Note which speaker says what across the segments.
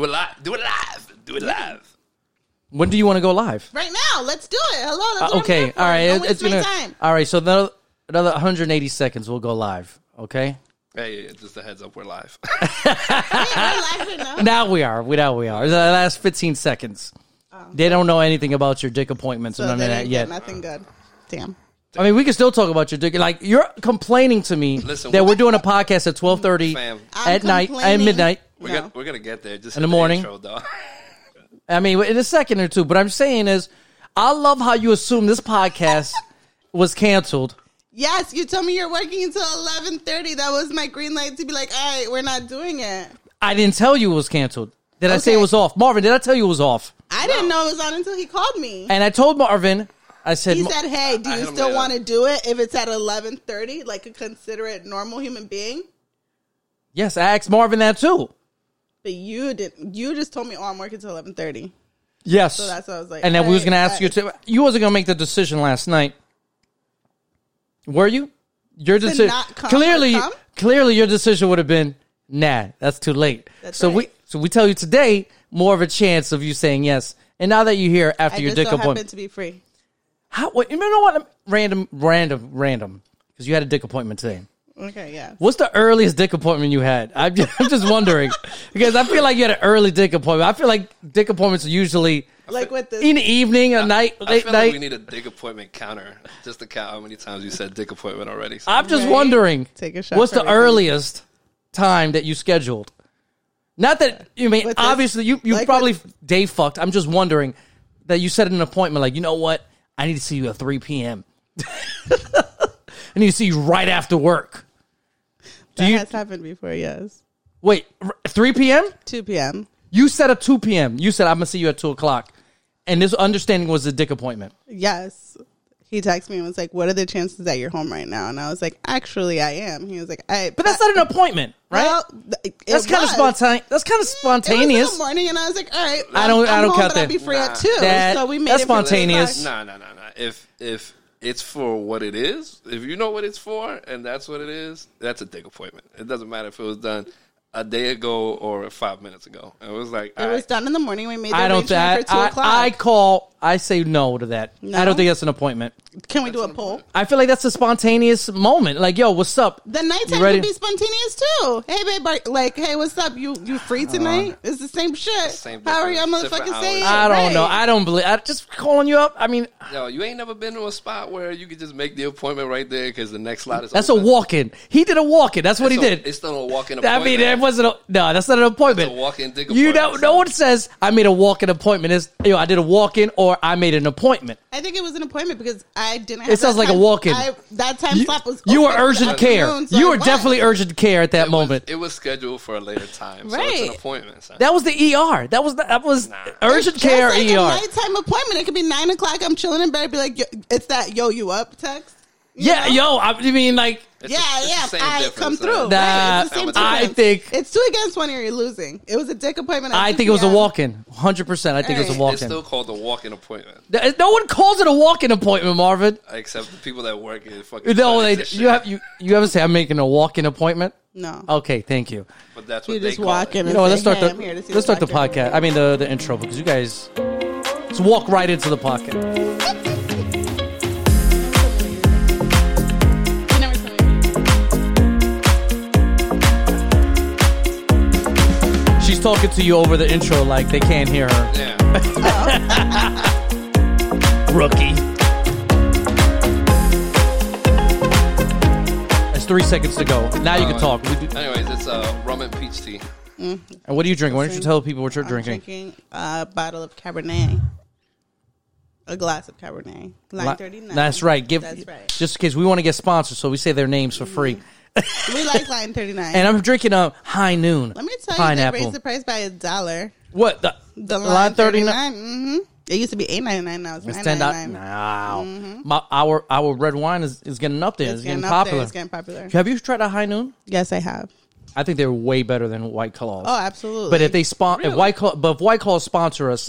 Speaker 1: Do it live. Do it live. Do it live.
Speaker 2: When do you want to go live?
Speaker 3: Right now, let's do it. Hello, that's
Speaker 2: Uh,
Speaker 3: what I'm
Speaker 2: okay,
Speaker 3: here for.
Speaker 2: all right.
Speaker 3: Don't
Speaker 2: it-
Speaker 3: waste
Speaker 2: it's
Speaker 3: my
Speaker 2: gonna.
Speaker 3: time.
Speaker 2: All right, so another, another 180 seconds. We'll go live. Okay.
Speaker 1: Hey, just a heads up, we're live.
Speaker 3: I mean, we're live right now.
Speaker 2: Now we are. We now we are. The last 15 seconds. They don't know anything about your dick appointments
Speaker 3: Oh. So
Speaker 2: and none
Speaker 3: they
Speaker 2: of that
Speaker 3: didn't
Speaker 2: yet.
Speaker 3: get nothing good. Damn.
Speaker 2: I mean, we can still talk about your dick. Like you're complaining to me
Speaker 1: Listen,
Speaker 2: that
Speaker 1: we-
Speaker 2: we're doing a podcast at 12:30
Speaker 1: Fam.
Speaker 3: I'm
Speaker 2: at night at
Speaker 3: complaining.
Speaker 2: midnight.
Speaker 1: We're
Speaker 3: No.
Speaker 1: gonna we're gonna get there just
Speaker 2: In the morning.
Speaker 1: Intro, dog.
Speaker 2: I mean, in a second or two. But I'm saying is, I love how you assume this podcast was canceled.
Speaker 3: Yes, you told me you're working until 11:30. That was my green light to be like, all right, we're not doing it.
Speaker 2: I didn't tell you it was canceled. Did I say it
Speaker 3: Okay.
Speaker 2: was off, Marvin? Did I tell you it was off?
Speaker 3: I didn't know it was on until he called me.
Speaker 2: And I told Marvin. I said,
Speaker 3: He
Speaker 2: "Ma-
Speaker 3: said, hey, do
Speaker 1: I
Speaker 3: you
Speaker 1: hit him
Speaker 3: still
Speaker 1: later.
Speaker 3: want to do it if it's at 11:30, like a considerate normal human being?
Speaker 2: "Yes." I asked Marvin that too.
Speaker 3: But you didn't. You just told me, oh, I'm working till 11:30.
Speaker 2: Yes.
Speaker 3: So that's what I was like.
Speaker 2: and then we was
Speaker 3: alright,
Speaker 2: gonna ask
Speaker 3: alright.
Speaker 2: you to. You wasn't gonna make the decision last night. Were you? Your decision
Speaker 3: not come or
Speaker 2: clearly,
Speaker 3: come?
Speaker 2: clearly, your decision would have been, nah, that's too late.
Speaker 3: That's
Speaker 2: so
Speaker 3: right.
Speaker 2: we, so we tell you today more of a chance of you saying yes. And now that you're here after
Speaker 3: I
Speaker 2: your
Speaker 3: just
Speaker 2: dick
Speaker 3: so
Speaker 2: appointment,
Speaker 3: happened to be free.
Speaker 2: how? Wait, you know what? Random, random, random. Because you had a dick appointment today.
Speaker 3: Okay, yeah.
Speaker 2: What's the earliest dick appointment you had? I'm just, I'm just wondering because I feel like you had an early dick appointment. I feel like dick appointments are usually
Speaker 3: Like with this.
Speaker 2: in the evening, a night,
Speaker 1: I
Speaker 2: late
Speaker 1: feel
Speaker 2: night.
Speaker 1: like we need a dick appointment counter just to count how many times you said dick appointment already. So
Speaker 2: I'm just
Speaker 3: Right?
Speaker 2: wondering.
Speaker 3: Take a shot
Speaker 2: What's
Speaker 3: for
Speaker 2: the
Speaker 3: everything.
Speaker 2: earliest time that you scheduled? Not that you mean
Speaker 3: With this-
Speaker 2: obviously you you
Speaker 3: like
Speaker 2: probably
Speaker 3: with-
Speaker 2: day fucked. I'm just wondering that you set an appointment like you know what I need to see you at 3 p.m. I need to see you right after work. Do
Speaker 3: that
Speaker 2: you
Speaker 3: has happened before, yes.
Speaker 2: wait r- 3 p.m.
Speaker 3: 2 p.m.
Speaker 2: You said at 2 p.m. You said I'm gonna see you at two o'clock, and this understanding was a dick appointment.
Speaker 3: Yes. He texted me and was like, What are the chances that you're home right now? And I was like, Actually, I am. He was like, I.
Speaker 2: But that's not an appointment, right?
Speaker 3: Well, th- it
Speaker 2: that's kind of
Speaker 3: was.
Speaker 2: spontaneous. That's kind of
Speaker 3: It
Speaker 2: spontaneous.
Speaker 3: was in the morning, and I was like, "All right,
Speaker 2: I don't-
Speaker 3: I'm
Speaker 2: I don't
Speaker 3: home,
Speaker 2: count
Speaker 3: but
Speaker 2: that.
Speaker 3: I'll be free
Speaker 1: Nah.
Speaker 3: at two.
Speaker 2: That-
Speaker 3: so we made
Speaker 2: that's
Speaker 3: it for the
Speaker 2: spontaneous.
Speaker 3: o'clock.
Speaker 1: No, no, no, no. If if it's for what it is, if you know what it's for, and that's what it is, that's a dick appointment. It doesn't matter if it was done a day ago or five minutes ago. It was like
Speaker 3: It
Speaker 1: all
Speaker 3: was
Speaker 1: right,
Speaker 3: done in the morning. We made the
Speaker 2: I don't think
Speaker 3: arrangement
Speaker 2: I,
Speaker 3: for two
Speaker 2: I,
Speaker 3: o'clock.
Speaker 2: I call. I say no to that. I
Speaker 3: No?
Speaker 2: don't think that's an appointment.
Speaker 3: Can we do a poll?
Speaker 2: I feel like that's a spontaneous moment. Like, yo, what's up?
Speaker 3: The nighttime
Speaker 2: You ready?
Speaker 3: could be spontaneous too. Hey, babe, are- like, hey, what's up? You you free tonight? It's the same shit.
Speaker 1: Uh, Same
Speaker 3: How are y'all
Speaker 1: difference, different
Speaker 3: motherfucking saying?
Speaker 1: hours.
Speaker 2: I don't know.
Speaker 3: Right.
Speaker 2: I don't believe. I just calling you up. I mean,
Speaker 1: yo, you ain't never been to a spot where you could just make the appointment right there because the next slot is
Speaker 2: that's a
Speaker 1: open.
Speaker 2: walk-in. He did a walk-in. That's what
Speaker 1: It's
Speaker 2: he
Speaker 1: a-
Speaker 2: did.
Speaker 1: It's still a walk-in
Speaker 2: I
Speaker 1: appointment.
Speaker 2: mean, that wasn't. A, no, that's not an appointment.
Speaker 1: It's a walk-in dick
Speaker 2: You know,
Speaker 1: appointment,
Speaker 2: no
Speaker 1: so-
Speaker 2: one says I made a walk-in appointment. It's yo, I did a walk-in or I made an appointment.
Speaker 3: I think it was an appointment because I didn't. Have
Speaker 2: It sounds
Speaker 3: that
Speaker 2: like a
Speaker 3: time-
Speaker 2: walk-in.
Speaker 3: I- That time
Speaker 2: You,
Speaker 3: slot was.
Speaker 2: you were
Speaker 3: open in the
Speaker 2: urgent care.
Speaker 3: afternoon, so
Speaker 2: you
Speaker 3: I
Speaker 2: were
Speaker 3: went.
Speaker 2: definitely urgent care at that
Speaker 1: It was-
Speaker 2: moment.
Speaker 1: it was scheduled for a later time, so it's
Speaker 3: Right.
Speaker 1: an appointment. son.
Speaker 2: that was the ER. That was the, that was urgent
Speaker 3: Just
Speaker 2: care
Speaker 3: like
Speaker 2: ER.
Speaker 3: A nighttime appointment. It could be nine o'clock. I'm chilling in bed. Be like, yo, it's that yo, you up text.
Speaker 2: yeah, yo, I I mean, like
Speaker 1: It's
Speaker 3: yeah,
Speaker 1: the- it's the same
Speaker 3: yeah. I
Speaker 1: difference,
Speaker 3: come
Speaker 1: son.
Speaker 3: through.
Speaker 2: Nah,
Speaker 3: right? It's the same
Speaker 2: I
Speaker 3: difference.
Speaker 2: think-
Speaker 3: it's two against one, or you're losing. It was a dick appointment. at
Speaker 2: I
Speaker 3: 2
Speaker 2: think it was a
Speaker 3: p.m.
Speaker 2: walk-in. 100%. I think it was a
Speaker 3: Alright.
Speaker 1: It's
Speaker 2: walk-in.
Speaker 1: still called a walk-in appointment,
Speaker 2: Th- no one calls it a walk-in appointment, Marvin.
Speaker 1: except the people that work in fucking.
Speaker 2: No, they,
Speaker 1: shit.
Speaker 2: you have you you ever say I'm making a walk-in appointment?
Speaker 3: No,
Speaker 2: Okay, thank you.
Speaker 1: But that's what
Speaker 3: you
Speaker 1: they
Speaker 3: just
Speaker 1: call
Speaker 3: walk
Speaker 1: it.
Speaker 3: in.
Speaker 2: Oh. You know, what,
Speaker 3: and
Speaker 2: let's
Speaker 3: say,
Speaker 2: start
Speaker 3: hey,
Speaker 2: the
Speaker 3: I'm here to see
Speaker 2: let's start the
Speaker 3: doctor.
Speaker 2: podcast. I mean the the intro because you guys let's walk right into the podcast.
Speaker 3: You never told me.
Speaker 2: She's talking to you over the intro like they can't hear her.
Speaker 1: Yeah.
Speaker 2: Rookie. It's three seconds to go. Now you can talk. We do-
Speaker 1: Anyways, it's uh, rum and peach tea.
Speaker 2: And what are you drinking? Why don't you tell people what you're
Speaker 3: I'm
Speaker 2: drinking?
Speaker 3: a bottle of Cabernet. A glass of Cabernet. Line
Speaker 2: Li-
Speaker 3: 39.
Speaker 2: That's right. Give
Speaker 3: That's right. Mm.
Speaker 2: just in case we want to get sponsored, so we say their names for free.
Speaker 3: we like line 39.
Speaker 2: And I'm drinking a high noon.
Speaker 3: Let me tell
Speaker 2: pineapple.
Speaker 3: you, they raised the price by a dollar.
Speaker 2: what the,
Speaker 3: The line 39. Mm-hmm. It used to be eight ninety nine. Now it's
Speaker 2: It's
Speaker 3: nine
Speaker 2: ten
Speaker 3: ninety
Speaker 2: dollars.
Speaker 3: nine.
Speaker 2: Now my our our red wine is, is getting up there. It's, getting,
Speaker 3: up
Speaker 2: popular.
Speaker 3: There. It's getting popular.
Speaker 2: Have you tried a high noon?
Speaker 3: Yes, I have.
Speaker 2: I think they're way better than White Claws.
Speaker 3: Oh, absolutely.
Speaker 2: But if they sponsor, if White Claw, but if White Claw sponsor us,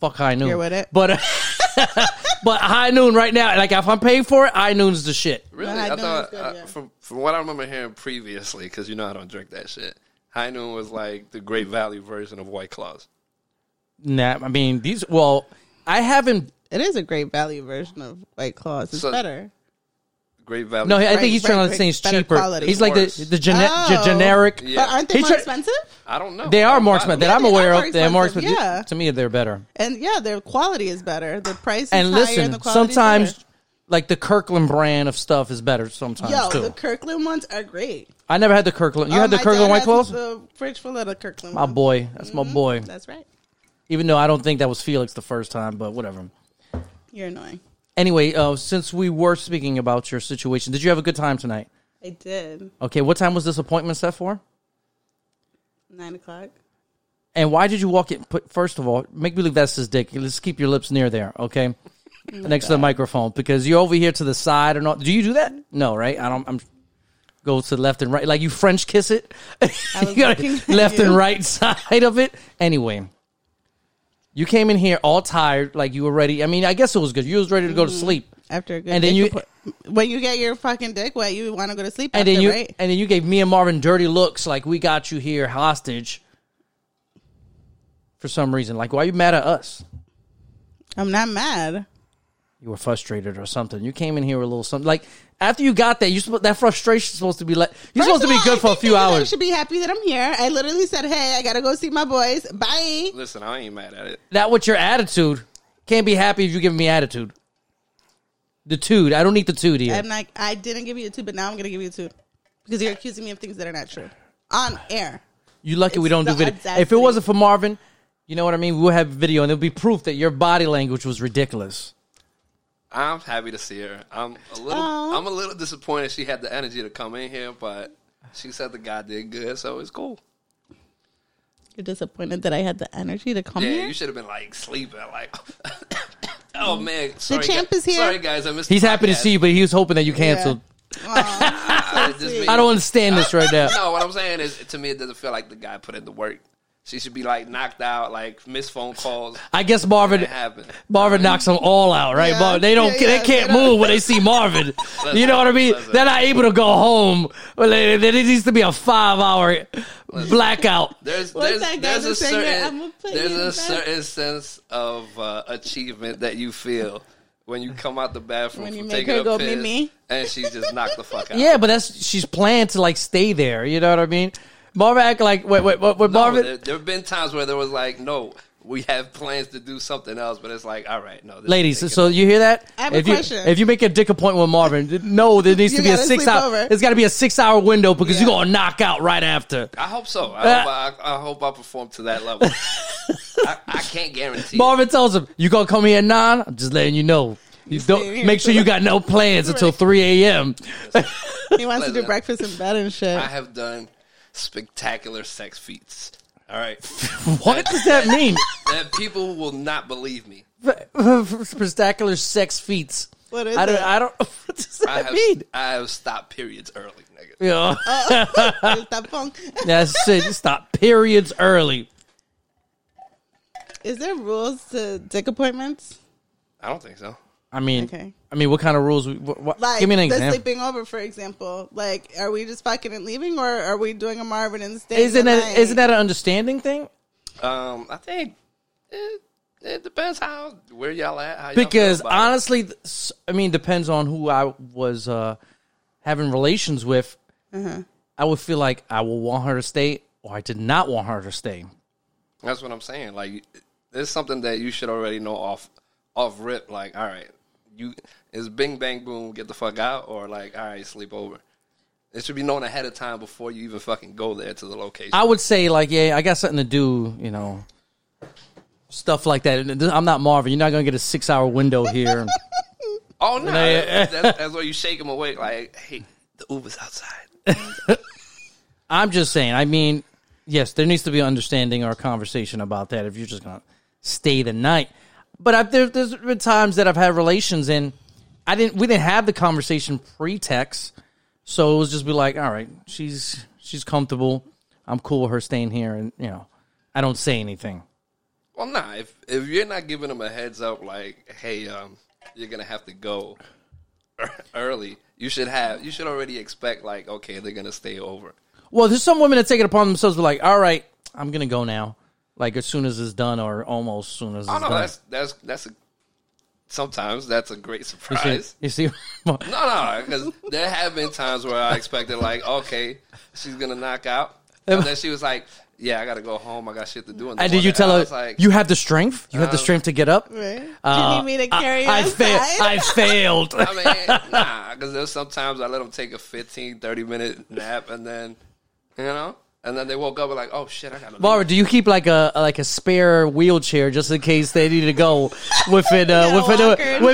Speaker 2: fuck High Noon.
Speaker 3: You're with it?
Speaker 2: But but High Noon right now, like if I'm paying for it, High Noon's the shit.
Speaker 1: Really?
Speaker 3: Well, I
Speaker 1: I
Speaker 3: know
Speaker 1: thought
Speaker 3: it's good,
Speaker 1: uh,
Speaker 3: yeah.
Speaker 1: from from what I remember hearing previously, because you know I don't drink that shit. High Noon was like the Great Valley version of White Claws.
Speaker 2: Nah, I mean these. Well, I haven't.
Speaker 3: It is a great value version of White Claws. It's
Speaker 1: So-
Speaker 3: better.
Speaker 1: Great Valley.
Speaker 2: No, I
Speaker 3: Right,
Speaker 2: think he's
Speaker 3: right,
Speaker 2: trying to
Speaker 3: right.
Speaker 2: say it's
Speaker 3: Better
Speaker 2: cheaper.
Speaker 3: quality.
Speaker 2: He's like
Speaker 1: Worse.
Speaker 2: the the, gene- ge-
Speaker 3: Oh.
Speaker 2: generic.
Speaker 1: Yeah.
Speaker 3: But aren't they
Speaker 2: He
Speaker 3: more
Speaker 2: tried-
Speaker 3: expensive?
Speaker 1: I don't know.
Speaker 2: They
Speaker 1: I
Speaker 2: are
Speaker 1: don't
Speaker 2: more
Speaker 1: buy
Speaker 2: expensive.
Speaker 1: them.
Speaker 2: That I'm
Speaker 3: they are
Speaker 2: aware
Speaker 3: more
Speaker 2: of. They're more expensive.
Speaker 3: expensive, yeah.
Speaker 2: To me, they're better.
Speaker 3: And yeah, their quality is better. The price is
Speaker 2: And
Speaker 3: higher
Speaker 2: listen,
Speaker 3: and the quality
Speaker 2: sometimes like the Kirkland brand of stuff is better sometimes
Speaker 3: Yo,
Speaker 2: too.
Speaker 3: the Kirkland ones are great.
Speaker 2: I never had the Kirkland. You
Speaker 3: Oh,
Speaker 2: had the
Speaker 3: my
Speaker 2: Kirkland
Speaker 3: dad
Speaker 2: White
Speaker 3: has
Speaker 2: Claws?
Speaker 3: The fridge full of the Kirkland.
Speaker 2: My
Speaker 3: ones.
Speaker 2: boy. That's
Speaker 3: Mm-hmm.
Speaker 2: my boy.
Speaker 3: That's right.
Speaker 2: Even though I don't think that was Felix the first time, but whatever.
Speaker 3: You're annoying.
Speaker 2: Anyway, uh, since we were speaking about your situation, did you have a good time tonight?
Speaker 3: I did
Speaker 2: Okay, what time was this appointment set for?
Speaker 3: nine o'clock.
Speaker 2: And why did you walk in? Put, first of all, make believe that's his dick. Let's keep your lips near there, okay? Next to the microphone because you're over here to the side or not. Do you do that? No, right? I don't. I'm go to the left and right like you French kiss it. you
Speaker 3: was
Speaker 2: gotta-
Speaker 3: looking at
Speaker 2: left and
Speaker 3: you.
Speaker 2: right side of it. Anyway, you came in here all tired, like you were ready. I mean, I guess it was good. You was ready to go
Speaker 3: Mm-hmm.
Speaker 2: to sleep,
Speaker 3: After a good
Speaker 2: and then
Speaker 3: dick
Speaker 2: you
Speaker 3: appoint- when you get your fucking dick wet, you want to go to sleep.
Speaker 2: and
Speaker 3: after,
Speaker 2: then you
Speaker 3: right?
Speaker 2: and then you gave me and Marvin dirty looks, like we got you here hostage. For some reason, like why are you mad at us?
Speaker 3: I'm not mad.
Speaker 2: you were frustrated or something. You came in here with a little something. Like after you got that, you supposed that frustration supposed to be like you're supposed
Speaker 3: First
Speaker 2: to
Speaker 3: of
Speaker 2: be
Speaker 3: all,
Speaker 2: good
Speaker 3: I
Speaker 2: for a
Speaker 3: think
Speaker 2: few
Speaker 3: that you guys
Speaker 2: hours.
Speaker 3: should be happy that I'm here. I literally said, "Hey, I gotta go see my boys. Bye."
Speaker 1: Listen, I ain't mad at it.
Speaker 2: Not with your attitude. Can't be happy if you give me attitude. The tude. I don't need the tude here.
Speaker 3: I'm like, I didn't give you a two, but now I'm gonna give you a two because you're accusing me of things that are not true on air.
Speaker 2: You lucky we
Speaker 3: It's
Speaker 2: don't do
Speaker 3: the
Speaker 2: video. If it
Speaker 3: audacity.
Speaker 2: wasn't for Marvin, you know what I mean. We'll have video, and it'll be proof that your body language was ridiculous.
Speaker 1: I'm happy to see her. I'm a little.
Speaker 3: Aw.
Speaker 1: I'm a little disappointed she had the energy to come in here, but she said the guy did good, so it's cool.
Speaker 3: You're disappointed that I had the energy to come
Speaker 1: Yeah,
Speaker 3: here.
Speaker 1: you should have been like sleeping, like. oh man, sorry,
Speaker 3: champ
Speaker 1: guys.
Speaker 3: is here.
Speaker 1: Sorry guys, I missed.
Speaker 2: He's
Speaker 1: the
Speaker 2: happy to
Speaker 1: podcast.
Speaker 2: see you, but he was hoping that you canceled.
Speaker 1: I, just made-
Speaker 2: I don't understand this right now.
Speaker 1: No, what I'm saying is, to me, it doesn't feel like the guy put in the work. She should be like knocked out, like missed phone calls.
Speaker 2: I guess Marvin.
Speaker 1: It happened.
Speaker 2: Marvin knocks them all out, right?
Speaker 3: Yeah,
Speaker 2: Mar- they don't,
Speaker 3: yeah,
Speaker 2: they
Speaker 3: yeah,
Speaker 2: can't
Speaker 3: they don't-
Speaker 2: move when they see Marvin. you know what I mean?
Speaker 1: listen.
Speaker 2: They're not able to go home. Well, they- There needs to be a five-hour blackout.
Speaker 1: There's
Speaker 3: What's
Speaker 1: there's,
Speaker 3: that guy
Speaker 1: there's a
Speaker 3: that sang that? I'ma
Speaker 1: certain
Speaker 3: put
Speaker 1: there's
Speaker 3: you in
Speaker 1: a
Speaker 3: bed?
Speaker 1: certain sense of uh, achievement that you feel when you come out the bathroom
Speaker 3: When you
Speaker 1: from
Speaker 3: make
Speaker 1: taking
Speaker 3: her
Speaker 1: a
Speaker 3: go,
Speaker 1: piss,
Speaker 3: "Mimi."
Speaker 1: and she just knocked the fuck out.
Speaker 2: Yeah, but that's she's planned to like stay there. You know what I mean? Marvin act like wait, wait, wait, wait
Speaker 1: No,
Speaker 2: Marvin.
Speaker 1: there, there have been times where there was like, no, we have plans to do something else, but it's like, all right, no, this
Speaker 2: Ladies,
Speaker 1: is
Speaker 2: so you hear that?
Speaker 3: I have a
Speaker 2: if you
Speaker 3: question.
Speaker 2: if you make a dick appointment with Marvin, no, there needs
Speaker 3: You
Speaker 2: to be a
Speaker 3: gotta
Speaker 2: six
Speaker 3: sleep
Speaker 2: hour.
Speaker 3: over.
Speaker 2: It's got to be a six hour window because
Speaker 3: Yeah.
Speaker 2: you're gonna knock out right after.
Speaker 1: I hope so. I,
Speaker 3: Uh,
Speaker 1: hope I, I hope I perform to that level. I, I can't guarantee. it.
Speaker 2: Marvin tells him, "You gonna come here at nine? I'm just letting you know. You
Speaker 3: staying
Speaker 2: don't
Speaker 3: here
Speaker 2: make sure you got no plans until three a.m.
Speaker 3: he wants to do
Speaker 1: Listen.
Speaker 3: breakfast in bed and shit.
Speaker 1: I have done spectacular sex feats. All right,
Speaker 2: What does that mean?
Speaker 1: that people will not believe me.
Speaker 2: Spectacular sex feats.
Speaker 3: What is
Speaker 2: I don't.
Speaker 3: that?
Speaker 2: I don't. What does that
Speaker 1: I have,
Speaker 2: mean?
Speaker 1: I have stopped periods early, nigga.
Speaker 2: You know,
Speaker 3: Stop funk.
Speaker 2: that's it. You Stop periods early.
Speaker 3: Is there rules to dick appointments?
Speaker 1: I don't think so.
Speaker 2: I mean,
Speaker 3: Okay.
Speaker 2: I mean, what kind of rules? we- What, what,
Speaker 3: Like
Speaker 2: give me an
Speaker 3: the
Speaker 2: example.
Speaker 3: sleeping over, for example. Like, are we just fucking and leaving, or are we doing a Marvin and staying?
Speaker 2: Isn't
Speaker 3: the
Speaker 2: that
Speaker 3: night?
Speaker 2: isn't that an understanding thing?
Speaker 1: Um, I think it, it depends how where y'all at. How y'all feel
Speaker 2: because
Speaker 1: about it.
Speaker 2: honestly, th- s- I mean, depends on who I was uh, having relations with. I would feel like I will want her to stay, or I did not want her to stay.
Speaker 1: That's what I'm saying. Like, it's something that you should already know off off rip. Like, all right, you is Bing Bang Boom, get the fuck out, or like, all right, sleep over. It should be known ahead of time before you even fucking go there to the location.
Speaker 2: I would say like, yeah, I got something to do, you know, stuff like that. And th- I'm not Marvin. You're not gonna get a six hour window here.
Speaker 1: oh no,
Speaker 2: They-
Speaker 1: that's, that's where you shake them awake. Like, hey, the Uber's outside.
Speaker 2: I'm just saying. I mean, yes, there needs to be understanding or conversation about that if you're just gonna stay the night. But I've, there, there's been times that I've had relations and I didn't. We didn't have the conversation pre-text, so it was just be like, all right, she's she's comfortable. I'm cool with her staying here, and you know, I don't say anything.
Speaker 1: Well, nah. If if you're not giving them a heads up, like, hey, um, you're gonna have to go early. You should have. You should already expect like, okay, they're gonna stay over.
Speaker 2: Well, there's some women that take it upon themselves. But like, all right, I'm gonna go now. Like as soon as it's done, or almost soon as it's
Speaker 1: I don't know.
Speaker 2: done.
Speaker 1: Oh, That's that's that's a, sometimes that's a great
Speaker 2: You see-
Speaker 1: surprise.
Speaker 2: You see,
Speaker 1: No, no, because there have been times where I expected like, okay, she's gonna knock out, and then she was like, "Yeah, I gotta go home. I got shit to do." in the
Speaker 2: and did you
Speaker 1: morning."
Speaker 2: tell
Speaker 1: I
Speaker 2: her
Speaker 1: was like,
Speaker 2: you have the strength? You have the
Speaker 1: um,
Speaker 2: strength to get up.
Speaker 3: Right?
Speaker 2: Uh,
Speaker 3: Do you need me to carry
Speaker 2: I,
Speaker 3: you
Speaker 2: I, fail-
Speaker 3: outside?
Speaker 2: I failed.
Speaker 1: I mean, nah, because there's sometimes I let them take a 15, 30 minute nap, and then you know, and then they woke up and like, "Oh shit, I gotta." leave."
Speaker 2: Laura, do you keep like a like a spare wheelchair just in case they need to go within uh,
Speaker 3: Yeah, walker
Speaker 2: within
Speaker 3: and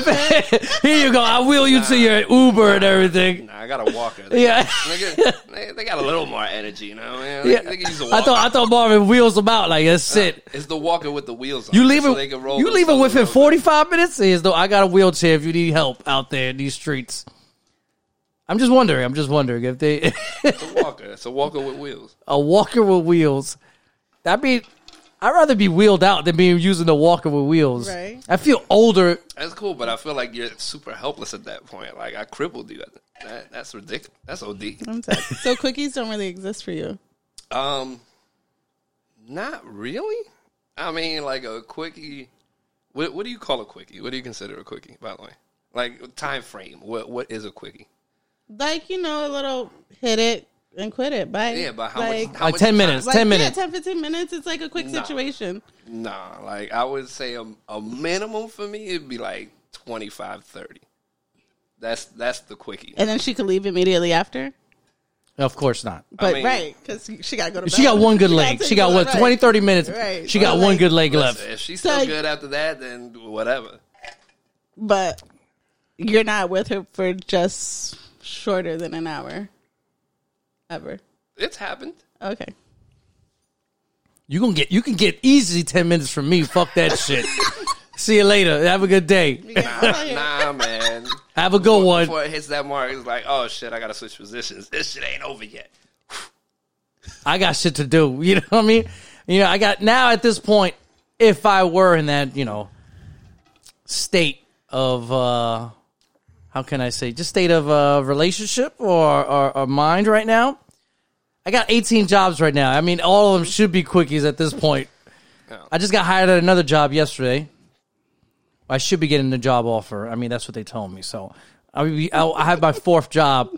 Speaker 2: with here you go. I wheel you to your Uber and everything.
Speaker 1: Nah, I got a walker.
Speaker 2: Yeah.
Speaker 1: Nigga, they, they got a little more energy, you know. what I mean?
Speaker 2: Yeah.
Speaker 1: They, they can use a
Speaker 2: I
Speaker 1: walker.
Speaker 2: thought I thought Marvin wheels them out like that's it.
Speaker 1: it's the walker with the wheels on.
Speaker 2: You leave
Speaker 1: so
Speaker 2: it.
Speaker 1: they can roll
Speaker 2: you leave it
Speaker 1: themselves
Speaker 2: within
Speaker 1: around.
Speaker 2: forty five minutes. Is though I got a wheelchair if you need help out there in these streets. I'm just wondering. I'm just wondering if they
Speaker 1: It's a walker. It's a walker with wheels.
Speaker 2: a walker with wheels. That'd be. I'd rather be wheeled out than being using a walker with wheels.
Speaker 3: Right.
Speaker 2: I feel older.
Speaker 1: That's cool, but I feel like you're super helpless at that point. Like I crippled you. That, that's ridiculous. That's OD.
Speaker 3: I'm sorry. so cookies don't really exist for you.
Speaker 1: Um, not really. I mean, like a quickie. What, what do you call a quickie? What do you consider a quickie? By the way, like time frame. What what is a quickie?
Speaker 3: Like, you know, a little hit it and quit it. Bye.
Speaker 1: Yeah, but how
Speaker 3: like,
Speaker 1: much? How
Speaker 2: Like
Speaker 1: much
Speaker 2: ten
Speaker 1: time-
Speaker 2: minutes.
Speaker 3: like,
Speaker 2: ten
Speaker 3: yeah,
Speaker 2: minutes.
Speaker 3: 10, 15 minutes. It's like a quick
Speaker 1: Nah.
Speaker 3: situation.
Speaker 1: Nah, like I would say a, a minimum for me it'd be like 25, 30. That's that's the quickie.
Speaker 3: And then she could leave immediately after.
Speaker 2: of course not.
Speaker 3: But
Speaker 1: mean-
Speaker 3: right, because she got to go to
Speaker 2: She got
Speaker 3: bed.
Speaker 2: one good
Speaker 3: gotta
Speaker 2: leg.
Speaker 3: take
Speaker 2: She got
Speaker 3: a-
Speaker 2: what
Speaker 3: right.
Speaker 2: 20, 30 minutes.
Speaker 3: Right.
Speaker 2: She got
Speaker 3: Well,
Speaker 2: one
Speaker 3: like-
Speaker 2: good leg left.
Speaker 1: Listen, if she's still
Speaker 3: So-
Speaker 1: good after that, then whatever.
Speaker 3: But you're not with her for just shorter than an hour. Ever.
Speaker 1: It's happened.
Speaker 3: Okay.
Speaker 2: You gonna get you can get easily ten minutes from me. Fuck that shit. See you later. Have a good day.
Speaker 3: Oh,
Speaker 1: Nah, man.
Speaker 2: Have a good one.
Speaker 1: Before it hits that mark, it's like, oh shit, I gotta switch positions. This shit ain't over yet.
Speaker 2: I got shit to do. You know what I mean? You know, I got now at this point, if I were in that, you know, state of uh how can I say, just state of uh relationship or or, or mind right now. I got 18 jobs right now. I mean, all of them should be quickies at this point.
Speaker 1: Yeah.
Speaker 2: I just got hired at another job yesterday. I should be getting the job offer. I mean, that's what they told me. So I will I'll, I have my fourth job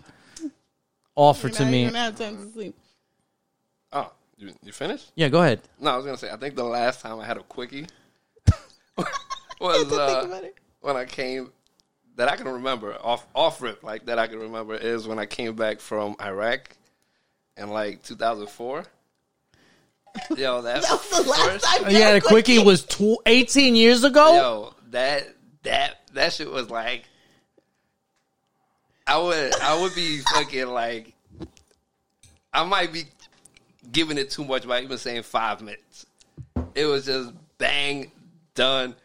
Speaker 2: offered to
Speaker 3: Now
Speaker 2: me.
Speaker 3: You're gonna have time to sleep.
Speaker 1: Oh, you, you finished?
Speaker 2: Yeah, go ahead.
Speaker 1: No, I was gonna say, I think the last time I had a quickie was
Speaker 3: Think
Speaker 1: uh,
Speaker 3: about it.
Speaker 1: when I came that I can remember off off rip like that I can remember is when I came back from Iraq in like 2004. Yo, that,
Speaker 3: The last
Speaker 1: first-
Speaker 3: time
Speaker 2: Yeah, the quickie, was tw- 18 years ago.
Speaker 1: Yo, that that that shit was like I would I would be fucking like I might be giving it too much by even saying five minutes. It was just bang done.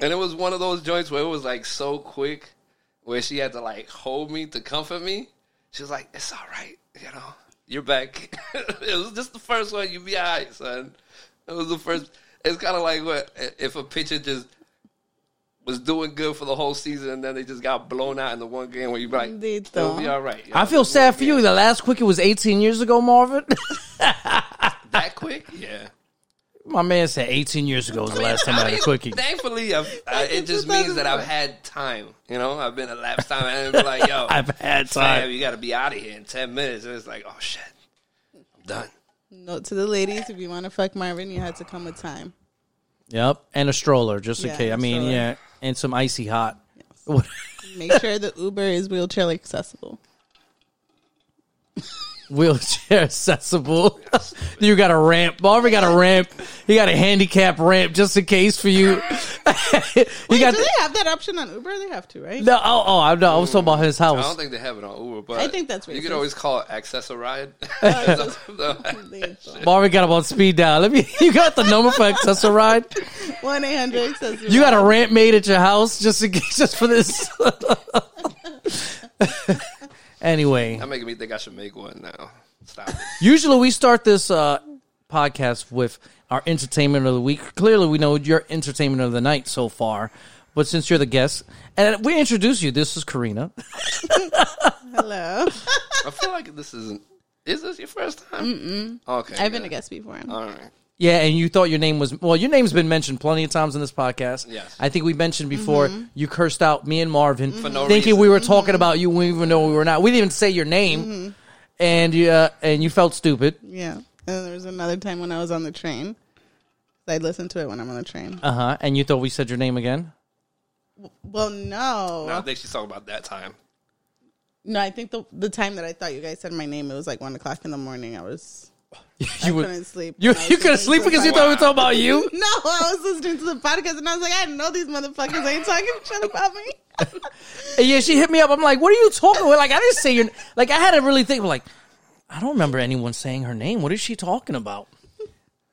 Speaker 1: And it was one of those joints where it was like so quick where she had to like hold me to comfort me. She was like, It's all right, you know, you're back. it was just the first one, you be all right, son. It was the first it's kinda like what if a pitcher just was doing good for the whole season and then they just got blown out in the one game where you be like
Speaker 3: They
Speaker 1: it'll be
Speaker 3: don't.
Speaker 1: all right. you
Speaker 2: I
Speaker 1: know,
Speaker 2: feel
Speaker 1: just
Speaker 2: sad
Speaker 1: one
Speaker 2: for you. The last quickie was 18 years ago, Marvin.
Speaker 1: game. That quick? Yeah.
Speaker 2: My man said 18 years ago was the last time I had a
Speaker 1: mean,
Speaker 2: quickie.
Speaker 1: Thankfully, I've, I, it
Speaker 3: in
Speaker 1: just means that I've
Speaker 3: 2001.
Speaker 1: had time. You know, I've been elapsed time. And been like, yo,
Speaker 2: I've had
Speaker 1: fam,
Speaker 2: time.
Speaker 1: you got to be out of here in 10 minutes. And it's like, oh, shit, I'm done.
Speaker 3: Note to the ladies: If you want to fuck Marvin, you had to come with time.
Speaker 2: Yep, and a stroller, just in
Speaker 3: Yeah,
Speaker 2: case. I
Speaker 3: a
Speaker 2: mean,
Speaker 3: stroller.
Speaker 2: yeah, and some icy hot.
Speaker 3: Make sure the Uber is wheelchair accessible.
Speaker 2: Wheelchair accessible. you got a ramp. Marvin got a ramp. He got a handicap ramp just in case for you. he got
Speaker 3: Do
Speaker 2: the-
Speaker 3: they have that option on Uber? They have to, right?
Speaker 2: no. Oh, oh, I know. I was talking about his
Speaker 1: I don't
Speaker 2: house.
Speaker 1: think they have it on Uber, but
Speaker 3: I think that's
Speaker 1: You could
Speaker 3: racist.
Speaker 1: always call it Access a Ride.
Speaker 3: Uh,
Speaker 2: Marvin got him on speed dial. Let me. You got the number for accessoride.
Speaker 3: One eight hundred accessible.
Speaker 2: You got a ramp made at your house just in case, just for this. anyway,
Speaker 1: I'm making me think I should make one now. Stop it.
Speaker 2: usually we start this uh, podcast with our entertainment of the week. Clearly, we know your entertainment of the night so far, but since you're the guest, and we introduce you, this is Karina.
Speaker 3: hello.
Speaker 1: I feel like this isn't Is this your first time? Mm-mm. Okay.
Speaker 3: I've been
Speaker 1: good.
Speaker 3: a guest before.
Speaker 2: Uh.
Speaker 1: All right.
Speaker 2: Yeah, and you thought your name was well. Your name's been mentioned plenty of times in this podcast.
Speaker 1: Yes.
Speaker 2: I think we mentioned before. You cursed out me and Marvin
Speaker 1: For no
Speaker 2: thinking
Speaker 1: reason.
Speaker 2: we were talking about you, when even though we were not. We didn't even say your name, and you uh, and you felt stupid.
Speaker 3: Yeah. And there was another time when I was on the train. I listen to it when I'm on the train.
Speaker 2: Uh huh. And you thought we said your name again.
Speaker 3: Well, no.
Speaker 1: No, I think she's talking about that time.
Speaker 3: No, I think the the time that I thought you guys said my name, it was like one o'clock in the morning. I was
Speaker 2: you
Speaker 3: couldn't sleep.
Speaker 2: You,
Speaker 3: I was
Speaker 2: you couldn't
Speaker 3: listening
Speaker 2: sleep
Speaker 3: to the
Speaker 2: because you thought we were talking about you.
Speaker 3: No, I was listening to the podcast and I was like, I know these motherfuckers ain't talking shit about me.
Speaker 2: And yeah, she hit me up. I'm like, what are you talking about? Like, I didn't say your. Like, I had to really think. Like, I don't remember anyone saying her name. What is she talking about?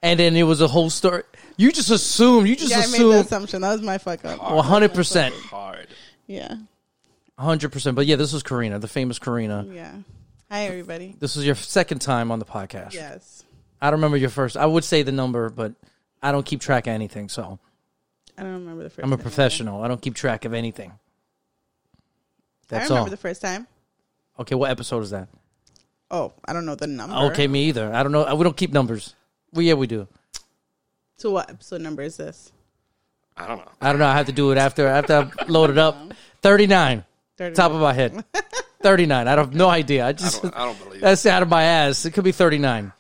Speaker 2: And then it was a whole story. You just assumed. You just
Speaker 3: yeah, I made the
Speaker 2: assumed.
Speaker 3: assumption. That was my fuck up.
Speaker 2: One hundred percent,
Speaker 1: Hard.
Speaker 3: Yeah.
Speaker 2: one hundred percent. But yeah, this was Karina, the famous Karina.
Speaker 3: Yeah. Hi, everybody.
Speaker 2: This was your second time on the podcast.
Speaker 3: Yes.
Speaker 2: I don't remember your first. I would say the number, but I don't keep track of anything. So
Speaker 3: I don't remember the first
Speaker 2: I'm a
Speaker 3: time.
Speaker 2: professional. I don't keep track of anything.
Speaker 3: I
Speaker 2: That's
Speaker 3: remember
Speaker 2: all.
Speaker 3: the first time.
Speaker 2: okay, what episode is that?
Speaker 3: Oh, I don't know the number.
Speaker 2: Okay, me either. I don't know. We don't keep numbers. We yeah, we do.
Speaker 3: So what episode number is this?
Speaker 1: I don't know.
Speaker 2: I don't know. I have to do it after after I've loaded up. Thirty nine.
Speaker 3: 39.
Speaker 2: Top of my head. Thirty nine. I have no idea. I
Speaker 1: I
Speaker 2: just
Speaker 1: don't, I don't believe it.
Speaker 2: that's out of my ass. It could be thirty nine.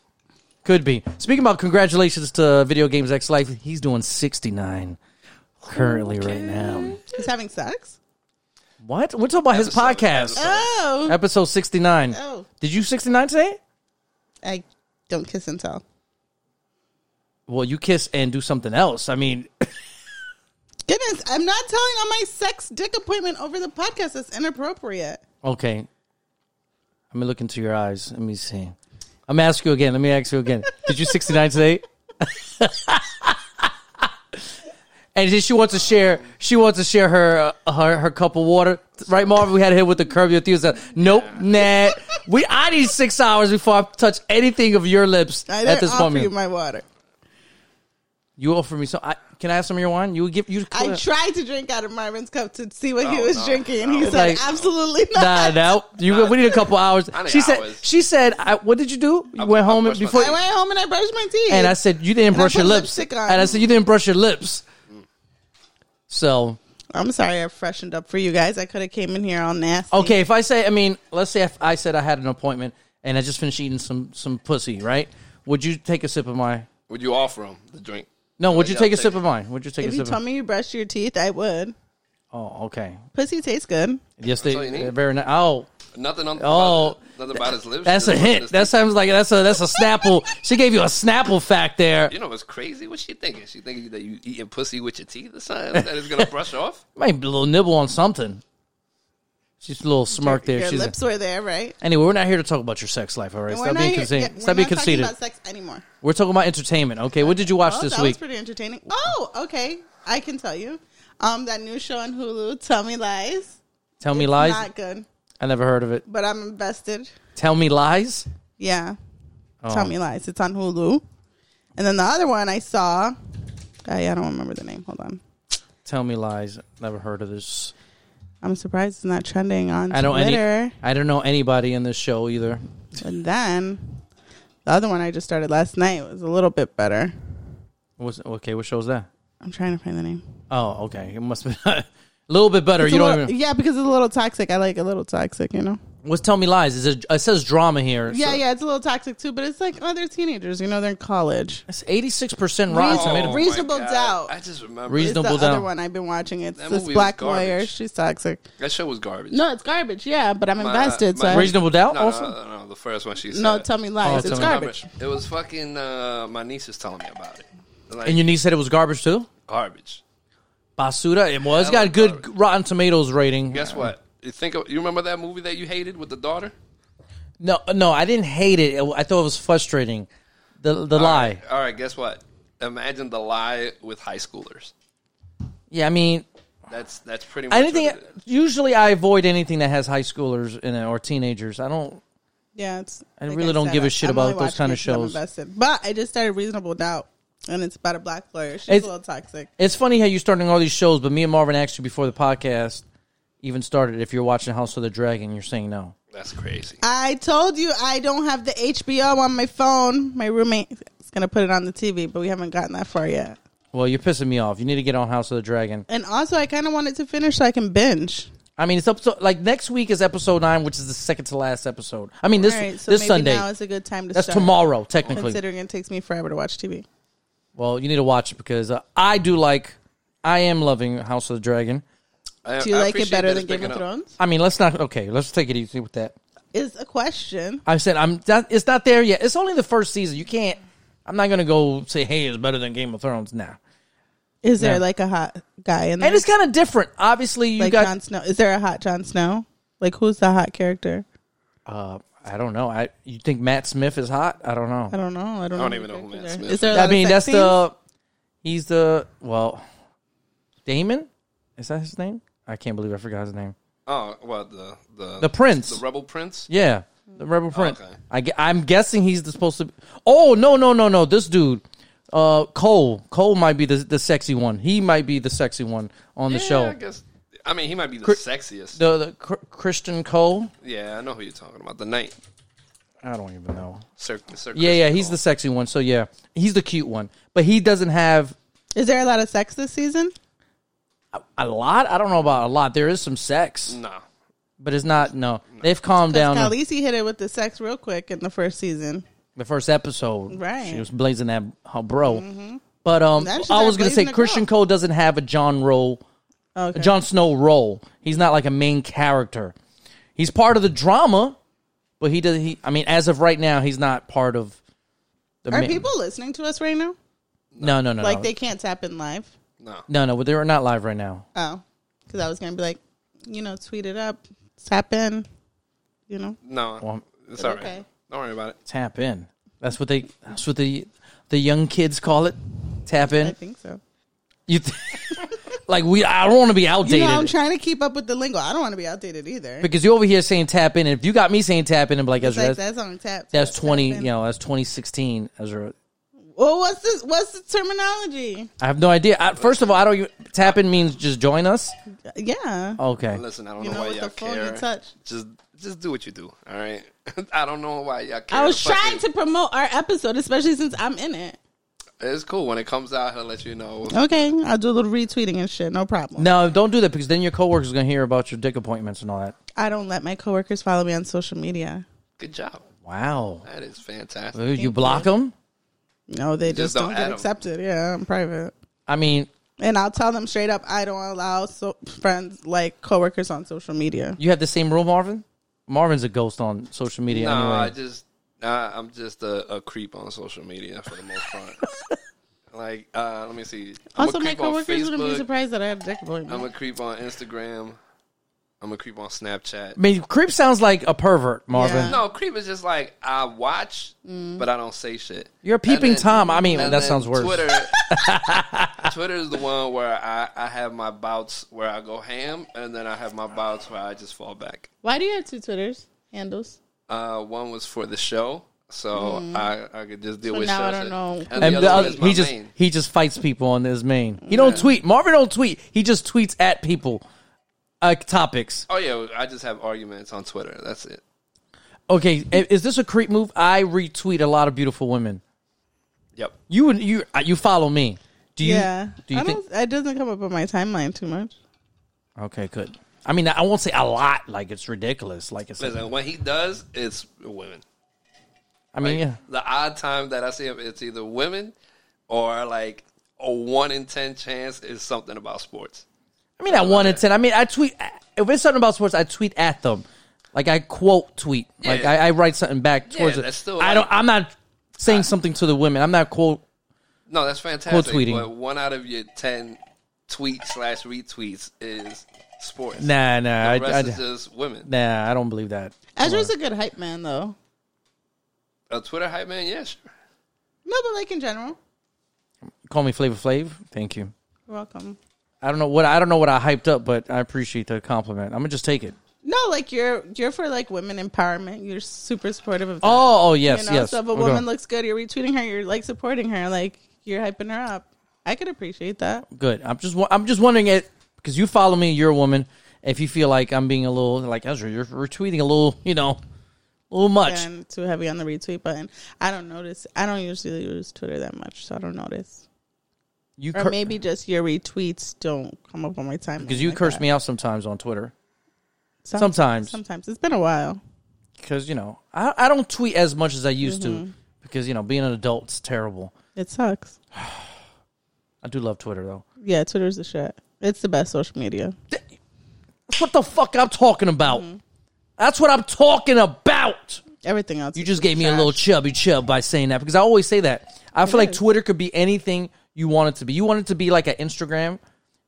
Speaker 2: Could be. Speaking about congratulations to Video Games X Life. He's doing sixty nine currently right now.
Speaker 3: He's having sex?
Speaker 2: What? We're talking about his
Speaker 1: Episode-
Speaker 2: podcast.
Speaker 1: episode.
Speaker 3: Oh.
Speaker 2: Episode sixty nine.
Speaker 3: Oh.
Speaker 2: Did you sixty nine today?
Speaker 3: I don't kiss and tell.
Speaker 2: Well, you kiss and do something else. I mean,
Speaker 3: Goodness, I'm not telling on my sex dick appointment over the podcast. It's inappropriate.
Speaker 2: Okay. Let me look into your eyes. Let me see. I'm gonna ask you again. Let me ask you again. Did you 69 today? and then she wants to share. She wants to share her uh, her her cup of water, right, Marvin? We had to hit with the curb your enthusiasm. Nope, nah. We I need six hours before I touch anything of your lips
Speaker 3: I
Speaker 2: at
Speaker 3: didn't
Speaker 2: this
Speaker 3: offer
Speaker 2: moment.
Speaker 3: you
Speaker 2: You,
Speaker 3: my water.
Speaker 2: offer me some. I, can I have some of your wine? You would give you.
Speaker 3: I tried to drink out of Marvin's cup to see what he
Speaker 1: Oh, No,
Speaker 3: was
Speaker 1: no,
Speaker 3: drinking, and he
Speaker 1: no.
Speaker 3: said,
Speaker 2: Like-
Speaker 3: "Absolutely
Speaker 2: Nah,
Speaker 3: not."
Speaker 2: no. You, we need a couple hours.
Speaker 1: I need
Speaker 2: She said.
Speaker 1: hours.
Speaker 2: She said. I, what did you do? You went home
Speaker 1: brushed my
Speaker 2: before.
Speaker 1: teeth.
Speaker 3: I went home and I brushed my teeth.
Speaker 2: and I said you didn't
Speaker 3: I
Speaker 2: brush your
Speaker 3: put
Speaker 2: lips.
Speaker 3: lipstick
Speaker 2: And
Speaker 3: on.
Speaker 2: I said you didn't brush your lips. So
Speaker 3: "I'm sorry, I freshened up for you guys. I could have came in here all nasty."
Speaker 2: okay, if I say, I mean, let's say if I said I had an appointment and I just finished eating some some pussy, right? Would you take a sip of my?
Speaker 1: Would you offer him the drink?
Speaker 2: No, would you
Speaker 1: yeah,
Speaker 2: take a
Speaker 1: take
Speaker 2: sip
Speaker 1: it.
Speaker 2: of mine? Would you take
Speaker 3: If
Speaker 2: a
Speaker 3: you
Speaker 2: sip?
Speaker 3: told
Speaker 2: of
Speaker 3: me you brushed your teeth, I would.
Speaker 2: Oh, okay.
Speaker 3: Pussy tastes good.
Speaker 2: Yes,
Speaker 1: all you
Speaker 2: they
Speaker 1: need.
Speaker 2: they're very nice. Oh,
Speaker 1: Nothing on
Speaker 2: Oh,
Speaker 1: about, nothing about his lips.
Speaker 2: that's
Speaker 1: Just
Speaker 2: a
Speaker 1: looking
Speaker 2: hint.
Speaker 1: at his
Speaker 2: That sounds like that's a that's a Snapple. she gave you a Snapple fact there.
Speaker 1: You know what's crazy? What's she thinking? She thinking that you eating pussy with your teeth or something that is gonna brush off?
Speaker 2: Might be a little nibble on something. She's a little smirk there.
Speaker 3: Your
Speaker 2: She's
Speaker 3: lips were there, right?
Speaker 2: anyway, we're not here to talk about your sex life. All right,
Speaker 3: And
Speaker 2: stop being
Speaker 3: here- yeah,
Speaker 2: conceited.
Speaker 3: we're
Speaker 2: Stop being
Speaker 3: not talking
Speaker 2: conceited.
Speaker 3: about sex anymore.
Speaker 2: We're talking about entertainment. Okay, what did you watch
Speaker 3: Oh,
Speaker 2: this
Speaker 3: that
Speaker 2: week?
Speaker 3: was pretty entertaining. Oh, okay. I can tell you. Um, that new show on Hulu, Tell Me Lies.
Speaker 2: Tell me lies.
Speaker 3: Not good,
Speaker 2: I never heard of it.
Speaker 3: but I'm invested.
Speaker 2: Tell me lies.
Speaker 3: Yeah.
Speaker 2: Oh.
Speaker 3: Tell Me Lies. It's on Hulu. And then the other one I saw, I, I don't remember the name. Hold on.
Speaker 2: Tell me lies. Never heard of this.
Speaker 3: I'm surprised it's not trending on
Speaker 2: I don't
Speaker 3: Twitter.
Speaker 2: any. I don't know anybody in this show either.
Speaker 3: And then the other one I just started last night was a little bit better.
Speaker 2: What's okay? What show is that?
Speaker 3: I'm trying to find the name.
Speaker 2: Oh, okay. It must be a little bit better.
Speaker 3: It's
Speaker 2: you
Speaker 3: a
Speaker 2: don't.
Speaker 3: little-
Speaker 2: even,
Speaker 3: Yeah, because it's a little toxic. I like a little toxic, you know?
Speaker 2: what's Tell Me Lies? Is it, it says drama here?
Speaker 3: Yeah, yeah, it's a little toxic too, but it's like, oh, they're teenagers, you know, they're in college.
Speaker 2: It's eighty six percent Rotten
Speaker 3: Reason-
Speaker 2: Tomato.
Speaker 1: Oh my
Speaker 3: Reasonable
Speaker 1: God.
Speaker 3: doubt.
Speaker 1: I just remember
Speaker 2: Reason-
Speaker 3: It's the
Speaker 2: Reasonable
Speaker 3: other
Speaker 2: doubt.
Speaker 3: one I've been watching. It's
Speaker 1: That
Speaker 3: this
Speaker 1: movie was
Speaker 3: black
Speaker 1: garbage.
Speaker 3: lawyer. She's toxic.
Speaker 1: that show was garbage.
Speaker 3: No, it's garbage. Yeah, but I'm
Speaker 1: My-
Speaker 3: invested.
Speaker 1: my-
Speaker 3: so I-
Speaker 2: Reasonable doubt
Speaker 1: No,
Speaker 2: also?
Speaker 1: No, no, no, the first one she said.
Speaker 3: no, tell me
Speaker 2: Oh,
Speaker 3: lies.
Speaker 2: tell
Speaker 3: it's
Speaker 2: me.
Speaker 1: Remember,
Speaker 3: garbage.
Speaker 1: It was fucking uh, my niece was telling me about it. Like
Speaker 2: And your niece said it was garbage too.
Speaker 1: garbage.
Speaker 2: Basuda. It was. It's
Speaker 1: Hell
Speaker 2: got
Speaker 1: of
Speaker 2: good Rotten Tomatoes rating.
Speaker 1: Guess what? You think of, you remember that movie that you hated with the daughter?
Speaker 2: No, no, I didn't hate it. I thought it was frustrating. The the lie.
Speaker 1: All right, guess what? Imagine the lie with high schoolers.
Speaker 2: Yeah, I mean,
Speaker 1: That's that's pretty much
Speaker 2: anything e-
Speaker 1: what it is.
Speaker 2: usually I avoid anything that has high schoolers in it or teenagers. I don't
Speaker 3: Yeah, it's.
Speaker 2: I really don't
Speaker 3: said,
Speaker 2: give a
Speaker 3: I-
Speaker 2: shit
Speaker 3: I'm only
Speaker 2: about those
Speaker 3: watching
Speaker 2: kinda
Speaker 3: it 'cause I'm
Speaker 2: shows.
Speaker 3: invested. But I just started Reasonable Doubt, and it's about a black lawyer. She's
Speaker 2: It's-
Speaker 3: a little toxic.
Speaker 2: It's funny how you're starting all these shows, but me and Marvin asked you before the podcast even started. If you're watching House of the Dragon, you're saying no.
Speaker 1: That's crazy.
Speaker 3: I told you I don't have the HBO on my phone. My roommate is going to put it on the TV, but we haven't gotten that far yet.
Speaker 2: Well, you're pissing me off. You need to get on House of the Dragon.
Speaker 3: And also, I kind of want it to finish so I can binge.
Speaker 2: I mean, it's up to like next week is episode nine, which is the second to last episode. I mean, this
Speaker 3: All right, so
Speaker 2: this
Speaker 3: maybe
Speaker 2: Sunday.
Speaker 3: now is a good time to
Speaker 2: That's
Speaker 3: start.
Speaker 2: tomorrow, technically.
Speaker 3: Considering it takes me forever to watch TV.
Speaker 2: well, you need to watch it because uh, I do like. I am loving House of the Dragon.
Speaker 1: I,
Speaker 3: Do you
Speaker 1: I
Speaker 3: like it
Speaker 1: appreciate
Speaker 3: better
Speaker 1: that
Speaker 3: than
Speaker 1: it's
Speaker 3: Game of
Speaker 1: picking up.
Speaker 3: Thrones?
Speaker 2: I mean, let's not. Okay, let's take it easy with that.
Speaker 3: Is a question.
Speaker 2: I said I'm. That, it's not there yet. It's only the first season. You can't. I'm not gonna go say, "Hey, it's better than Game of Thrones." Now,
Speaker 3: Is there
Speaker 2: Yeah.
Speaker 3: like a hot guy in there?
Speaker 2: and it's kind of different. Obviously, you
Speaker 3: like
Speaker 2: got.
Speaker 3: Jon Snow. Is there a hot Jon Snow? Like who's the hot character?
Speaker 2: uh, I don't know. I you think Matt Smith is hot? I don't know.
Speaker 3: I don't know. I don't.
Speaker 1: I don't
Speaker 3: know
Speaker 1: even know who
Speaker 3: characters
Speaker 1: Matt
Speaker 3: are.
Speaker 1: Smith
Speaker 3: Is there? a lot
Speaker 2: I
Speaker 3: of
Speaker 2: mean, that's
Speaker 3: sex
Speaker 2: the. He's the well, Damon. Is that his name? I can't believe I forgot his name.
Speaker 1: Oh, well, the the
Speaker 2: The Prince.
Speaker 1: the rebel prince.
Speaker 2: yeah, the Rebel Prince.
Speaker 1: okay.
Speaker 2: I, gue- I'm guessing he's the- supposed to. Be, oh no no no no! This dude, uh, Cole. Cole might be the the sexy one. He might be the sexy one on the
Speaker 1: Yeah,
Speaker 2: show.
Speaker 1: I guess. I mean, he might be the sexiest.
Speaker 2: the, the Cr- Christian Cole.
Speaker 1: yeah, I know who you're talking about. The knight.
Speaker 2: I don't even know.
Speaker 1: Sir, Sir
Speaker 2: Yeah, yeah,
Speaker 1: Christopher
Speaker 2: he's
Speaker 1: Cole.
Speaker 2: the sexy one. So yeah, he's the cute one, but he doesn't have
Speaker 3: scenes? Is there a lot of sex this season?
Speaker 2: a lot. I don't know about a lot. There is some sex,
Speaker 1: Nah.
Speaker 2: but it's not. No, they've calmed down.
Speaker 3: Because Khaleesi hit it with the sex real quick in the first season.
Speaker 2: the first episode,
Speaker 3: Right.
Speaker 2: She was blazing that her bro. But um,
Speaker 3: Now she's
Speaker 2: I
Speaker 3: like
Speaker 2: was gonna
Speaker 3: blazing
Speaker 2: say
Speaker 3: the
Speaker 2: Christian Cole doesn't have a John role,
Speaker 3: Okay.
Speaker 2: a John Snow role. He's not like a main character. He's part of the drama, but he does. He, I mean, as of right now, he's not part of. The
Speaker 3: are
Speaker 2: main-
Speaker 3: people listening to us right now?
Speaker 2: No, no, no,
Speaker 3: Like
Speaker 2: no.
Speaker 3: they can't tap in live?
Speaker 1: No.
Speaker 2: no, no. They're not live right now.
Speaker 3: Oh, because I was gonna be like, you know, tweet it up, tap in, you know.
Speaker 1: No.
Speaker 2: Well,
Speaker 1: it's all right.
Speaker 3: okay.
Speaker 1: Don't worry about it.
Speaker 2: Tap in. That's what they. That's what the the young kids call it. Tap
Speaker 3: I
Speaker 2: in.
Speaker 3: think so.
Speaker 2: You th- like we? I don't want to be outdated.
Speaker 3: You know, I'm trying to keep up with the lingo. I don't want to be outdated either.
Speaker 2: because you're over here saying tap in, and if you got me saying tap in, I'm like,
Speaker 3: It's
Speaker 2: Ezra,
Speaker 3: like,
Speaker 2: that's,
Speaker 3: that's on tap.
Speaker 2: that's
Speaker 3: tap
Speaker 2: twenty.
Speaker 3: in.
Speaker 2: You know, that's 2016, Ezra.
Speaker 3: Well, what's this? What's the terminology?
Speaker 2: I have no idea. I, first of all, I don't. even- Tap in means just join us.
Speaker 3: Yeah.
Speaker 2: Okay.
Speaker 1: Listen, I don't
Speaker 3: You
Speaker 1: know,
Speaker 3: know,
Speaker 1: why
Speaker 3: with
Speaker 1: y'all
Speaker 3: the phone
Speaker 1: care.
Speaker 3: you touch.
Speaker 1: Just just do what you do. All right. I don't know why y'all care.
Speaker 3: I was
Speaker 1: Fucking-
Speaker 3: trying to promote our episode, especially since I'm in it.
Speaker 1: It's cool when it comes out. He'll let you know.
Speaker 3: Okay, I'll do a little retweeting and shit. No problem.
Speaker 2: No, don't do that because then your coworkers are gonna hear about your dick appointments and all that.
Speaker 3: I don't let my coworkers follow me on social media.
Speaker 1: Good job.
Speaker 2: Wow.
Speaker 1: That is fantastic.
Speaker 2: You block them.
Speaker 3: No, they just,
Speaker 1: just
Speaker 3: don't,
Speaker 1: don't
Speaker 3: get
Speaker 1: add 'em.
Speaker 3: accepted. Yeah, I'm private.
Speaker 2: I mean,
Speaker 3: And I'll tell them straight up, I don't allow so- friends like coworkers on social media.
Speaker 2: you have the same rule, Marvin. Marvin's a ghost on social media.
Speaker 1: no,
Speaker 2: anyway.
Speaker 1: I just nah, I'm just a, a creep on social media for the most part. like, uh, let me see. I'm
Speaker 3: also,
Speaker 1: a
Speaker 3: my
Speaker 1: creep on
Speaker 3: coworkers wouldn't be
Speaker 1: Facebook.
Speaker 3: surprised that I had a dick
Speaker 1: I'm
Speaker 3: appointment.
Speaker 1: a creep on Instagram. I'm a creep on Snapchat.
Speaker 2: I mean, creep sounds like a pervert, Marvin.
Speaker 3: Yeah.
Speaker 1: No, creep is just like I watch,
Speaker 3: Mm.
Speaker 1: but I don't say shit.
Speaker 2: You're a
Speaker 1: And
Speaker 2: peeping
Speaker 1: then-
Speaker 2: Tom. I mean,
Speaker 1: and
Speaker 2: that
Speaker 1: then
Speaker 2: sounds worse.
Speaker 1: Twitter, Twitter is the one where I, I have my bouts where I go ham, and then I have my bouts where I just fall back.
Speaker 3: Why do you have two Twitters handles?
Speaker 1: Uh, one was for the show, so I, I could just deal
Speaker 3: Mm-hmm. So
Speaker 1: with
Speaker 3: now
Speaker 1: show
Speaker 3: I don't
Speaker 1: shit.
Speaker 3: know who
Speaker 2: And the
Speaker 1: one
Speaker 2: other,
Speaker 1: is my
Speaker 2: he just
Speaker 1: main.
Speaker 2: he just fights people on his main. He don't tweet. Marvin don't tweet. He just tweets at people, uh, topics.
Speaker 1: Oh yeah, I just have arguments on Twitter. That's it.
Speaker 2: Okay, i- is this a creep move? I retweet a lot of beautiful women.
Speaker 1: Yep.
Speaker 2: You and you uh, you follow me. Do you?
Speaker 3: yeah.
Speaker 2: Do you
Speaker 3: I
Speaker 2: think?
Speaker 3: don't, it doesn't come up on my timeline too much.
Speaker 2: Okay, good. I mean, I won't say a lot. Like it's ridiculous. Like it's.
Speaker 1: Listen, when he does, it's women.
Speaker 2: I mean, yeah.
Speaker 1: the odd time that I see him, it's either women or like a one in ten chance is something about sports.
Speaker 2: I mean, at one in ten. I mean, I tweet if it's something about sports. I tweet at them, like I quote tweet, like
Speaker 1: Yeah.
Speaker 2: I, I write something back towards it.
Speaker 1: that's still
Speaker 2: I
Speaker 1: like-
Speaker 2: don't. I'm not saying something to the women. I'm not quote.
Speaker 1: No, that's fantastic.
Speaker 2: Quote tweeting.
Speaker 1: But one out of your ten tweets slash retweets is sports.
Speaker 2: Nah, nah. I,
Speaker 1: the rest
Speaker 2: I,
Speaker 1: is just women.
Speaker 2: nah, I don't believe that.
Speaker 3: Ezra's a good hype man, though.
Speaker 1: A Twitter hype man, yeah, sure.
Speaker 3: No, but like in general.
Speaker 2: Call me Flavor Flav. Thank you.
Speaker 3: You're welcome.
Speaker 2: I don't know what I don't know what I hyped up, but I appreciate the compliment. I'm gonna just take it.
Speaker 3: No, like you're you're for like women empowerment. You're super supportive of that.
Speaker 2: Oh, oh
Speaker 3: you
Speaker 2: yes,
Speaker 3: know,
Speaker 2: yes.
Speaker 3: so if a
Speaker 2: Okay.
Speaker 3: woman looks good, you're retweeting her, you're like supporting her, like you're hyping her up. I could appreciate that.
Speaker 2: good. I'm just wa- I'm just wondering it because you follow me. You're a woman, if you feel like I'm being a little like Ezra, you're retweeting a little, you know, a little much.
Speaker 3: And too heavy on the retweet button. I don't notice. I don't usually use Twitter that much, so I don't notice.
Speaker 2: you
Speaker 3: Or
Speaker 2: cur-
Speaker 3: maybe just your retweets don't come up on my timeline.
Speaker 2: because you
Speaker 3: like
Speaker 2: curse
Speaker 3: that.
Speaker 2: me out sometimes on Twitter
Speaker 3: Some-
Speaker 2: sometimes.
Speaker 3: Sometimes it's been a while.
Speaker 2: because you know I, I don't tweet as much as I used
Speaker 3: Mm-hmm.
Speaker 2: to because you know being an adult's terrible.
Speaker 3: It sucks.
Speaker 2: I do love Twitter though.
Speaker 3: Yeah, Twitter's the shit. It's the best social media.
Speaker 2: What the fuck I'm talking about?
Speaker 3: Mm-hmm.
Speaker 2: That's what I'm talking about.
Speaker 3: Everything else.
Speaker 2: You
Speaker 3: is
Speaker 2: just gave me a
Speaker 3: trash.
Speaker 2: little chubby chub by saying that because I always say that. I feel like
Speaker 3: is.
Speaker 2: Twitter could be anything you want it to be. You want it to be like an Instagram,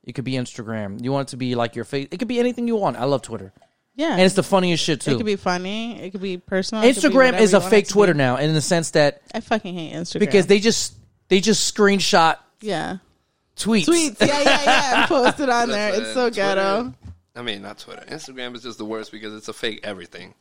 Speaker 2: it could be Instagram. You want it to be like your face, it could be anything you want. I love Twitter,
Speaker 3: Yeah,
Speaker 2: and it's the funniest shit too.
Speaker 3: it could be funny. It could be personal. it could be
Speaker 2: Instagram
Speaker 3: whatever
Speaker 2: is
Speaker 3: you
Speaker 2: a
Speaker 3: want it
Speaker 2: fake
Speaker 3: to
Speaker 2: Twitter
Speaker 3: be.
Speaker 2: now, in the sense that
Speaker 3: I fucking hate Instagram
Speaker 2: because they just they just screenshot
Speaker 3: yeah
Speaker 2: tweets.
Speaker 3: tweets. Yeah, yeah, yeah. and Post it on there.
Speaker 1: That's
Speaker 3: It's
Speaker 1: it.
Speaker 3: so
Speaker 1: Twitter-
Speaker 3: ghetto.
Speaker 1: I mean, not Twitter. Instagram is just the worst because it's a fake everything.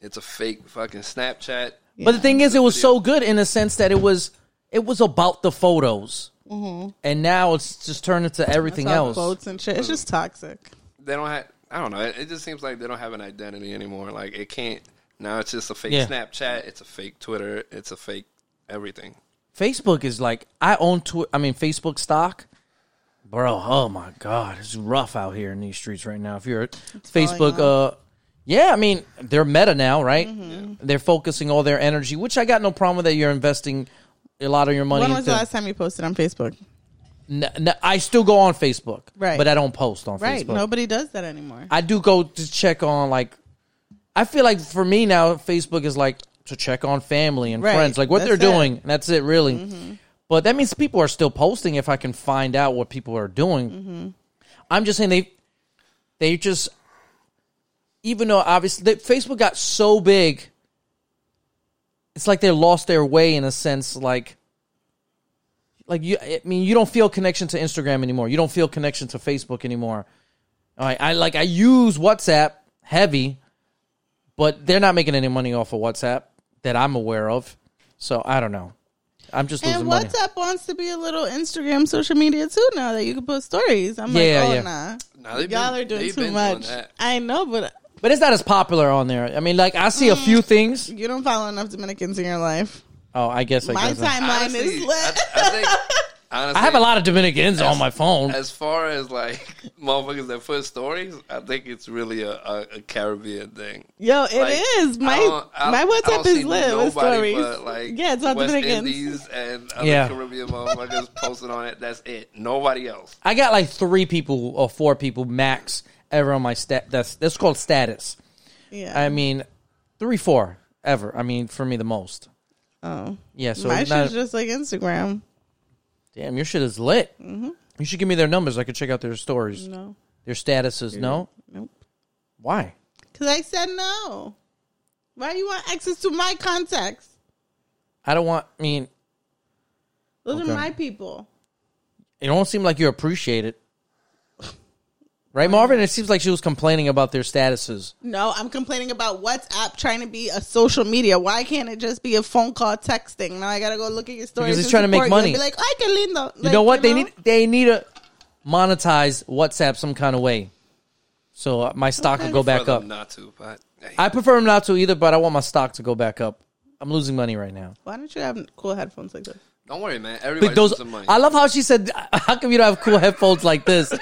Speaker 1: It's a fake fucking Snapchat.
Speaker 2: But the thing is, it was so good in the sense that it was it was about the photos,
Speaker 3: Mm-hmm.
Speaker 2: and now it's just turned into everything
Speaker 3: It's all
Speaker 2: else.
Speaker 3: quotes and shit. It's just toxic.
Speaker 1: They don't have. I don't know. It, it just seems like they don't have an identity anymore. Like it can't. Now it's just a fake
Speaker 2: Yeah.
Speaker 1: Snapchat. It's a fake Twitter. It's a fake everything.
Speaker 2: Facebook is like I own Twi- I mean Facebook stock. Bro, oh my god, it's rough out here in these streets right now. If you're at Facebook uh yeah, I mean, they're meta now, right?
Speaker 3: Mm-hmm.
Speaker 2: They're focusing all their energy, which I got no problem with that you're investing a lot of your money
Speaker 3: When was the
Speaker 2: into.
Speaker 3: last time you posted on Facebook?
Speaker 2: N- n- I still go on Facebook,
Speaker 3: Right.
Speaker 2: but I don't post on
Speaker 3: Right.
Speaker 2: Facebook.
Speaker 3: Nobody does that anymore.
Speaker 2: I do go to check on like I feel like for me now Facebook is like to check on family and
Speaker 3: Right.
Speaker 2: friends, like what
Speaker 3: That's
Speaker 2: they're
Speaker 3: it. Mm-hmm.
Speaker 2: doing. And that's it really. But that means people are still posting if I can find out what people are doing.
Speaker 3: Mm-hmm.
Speaker 2: I'm just saying they they just even though obviously that Facebook got so big it's like they lost their way in a sense like like you I mean you don't feel connection to Instagram anymore. You don't feel connection to Facebook anymore. All right, I like I use WhatsApp heavy, but they're not making any money off of WhatsApp that I'm aware of. So I don't know. I'm just losing
Speaker 3: and
Speaker 2: money.
Speaker 3: WhatsApp wants to be a little Instagram social media too now that you can post stories. I'm
Speaker 2: Yeah,
Speaker 3: like, oh
Speaker 2: yeah.
Speaker 3: nah,
Speaker 1: Nah, they've
Speaker 3: y'all
Speaker 1: been-
Speaker 3: are doing
Speaker 1: they've
Speaker 3: too
Speaker 1: been doing
Speaker 3: much.
Speaker 1: that.
Speaker 3: I know, but
Speaker 2: But it's not as popular on there. I mean, like I see
Speaker 3: Mm.
Speaker 2: a few things.
Speaker 3: you don't follow enough Dominicans in your life.
Speaker 2: Oh, I guess I
Speaker 3: My
Speaker 2: guess I-
Speaker 3: timeline is
Speaker 1: Honestly,
Speaker 3: lit.
Speaker 1: I, I think. Honestly,
Speaker 2: I have a lot of Dominicans on my phone.
Speaker 1: As far as like motherfuckers that put stories, I think it's really a, a, a Caribbean thing.
Speaker 3: Yo, it is
Speaker 1: Like,
Speaker 3: My
Speaker 1: I don't- I-
Speaker 3: my
Speaker 1: I don't
Speaker 3: WhatsApp
Speaker 1: see
Speaker 3: is lit with
Speaker 1: nobody
Speaker 3: stories.
Speaker 1: but, like,
Speaker 3: yeah, it's all
Speaker 1: West
Speaker 3: Dominicans.
Speaker 1: Indies and other
Speaker 2: Yeah.
Speaker 1: Caribbean motherfuckers posted on it. That's it. Nobody else.
Speaker 2: I got like three people or four people max ever on my stat. That's that's called status.
Speaker 3: Yeah.
Speaker 2: I mean, three, four ever. I mean, for me, the most.
Speaker 3: oh.
Speaker 2: Yeah. So
Speaker 3: my
Speaker 2: it's not-
Speaker 3: shit's just like Instagram.
Speaker 2: damn, your shit is lit. You should give me their numbers. I could check out their stories,
Speaker 3: Mm-hmm. No.
Speaker 2: their statuses. No,
Speaker 3: Nope.
Speaker 2: why?
Speaker 3: Cause I said no. Why do you want access to my contacts?
Speaker 2: I don't want. I mean,
Speaker 3: Those
Speaker 2: Okay.
Speaker 3: are my people.
Speaker 2: it don't seem like you appreciate it, right, Marvin? It seems like she was complaining about their statuses.
Speaker 3: No, I'm complaining about WhatsApp trying to be a social media. Why can't it just be a phone call, texting? Now I gotta go look at your stories.
Speaker 2: Because it's
Speaker 3: and
Speaker 2: trying to make
Speaker 3: support you
Speaker 2: money.
Speaker 3: and Be like, I can lean though.
Speaker 2: you know what? they need they need to monetize WhatsApp some kind of way, so uh, my stock will go back
Speaker 1: For
Speaker 2: up.
Speaker 1: them not to, but hey,
Speaker 2: I prefer them not to either, but I want my stock to go back up. I'm losing money right now.
Speaker 3: Why don't you have cool headphones like this?
Speaker 1: don't worry, man.
Speaker 2: But
Speaker 1: Everybody's
Speaker 2: those,
Speaker 1: some money.
Speaker 2: I love how she said, "How come you don't have cool headphones like this?"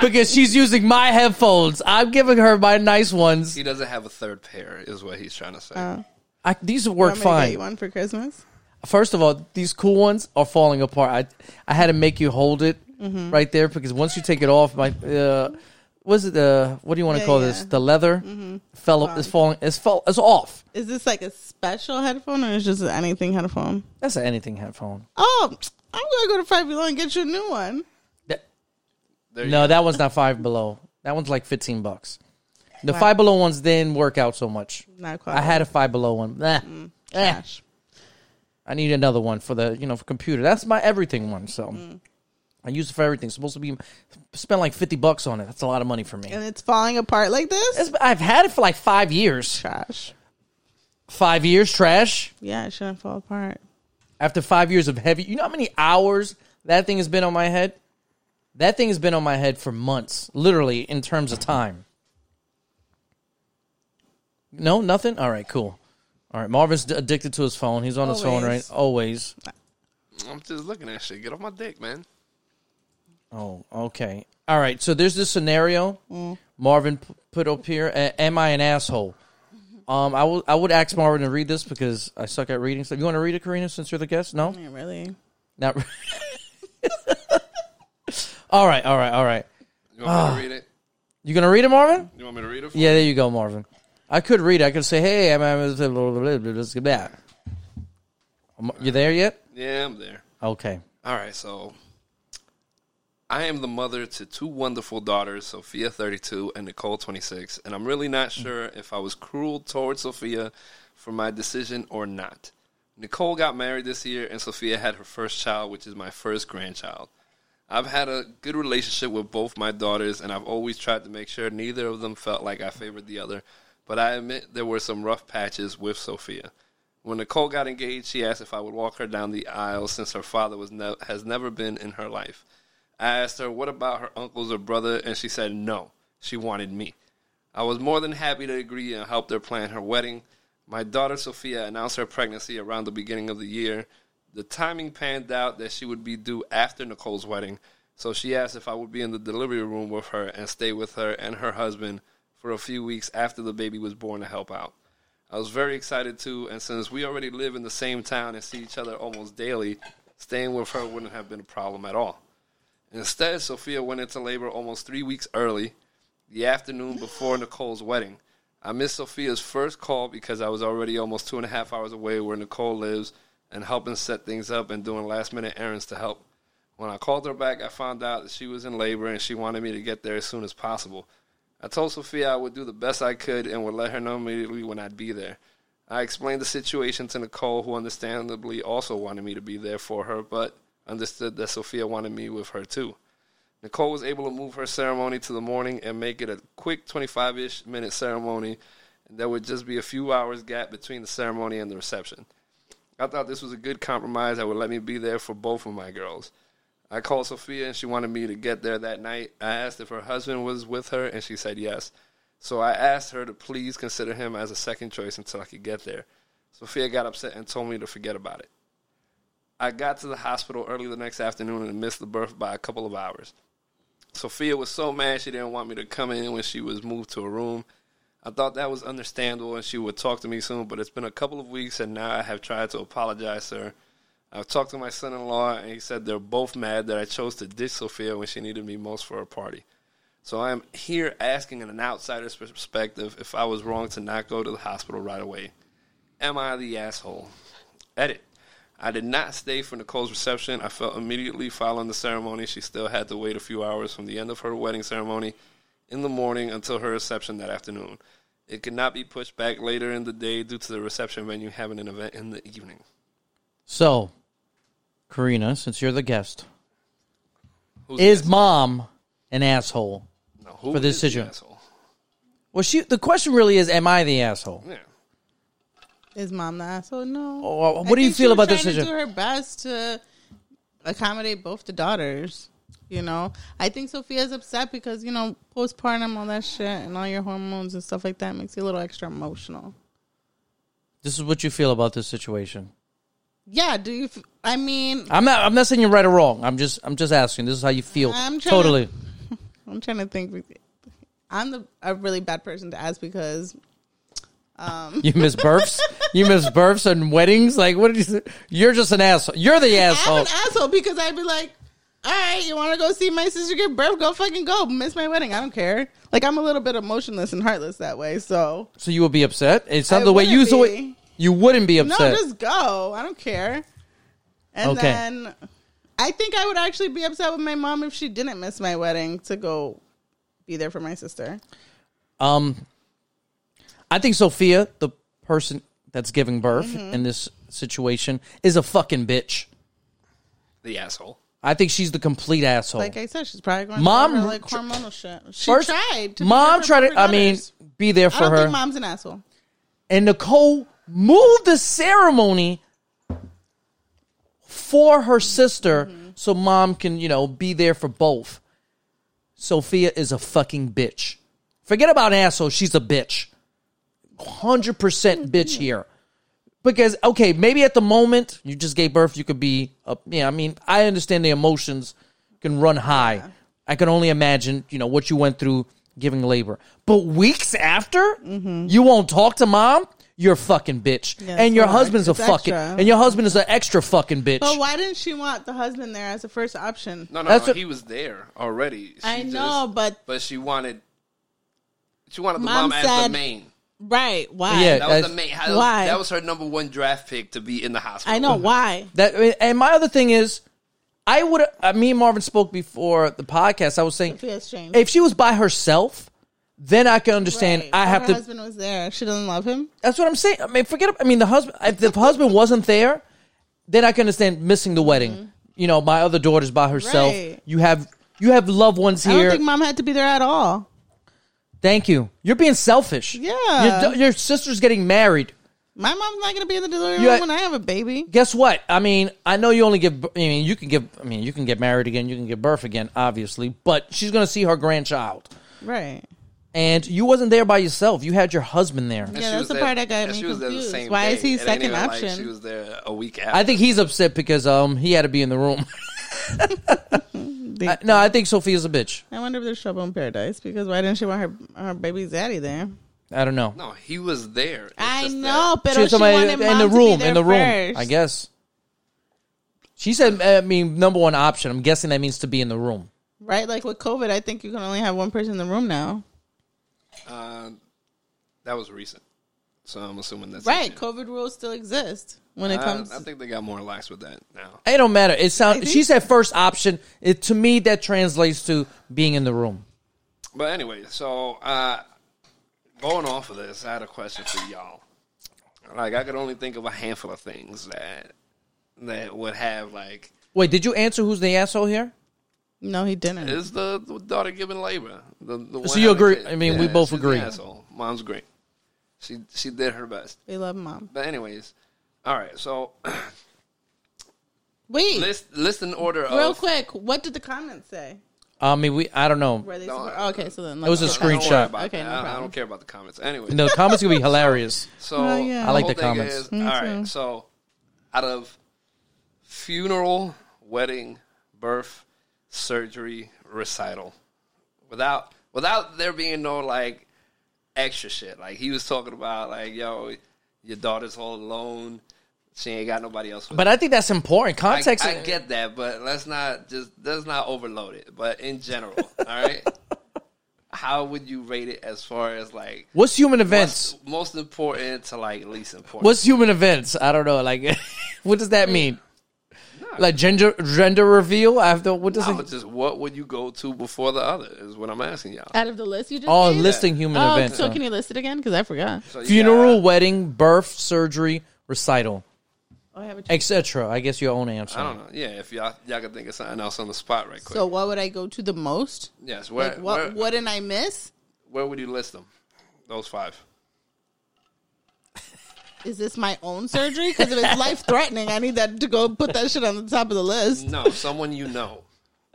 Speaker 2: because she's using my headphones. I'm giving her my nice ones.
Speaker 1: he doesn't have a third pair, is what he's trying to say.
Speaker 3: Oh.
Speaker 2: I, these
Speaker 3: You
Speaker 2: work
Speaker 3: want me to get you
Speaker 2: fine.
Speaker 3: one for Christmas.
Speaker 2: First of all, these cool ones are falling apart. I I had to make you hold it
Speaker 3: Mm-hmm.
Speaker 2: right there because once you take it off, my uh, was it the what do you want to
Speaker 3: Yeah,
Speaker 2: call
Speaker 3: yeah. Mm-hmm.
Speaker 2: this? The leather fell is falling. It's fall. It's off.
Speaker 3: Is this like a special headphone or is just an anything headphone?
Speaker 2: That's an anything headphone.
Speaker 3: Oh, I'm gonna go to Five Below and get you a new one.
Speaker 2: That-
Speaker 1: There you
Speaker 2: No,
Speaker 1: go.
Speaker 2: that one's not five below. That one's like fifteen bucks. The five below ones didn't work out so much.
Speaker 3: Not quite.
Speaker 2: I had a five below one. Nah. Eh.
Speaker 3: Trash.
Speaker 2: I need another one for the you know for computer. That's my everything one. So I use it for everything. supposed to be spend like fifty bucks on it. That's a lot of money for me.
Speaker 3: and it's falling apart like this.
Speaker 2: It's- I've had it for like five years.
Speaker 3: trash.
Speaker 2: Five years trash.
Speaker 3: Yeah, it shouldn't fall apart.
Speaker 2: After five years of heavy, you know how many hours that thing has been on my head. That thing has been on my head for months, literally in terms of time. No, nothing. All right, cool. All right, Marvin's d- addicted to his phone. He's on his phone right
Speaker 3: Always.
Speaker 2: always.
Speaker 1: I'm just looking at shit. Get off my dick, man.
Speaker 2: Oh, okay. All right. So there's this scenario Marvin p- put up here. A- am I an asshole? Um, I will. I would ask Marvin to read this because I suck at reading stuff. You want to read it, Karina, since you're the guest? No,
Speaker 3: Yeah, really.
Speaker 2: not. re- all right. All right. All right.
Speaker 1: You want me to read it?
Speaker 2: You gonna read it, Marvin?
Speaker 1: You want me to read it? For
Speaker 2: Ah. Yeah. There you go, Marvin. I could read. it. I could say, "Hey, am I?" blah, blah, blah, blah, blah, blah, blah." Um, You there yet?
Speaker 1: you? Yeah, I'm there.
Speaker 2: Okay.
Speaker 1: All right, so I am the mother to two wonderful daughters, Sophia 32 and Nicole 26, and I'm really not sure if I was cruel towards Sophia for my decision or not. Nicole got married this year, and Sophia had her first child, which is my first grandchild. I've had a good relationship with both my daughters, and I've always tried to make sure neither of them felt like I favored the other. But I admit there were some rough patches with Sophia. When Nicole got engaged, she asked if I would walk her down the aisle since her father was ne- has never been in her life. I asked her what about her uncles or brother, and she said no. She wanted me. I was more than happy to agree and help her plan her wedding. My daughter Sophia announced her pregnancy around the beginning of the year. The timing panned out that she would be due after Nicole's wedding, so she asked if I would be in the delivery room with her and stay with her and her husband for a few weeks after the baby was born to help out. I was very excited too, and since we already live in the same town and see each other almost daily, staying with her wouldn't have been a problem at all. Instead, Sophia went into labor almost three weeks early, the afternoon before Nicole's wedding. I missed Sophia's first call because I was already almost two and a half hours away where Nicole lives and helping set things up and doing last minute errands to help. When I called her back, I found out that she was in labor and she wanted me to get there as soon as possible. I told Sophia I would do the best I could and would let her know immediately when I'd be there. I explained the situation to Nicole, who understandably also wanted me to be there for her, but understood that Sophia wanted me with her too. Nicole was able to move her ceremony to the morning and make it a quick 25 ish minute ceremony. And there would just be a few hours gap between the ceremony and the reception. I thought this was a good compromise that would let me be there for both of my girls. I called Sophia and she wanted me to get there that night. I asked if her husband was with her and she said yes. So I asked her to please consider him as a second choice until I could get there. Sophia got upset and told me to forget about it. I got to the hospital early the next afternoon and missed the birth by a couple of hours. Sophia was so mad she didn't want me to come in when she was moved to a room. I thought that was understandable and she would talk to me soon, but it's been a couple of weeks and now I have tried to apologize to her. I've talked to my son in law and he said they're both mad that I chose to ditch Sophia when she needed me most for her party. So I am here asking in an outsider's perspective if I was wrong to not go to the hospital right away. Am I the asshole? Edit. I did not stay for Nicole's reception. I felt immediately following the ceremony, she still had to wait a few hours from the end of her wedding ceremony in the morning until her reception that afternoon. It could not be pushed back later in the day due to the reception venue having an event in the evening.
Speaker 2: So, Karina, since you're the guest,
Speaker 1: Who's
Speaker 2: is mom an asshole?
Speaker 1: Now, who
Speaker 2: for this
Speaker 1: is the
Speaker 2: situation.
Speaker 1: asshole?
Speaker 2: Well, she. The question really is, am I the asshole?
Speaker 1: Yeah.
Speaker 3: Is mom the asshole? No.
Speaker 2: Oh,
Speaker 3: I
Speaker 2: what do you
Speaker 3: think she
Speaker 2: feel
Speaker 3: was
Speaker 2: about this
Speaker 3: trying
Speaker 2: decision?
Speaker 3: To do her best to accommodate both the daughters. You know, I think Sophia's upset because you know postpartum, all that shit, and all your hormones and stuff like that makes you a little extra emotional.
Speaker 2: This is what you feel about this situation.
Speaker 3: Yeah. Do you? F- I mean,
Speaker 2: I'm not. I'm not saying you're right or wrong. I'm just. I'm just asking. This is how you feel.
Speaker 3: I'm trying
Speaker 2: totally.
Speaker 3: I'm trying to think. I'm the a really bad person to ask because
Speaker 2: You miss births. you miss births and weddings. Like what? Did you, say? you're just an asshole. You're the
Speaker 3: I'm
Speaker 2: asshole.
Speaker 3: an asshole because I'd be like, all right, you want to go see my sister give birth? Go fucking go. Miss my wedding. I don't care. Like I'm a little bit emotionless and heartless that way. So
Speaker 2: so you would be upset. It's not
Speaker 3: I
Speaker 2: the way you.
Speaker 3: wouldn't
Speaker 2: saw it.
Speaker 3: be.
Speaker 2: You wouldn't be
Speaker 3: no,
Speaker 2: upset.
Speaker 3: just go. I don't care. And
Speaker 2: Okay.
Speaker 3: then I think I would actually be upset with my mom if she didn't miss my wedding to go be there for my sister.
Speaker 2: Um, I think Sophia, the person that's giving birth
Speaker 3: Mm-hmm.
Speaker 2: in this situation, is a fucking bitch.
Speaker 1: The asshole.
Speaker 2: I think she's the complete asshole.
Speaker 3: Like I said, she's probably going
Speaker 2: Mom-
Speaker 3: mom her, like hormonal shit. She
Speaker 2: First,
Speaker 3: tried. To be there
Speaker 2: mom
Speaker 3: for
Speaker 2: tried
Speaker 3: her
Speaker 2: to. I mean,
Speaker 3: daughters.
Speaker 2: be there
Speaker 3: I
Speaker 2: for
Speaker 3: don't
Speaker 2: her.
Speaker 3: think mom's an asshole.
Speaker 2: and Nicole moved the ceremony for her sister so mom can, you know, be there for both. Sophia is a fucking bitch. Forget about asshole. She's a bitch. 100% bitch here. Because, okay, maybe at the moment you just gave birth, you could be, up. yeah, I mean, I understand the emotions can run high. I can only imagine, you know, what you went through giving labor. But weeks after, you won't talk to mom, you're a fucking bitch.
Speaker 3: Mm-hmm. Yeah,
Speaker 2: and
Speaker 3: it's
Speaker 2: your
Speaker 3: not like-
Speaker 2: husband's a
Speaker 3: it's
Speaker 2: fucking,
Speaker 3: extra.
Speaker 2: and your husband is an extra fucking bitch.
Speaker 3: But why didn't she want the husband there as a first option?
Speaker 1: No, no,
Speaker 2: That's
Speaker 1: no
Speaker 2: what-
Speaker 1: he was there already. She
Speaker 3: I
Speaker 1: just-
Speaker 3: know, but-
Speaker 1: but she wanted she wanted the
Speaker 3: Mom
Speaker 1: mom, as the
Speaker 3: said-
Speaker 1: main.
Speaker 3: Right? Why?
Speaker 2: Yeah.
Speaker 1: That was
Speaker 2: As-
Speaker 1: the main. That was,
Speaker 3: Why?
Speaker 1: that was her number one draft pick to be in the hospital.
Speaker 3: I know why.
Speaker 2: That and my other thing is, I would. Uh, me and Marvin spoke before the podcast. I was saying
Speaker 3: Sophia's changed.
Speaker 2: if she was by herself, then I can understand.
Speaker 3: Right.
Speaker 2: I
Speaker 3: But
Speaker 2: have
Speaker 3: her
Speaker 2: to.
Speaker 3: husband was there. She doesn't love him.
Speaker 2: That's what I'm saying. I mean, forget. I mean, the husband. If the husband wasn't there, then I can understand missing the wedding. You know, my other daughter's by herself.
Speaker 3: Mm-hmm. Right.
Speaker 2: You have you have loved ones
Speaker 3: I don't
Speaker 2: here.
Speaker 3: think mom had to be there at all.
Speaker 2: Thank you. You're being selfish.
Speaker 3: Yeah.
Speaker 2: Your, da- your sister's getting married.
Speaker 3: My mom's not going to be in the delivery
Speaker 2: You
Speaker 3: room
Speaker 2: had-
Speaker 3: when I have a baby.
Speaker 2: guess what? I mean, I know you only give. I mean, you can give. I mean, you can get married again. You can give birth again, obviously. But she's gonna see her grandchild,
Speaker 3: Right.
Speaker 2: and you wasn't there by yourself. You had your husband there.
Speaker 1: And
Speaker 3: Yeah,
Speaker 1: she
Speaker 3: that's
Speaker 1: was
Speaker 3: the
Speaker 1: there-
Speaker 3: part that got
Speaker 1: and
Speaker 3: me
Speaker 1: she was there the
Speaker 3: confused.
Speaker 1: same
Speaker 3: Why
Speaker 1: day.
Speaker 3: is he
Speaker 1: It ain't
Speaker 3: second
Speaker 1: even like
Speaker 3: option?
Speaker 1: she was there a week after.
Speaker 2: I think he's upset because um he had to be in the room.
Speaker 3: They-
Speaker 2: I- no, I think Sophia's a bitch.
Speaker 3: I wonder if there's trouble in paradise because why didn't she want her her baby daddy there?
Speaker 2: I don't know.
Speaker 1: no, he was there. It's
Speaker 3: I
Speaker 1: just that-
Speaker 3: know, but
Speaker 2: She
Speaker 3: she,
Speaker 2: was somebody
Speaker 3: wanted
Speaker 2: in
Speaker 3: mom
Speaker 2: the room.
Speaker 3: to be
Speaker 2: In
Speaker 3: there
Speaker 2: the room,
Speaker 3: first.
Speaker 2: I guess. She said, uh, I mean, number one option. I'm guessing that means to be in the room.
Speaker 3: Right, like with COVID, I think you can only have one person in the room now.
Speaker 1: uh, that was recent, so I'm assuming that's
Speaker 3: Right,
Speaker 1: it.
Speaker 3: COVID rules still exist when it
Speaker 1: I-
Speaker 3: comes.
Speaker 1: Uh, I, think they got more relaxed with that now.
Speaker 2: It don't matter. It sounds.
Speaker 3: think-
Speaker 2: She said first option. It to me that translates to being in the room.
Speaker 1: But anyway, so uh, going off of this, I had a question for y'all. Like, I could only think of a handful of things that that would have like
Speaker 2: Wait, did you answer who's the asshole here?
Speaker 3: no, he didn't.
Speaker 1: is the, the daughter giving labor. The, the one
Speaker 2: you
Speaker 1: having
Speaker 2: agree-
Speaker 1: kids.
Speaker 2: I mean, we both
Speaker 1: she's an
Speaker 2: agree.
Speaker 1: Asshole. Mom's great. She she did her best.
Speaker 3: we love mom.
Speaker 1: But anyways, all right. So
Speaker 3: Wait,
Speaker 1: list list an order of
Speaker 3: real quick, what did the comments say?
Speaker 2: I mean, we. I don't know.
Speaker 3: Were they?
Speaker 1: No,
Speaker 3: support-
Speaker 1: I-
Speaker 3: okay, so then
Speaker 2: It was a
Speaker 1: I don't worry
Speaker 2: screenshot.
Speaker 1: about
Speaker 3: Okay,
Speaker 1: that.
Speaker 3: no
Speaker 1: I- I
Speaker 3: problem.
Speaker 1: don't care about the comments. Anyway,
Speaker 2: The comments could be hilarious.
Speaker 1: So
Speaker 3: Oh, yeah. I
Speaker 2: like
Speaker 1: whole
Speaker 2: the
Speaker 1: thing
Speaker 2: comments.
Speaker 1: Is, all right. So out of funeral, wedding, birth, surgery, recital, without without there being no like extra shit. Like he was talking about, like yo, your daughter's all alone. She ain't got nobody else. With
Speaker 2: But I think that's important
Speaker 1: I,
Speaker 2: context.
Speaker 1: I get that, but let's not just let's not overload it. But in general, all right. How would you rate it as far as like
Speaker 2: What's human
Speaker 1: what's
Speaker 2: events?
Speaker 1: most important to like least important?
Speaker 2: What's human events? I don't know. Like, what does that mean? Like gender gender reveal after what does
Speaker 1: I
Speaker 2: it?
Speaker 1: was just what would you go to before the other is what I'm asking y'all.
Speaker 3: Out of the list you just
Speaker 2: Oh,
Speaker 3: gave?
Speaker 2: listing human
Speaker 3: Oh,
Speaker 2: events.
Speaker 3: so
Speaker 2: huh?
Speaker 3: can you list it again? Because I forgot.
Speaker 1: So you
Speaker 2: Funeral,
Speaker 1: got-
Speaker 2: wedding, birth, surgery, recital,
Speaker 3: Oh, I have a
Speaker 2: etc. I guess your own answer.
Speaker 1: I don't know. Yeah, if y'all y'all can think of something else on the spot right quick.
Speaker 3: So what would I go to the most?
Speaker 1: yes, where,
Speaker 3: Like, what
Speaker 1: where
Speaker 3: wouldn't I miss?
Speaker 1: where would you list them? Those five.
Speaker 3: Is this my own surgery? Because if it's life threatening, I need that to go put that shit on the top of the list.
Speaker 1: No, someone you know.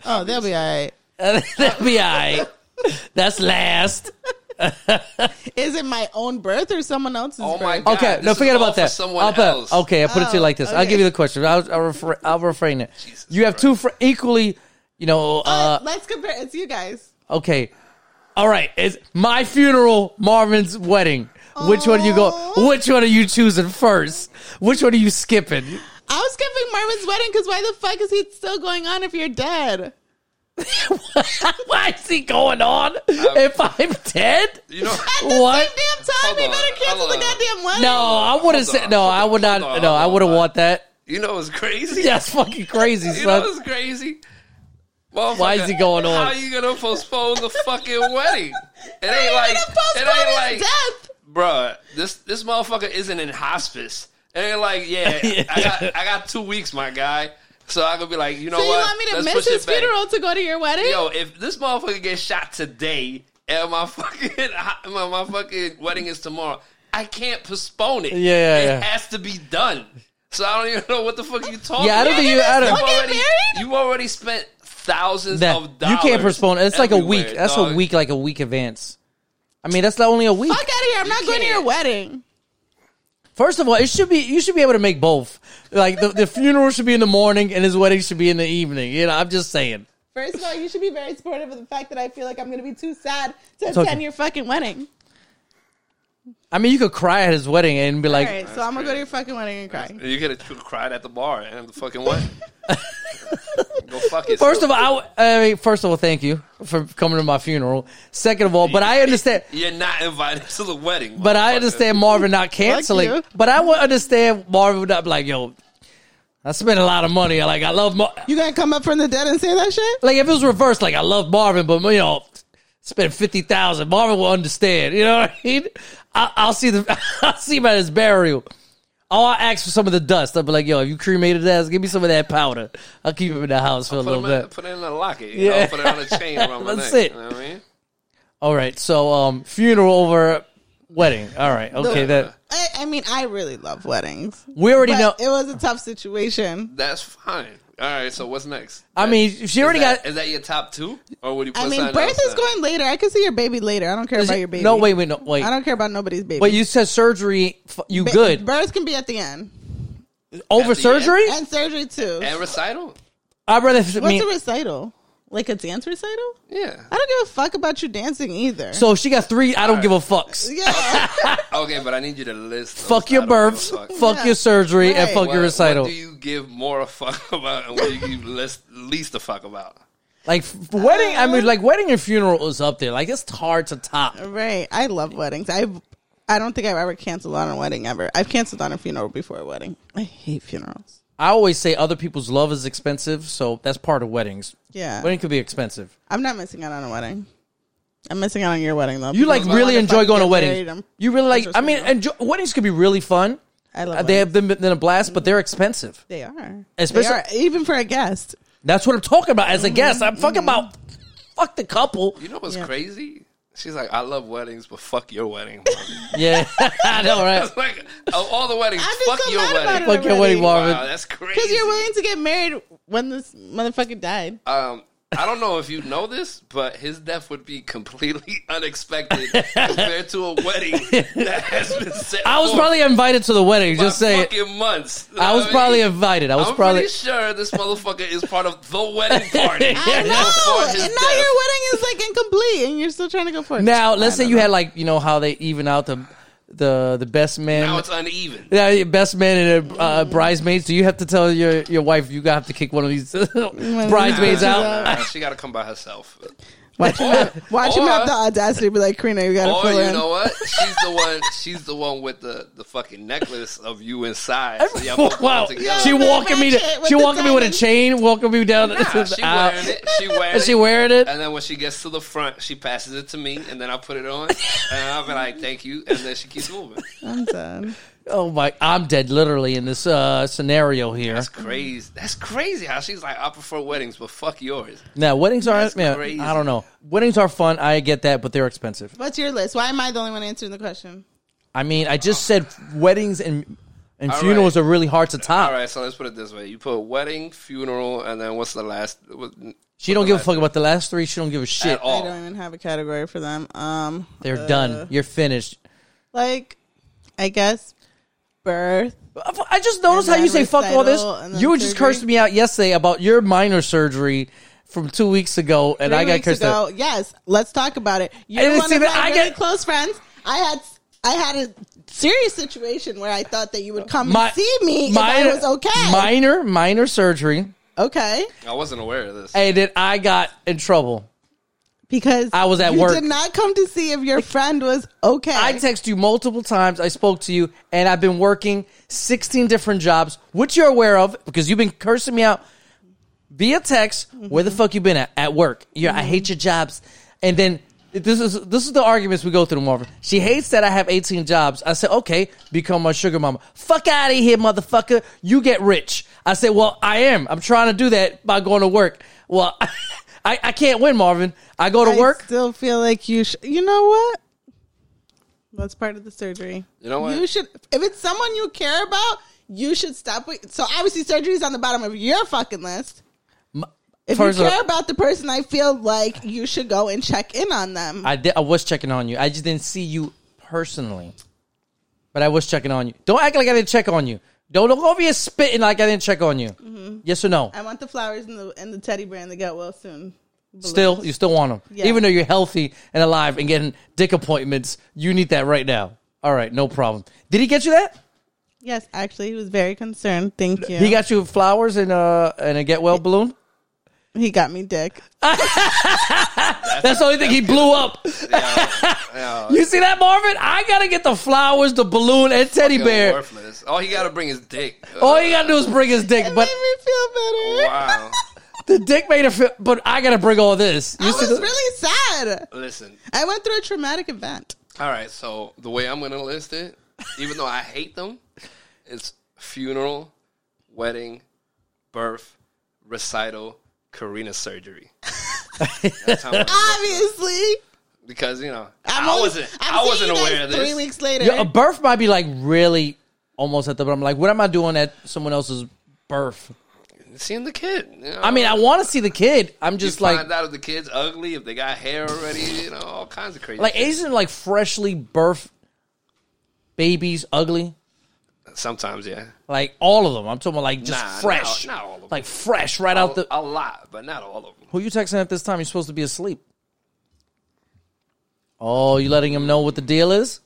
Speaker 3: Oh, they'll be all right.
Speaker 2: That'd be all right. That's last.
Speaker 3: Is it my own birth or someone else's
Speaker 1: Oh
Speaker 3: birth?
Speaker 1: my God.
Speaker 2: Okay,
Speaker 1: this
Speaker 2: no,
Speaker 1: is
Speaker 2: forget
Speaker 1: all
Speaker 2: about
Speaker 1: for
Speaker 2: that.
Speaker 1: someone
Speaker 2: I'll put-
Speaker 1: else.
Speaker 2: Okay, I put it to you
Speaker 3: Oh,
Speaker 2: like this. I'll
Speaker 3: okay.
Speaker 2: give you the question. I'll, I'll, refra- I'll refrain it.
Speaker 1: Jesus
Speaker 2: you have two fr- equally, you know. Uh,
Speaker 3: But let's compare. It's you guys.
Speaker 2: Okay. All right. It's my funeral, Marvin's wedding. Which one do you go?
Speaker 3: Aw.
Speaker 2: Which one are you choosing first? Which one are you skipping?
Speaker 3: I was skipping Marvin's wedding because why the fuck is he still going on if you're dead?
Speaker 2: Why is he going
Speaker 1: Um,
Speaker 2: on? if I'm dead?
Speaker 1: You know.
Speaker 3: At the
Speaker 2: What?
Speaker 3: same damn time,
Speaker 1: Hold
Speaker 3: they
Speaker 1: on,
Speaker 3: better cancel
Speaker 1: hold
Speaker 3: the
Speaker 1: on.
Speaker 3: goddamn wedding.
Speaker 2: No, I wouldn't
Speaker 1: Hold
Speaker 2: say.
Speaker 1: on,
Speaker 2: No,
Speaker 1: hold
Speaker 2: I
Speaker 1: on,
Speaker 2: would not.
Speaker 1: hold on,
Speaker 2: No,
Speaker 1: hold
Speaker 2: I wouldn't
Speaker 1: on.
Speaker 2: want that.
Speaker 1: You know it's crazy.
Speaker 2: That's fucking crazy,
Speaker 1: You know
Speaker 2: son.
Speaker 1: it's crazy. Motherfucker,
Speaker 2: Why is he going
Speaker 1: How
Speaker 2: on?
Speaker 1: you gonna postpone the fucking wedding? It ain't
Speaker 3: They're
Speaker 1: like
Speaker 3: gonna postpone
Speaker 1: it ain't like
Speaker 3: his death.
Speaker 1: bruh, this this motherfucker isn't in hospice. And they're like, yeah, I got I got two weeks, my guy. So I could be like, you know
Speaker 3: So you
Speaker 1: what?
Speaker 3: want me to
Speaker 1: Let's
Speaker 3: miss
Speaker 1: push it
Speaker 3: his
Speaker 1: back.
Speaker 3: funeral to go to your wedding?
Speaker 1: Yo, if this motherfucker gets shot today and my fucking my, my fucking wedding is tomorrow, I can't postpone it.
Speaker 2: Yeah,
Speaker 1: it
Speaker 2: yeah.
Speaker 1: has to be done. So I don't even know what the fuck you talking.
Speaker 2: Yeah, I don't
Speaker 1: about.
Speaker 2: think you. I
Speaker 1: You
Speaker 2: don't.
Speaker 3: Fucking
Speaker 1: already
Speaker 3: married?
Speaker 1: you already spent thousands
Speaker 2: that
Speaker 1: of dollars.
Speaker 2: you can't postpone. it. It's like a week.
Speaker 1: everywhere,
Speaker 2: That's
Speaker 1: dog.
Speaker 2: a week, like a week advance. I mean, that's not only a week.
Speaker 3: Fuck out of here! I'm not going to your
Speaker 1: can't.
Speaker 3: wedding.
Speaker 2: First of all, it should be you should be able to make both. Like the, the funeral should be in the morning and his wedding should be in the evening. You know, I'm just saying.
Speaker 3: First of all, you should be very supportive of the fact that I feel like I'm going to be too sad to
Speaker 2: It's okay.
Speaker 3: attend your fucking wedding.
Speaker 2: I mean, you could cry at his wedding and be like,
Speaker 3: All right, so I'm going to go to your fucking wedding and cry.
Speaker 1: You could have cried at the bar and the fucking what? Go fuck it.
Speaker 2: First of all, I, w- I mean, first of all, thank you for coming to my funeral. Second of all, but I understand.
Speaker 1: You're not invited to the wedding.
Speaker 2: But I
Speaker 1: motherfucker.
Speaker 2: understand Marvin not canceling.
Speaker 3: you.
Speaker 2: But I would understand Marvin not be like, yo, I spent a lot of money. Like I love, Mar-
Speaker 3: You going to come up from the dead and say that shit?
Speaker 2: like if it was reversed, like I love Marvin, but you know, spend fifty thousand. Marvin will understand. You know what I mean? I, I'll see the, I'll see him at his burial. Oh, I'll ask for some of the dust. I'll be like, yo, if you cremated that, give me some of that powder. I'll keep it in the house for a
Speaker 1: Put,
Speaker 2: little
Speaker 1: him in,
Speaker 2: bit.
Speaker 1: put it in a locket. You
Speaker 2: Yeah.
Speaker 1: know, put it on a chain around my
Speaker 2: That's
Speaker 1: neck.
Speaker 2: it.
Speaker 1: You know what I mean?
Speaker 2: All right, so um, funeral over wedding. All right, okay, that
Speaker 3: I, I mean, I really love weddings.
Speaker 2: we already
Speaker 3: But
Speaker 2: know.
Speaker 3: it was a tough situation.
Speaker 1: That's fine. All right, so what's next?
Speaker 2: I mean, she
Speaker 1: Is
Speaker 2: already
Speaker 1: that-
Speaker 2: got.
Speaker 1: Is that your top two, or would you? Put
Speaker 3: I mean,
Speaker 1: something
Speaker 3: birth
Speaker 1: else
Speaker 3: is
Speaker 1: down?
Speaker 3: going later. I could see your baby later. I don't care about your baby.
Speaker 2: No, wait, wait, no, wait.
Speaker 3: I don't care about nobody's baby.
Speaker 2: But you said surgery. f- You
Speaker 3: Ba-
Speaker 2: good
Speaker 3: Birth can be at the end.
Speaker 2: over
Speaker 1: At the
Speaker 2: surgery?
Speaker 3: And surgery too.
Speaker 1: And recital.
Speaker 2: I'd rather
Speaker 3: What's
Speaker 2: mean.
Speaker 3: a recital? Like a dance recital?
Speaker 1: Yeah.
Speaker 3: I don't give a fuck about you dancing either.
Speaker 2: So she got three. I don't give a fucks.
Speaker 3: yeah.
Speaker 1: Okay, but I need you to list. those.
Speaker 2: Fuck
Speaker 1: I
Speaker 2: your
Speaker 1: don't give a
Speaker 2: births.
Speaker 1: fuck.
Speaker 2: Fuck,
Speaker 3: Yeah.
Speaker 2: your surgery and
Speaker 3: Right.
Speaker 2: fuck
Speaker 1: What-
Speaker 2: your recital.
Speaker 1: What do you give more a fuck about, and what do you give less, least a fuck about?
Speaker 2: like f- wedding. I mean, like wedding and funeral is up there. Like it's hard to top.
Speaker 3: right. I love weddings. I I don't think I've ever canceled on a wedding ever. I've canceled on a funeral before a wedding. I hate funerals.
Speaker 2: I always say other people's love is expensive, so that's part of weddings.
Speaker 3: Yeah.
Speaker 2: Wedding could be expensive.
Speaker 3: I'm not missing out on a wedding. I'm missing out on your wedding though.
Speaker 2: You like
Speaker 3: because I
Speaker 2: really
Speaker 3: wanna
Speaker 2: enjoy
Speaker 3: fucking
Speaker 2: going to
Speaker 3: get married.
Speaker 2: weddings.
Speaker 3: I'm-
Speaker 2: You really like.
Speaker 3: just
Speaker 2: I mean,
Speaker 3: funeral.
Speaker 2: enjoy, weddings could be really fun.
Speaker 3: I love
Speaker 2: Uh, They have been, been a blast, but they're expensive.
Speaker 3: They are.
Speaker 2: Especially-
Speaker 3: they are, even for a guest.
Speaker 2: That's what I'm talking about. As a guest, I'm fucking
Speaker 3: Mm.
Speaker 2: about fuck the couple.
Speaker 1: You know what's
Speaker 3: Yeah.
Speaker 1: crazy? She's like, I love weddings, but fuck your wedding. Marvin."
Speaker 2: Yeah, I know, right?
Speaker 1: It's like of all the weddings,
Speaker 3: I've been
Speaker 1: fuck
Speaker 3: so
Speaker 1: your
Speaker 3: mad about
Speaker 1: wedding.
Speaker 3: it.
Speaker 2: Fuck your wedding, Marvin.
Speaker 1: Wow, that's crazy.
Speaker 3: Because you're willing to get married when this motherfucker died.
Speaker 1: um, I don't know if you know this, but his death would be completely unexpected compared to a wedding that has been set.
Speaker 2: I was
Speaker 1: forth
Speaker 2: probably invited to the wedding.
Speaker 1: by
Speaker 2: Just saying,
Speaker 1: fucking months.
Speaker 2: I was
Speaker 1: mean,
Speaker 2: probably invited. I was
Speaker 1: I'm
Speaker 2: probably.
Speaker 1: pretty sure this motherfucker is part of the wedding party.
Speaker 2: I
Speaker 3: I know.
Speaker 1: Before his
Speaker 3: And now
Speaker 1: death.
Speaker 3: your wedding is like incomplete, and you're still trying to go for it.
Speaker 2: Now, let's
Speaker 3: I
Speaker 2: say
Speaker 3: don't
Speaker 2: you
Speaker 3: know.
Speaker 2: had like you know how they even out the the the best
Speaker 1: Now
Speaker 2: man,
Speaker 1: it's uneven.
Speaker 2: yeah, your best man and a uh, bridesmaids. Do you have to tell your your wife you gotta have to kick one of these bridesmaids
Speaker 1: Nah,
Speaker 2: out?
Speaker 1: nah, she got to come by herself.
Speaker 3: watch him have, watch him
Speaker 1: or-
Speaker 3: have the audacity to be like, "Karina, you gotta
Speaker 1: Or
Speaker 3: fill
Speaker 1: you
Speaker 3: in."
Speaker 1: know what? She's the one. She's the one with the, the fucking necklace of you inside. So y'all both
Speaker 2: wow,
Speaker 1: going together.
Speaker 2: she
Speaker 3: Yeah,
Speaker 2: walking me.
Speaker 3: match it
Speaker 2: To,
Speaker 3: with
Speaker 2: she
Speaker 3: the
Speaker 2: walking me with a
Speaker 3: diamonds.
Speaker 2: chain, walking me down.
Speaker 1: Nah,
Speaker 2: to the
Speaker 1: she
Speaker 2: aisle.
Speaker 1: wearing it. She wearing
Speaker 2: Is
Speaker 1: it.
Speaker 2: she wearing it?
Speaker 1: And then when she gets to the front, she passes it to me, and then I put it on, and I'll be like, "Thank you," and then she keeps moving.
Speaker 3: I'm done.
Speaker 2: Oh my! I'm dead, literally, in this uh, scenario here.
Speaker 1: That's crazy. That's crazy. How she's like, "I prefer weddings, but fuck yours."
Speaker 2: Now, weddings are.
Speaker 1: That's
Speaker 2: Man,
Speaker 1: crazy.
Speaker 2: I don't know. Weddings are fun. I get that, but they're expensive.
Speaker 3: What's your list? Why am I the only one answering the question?
Speaker 2: I mean, I just said weddings and and
Speaker 1: All
Speaker 2: funerals
Speaker 1: right.
Speaker 2: are really hard to top.
Speaker 1: All right, so let's put it this way: you put wedding, funeral, and then what's the last? What,
Speaker 2: She don't give a fuck about the last three. She don't give a shit.
Speaker 1: at all.
Speaker 3: I don't even have a category for them. Um,
Speaker 2: They're done. You're finished.
Speaker 3: like, I guess birth.
Speaker 2: I just noticed
Speaker 3: And
Speaker 2: how you say
Speaker 3: then
Speaker 2: fuck all this.
Speaker 3: recital, and then
Speaker 2: You were just
Speaker 3: surgery.
Speaker 2: cursed me out yesterday about your minor surgery from two weeks ago, and
Speaker 3: Three
Speaker 2: I got
Speaker 3: weeks
Speaker 2: cursed
Speaker 3: ago,
Speaker 2: out.
Speaker 3: yes, let's talk about it. You're
Speaker 2: didn't
Speaker 3: one
Speaker 2: see
Speaker 3: of my
Speaker 2: that. I
Speaker 3: really
Speaker 2: get-
Speaker 3: close friends. I had I had a serious situation where I thought that you would come
Speaker 2: My-
Speaker 3: and see me if I was okay.
Speaker 2: Minor, minor surgery,
Speaker 3: okay,
Speaker 1: I wasn't aware of this.
Speaker 2: and then I got in trouble.
Speaker 3: because
Speaker 2: I was at
Speaker 3: you
Speaker 2: work.
Speaker 3: Did not come to see if your friend was okay.
Speaker 2: I text you multiple times. I spoke to you, and I've been working 16 different jobs, which you're aware of because you've been cursing me out via text. Where the fuck you been at? At work. Yeah, I hate your jobs. And then this is this is the arguments we go through, Marvin. She hates that I have 18 jobs. I said, okay, become my sugar mama. Fuck out of here, motherfucker. You get rich. I said, well, I am. I'm trying to do that by going to work. Well, I, I can't win, Marvin. I go to
Speaker 3: I
Speaker 2: work.
Speaker 3: Still feel like you. Sh- you know what? That's part of the surgery.
Speaker 1: You know what?
Speaker 3: You should. If it's someone you care about, you should stop. With, so obviously, surgery is on the bottom of your fucking list. If
Speaker 2: First
Speaker 3: you
Speaker 2: of-
Speaker 3: care about the person, I feel like you should go and check in on them.
Speaker 2: I did, I was checking on you. I just didn't see you personally, but I was checking on you. Don't act like I didn't check on you. Don't look over here spitting like I didn't check on you. Yes or no?
Speaker 3: I want the flowers and the and the teddy bear and the get well soon.
Speaker 2: Still, you still want them,
Speaker 3: Yeah.
Speaker 2: even though you're healthy and alive and getting dick appointments. You need that right now. All right, no problem. Did he get you that?
Speaker 3: Yes, actually, he was very concerned. Thank you.
Speaker 2: He got you flowers and uh and a get well balloon.
Speaker 3: he got me dick.
Speaker 2: That's the only thing he blew up.
Speaker 1: Yeah,
Speaker 2: You see that, Marvin? I gotta get the flowers, the balloon, and teddy
Speaker 1: fucking
Speaker 2: bear. Oh.
Speaker 1: Worthless. All he got to bring is dick.
Speaker 2: All you gotta do is bring his dick,
Speaker 3: It
Speaker 2: but
Speaker 3: made me feel better.
Speaker 1: wow.
Speaker 2: the dick made it feel. But I gotta bring all this.
Speaker 3: I
Speaker 2: You see
Speaker 3: was
Speaker 2: the-
Speaker 3: really sad.
Speaker 1: Listen.
Speaker 3: I went through a traumatic event.
Speaker 1: All right. So the way I'm going to list it, even though I hate them, it's funeral, wedding, birth, recital, Karina surgery. That's how I'm gonna-
Speaker 3: Obviously,
Speaker 1: because you know
Speaker 3: I'm
Speaker 1: I
Speaker 3: only-
Speaker 1: wasn't
Speaker 3: I'm
Speaker 1: I
Speaker 3: seeing
Speaker 1: wasn't
Speaker 3: you guys
Speaker 1: aware of
Speaker 3: Three
Speaker 1: this.
Speaker 3: weeks later,
Speaker 2: Yeah, a birth might be like really almost at the bottom. Like, what am I doing at someone else's birth?
Speaker 1: Seeing the kid. you know.
Speaker 2: I mean, I want to see the kid. I'm
Speaker 1: You
Speaker 2: just like,
Speaker 1: find out if the kid's ugly, if they got hair already, you know, all kinds of crazy.
Speaker 2: like
Speaker 1: shit.
Speaker 2: isn't like freshly birthed babies ugly?
Speaker 1: sometimes, yeah,
Speaker 2: Like all of them. I'm talking about like just
Speaker 1: Nah, not-
Speaker 2: fresh,
Speaker 1: not all of them.
Speaker 2: like fresh right out the.
Speaker 1: a lot, but not all of them.
Speaker 2: Who you texting at this time? You're supposed to be asleep. Oh, you letting him know what the deal is?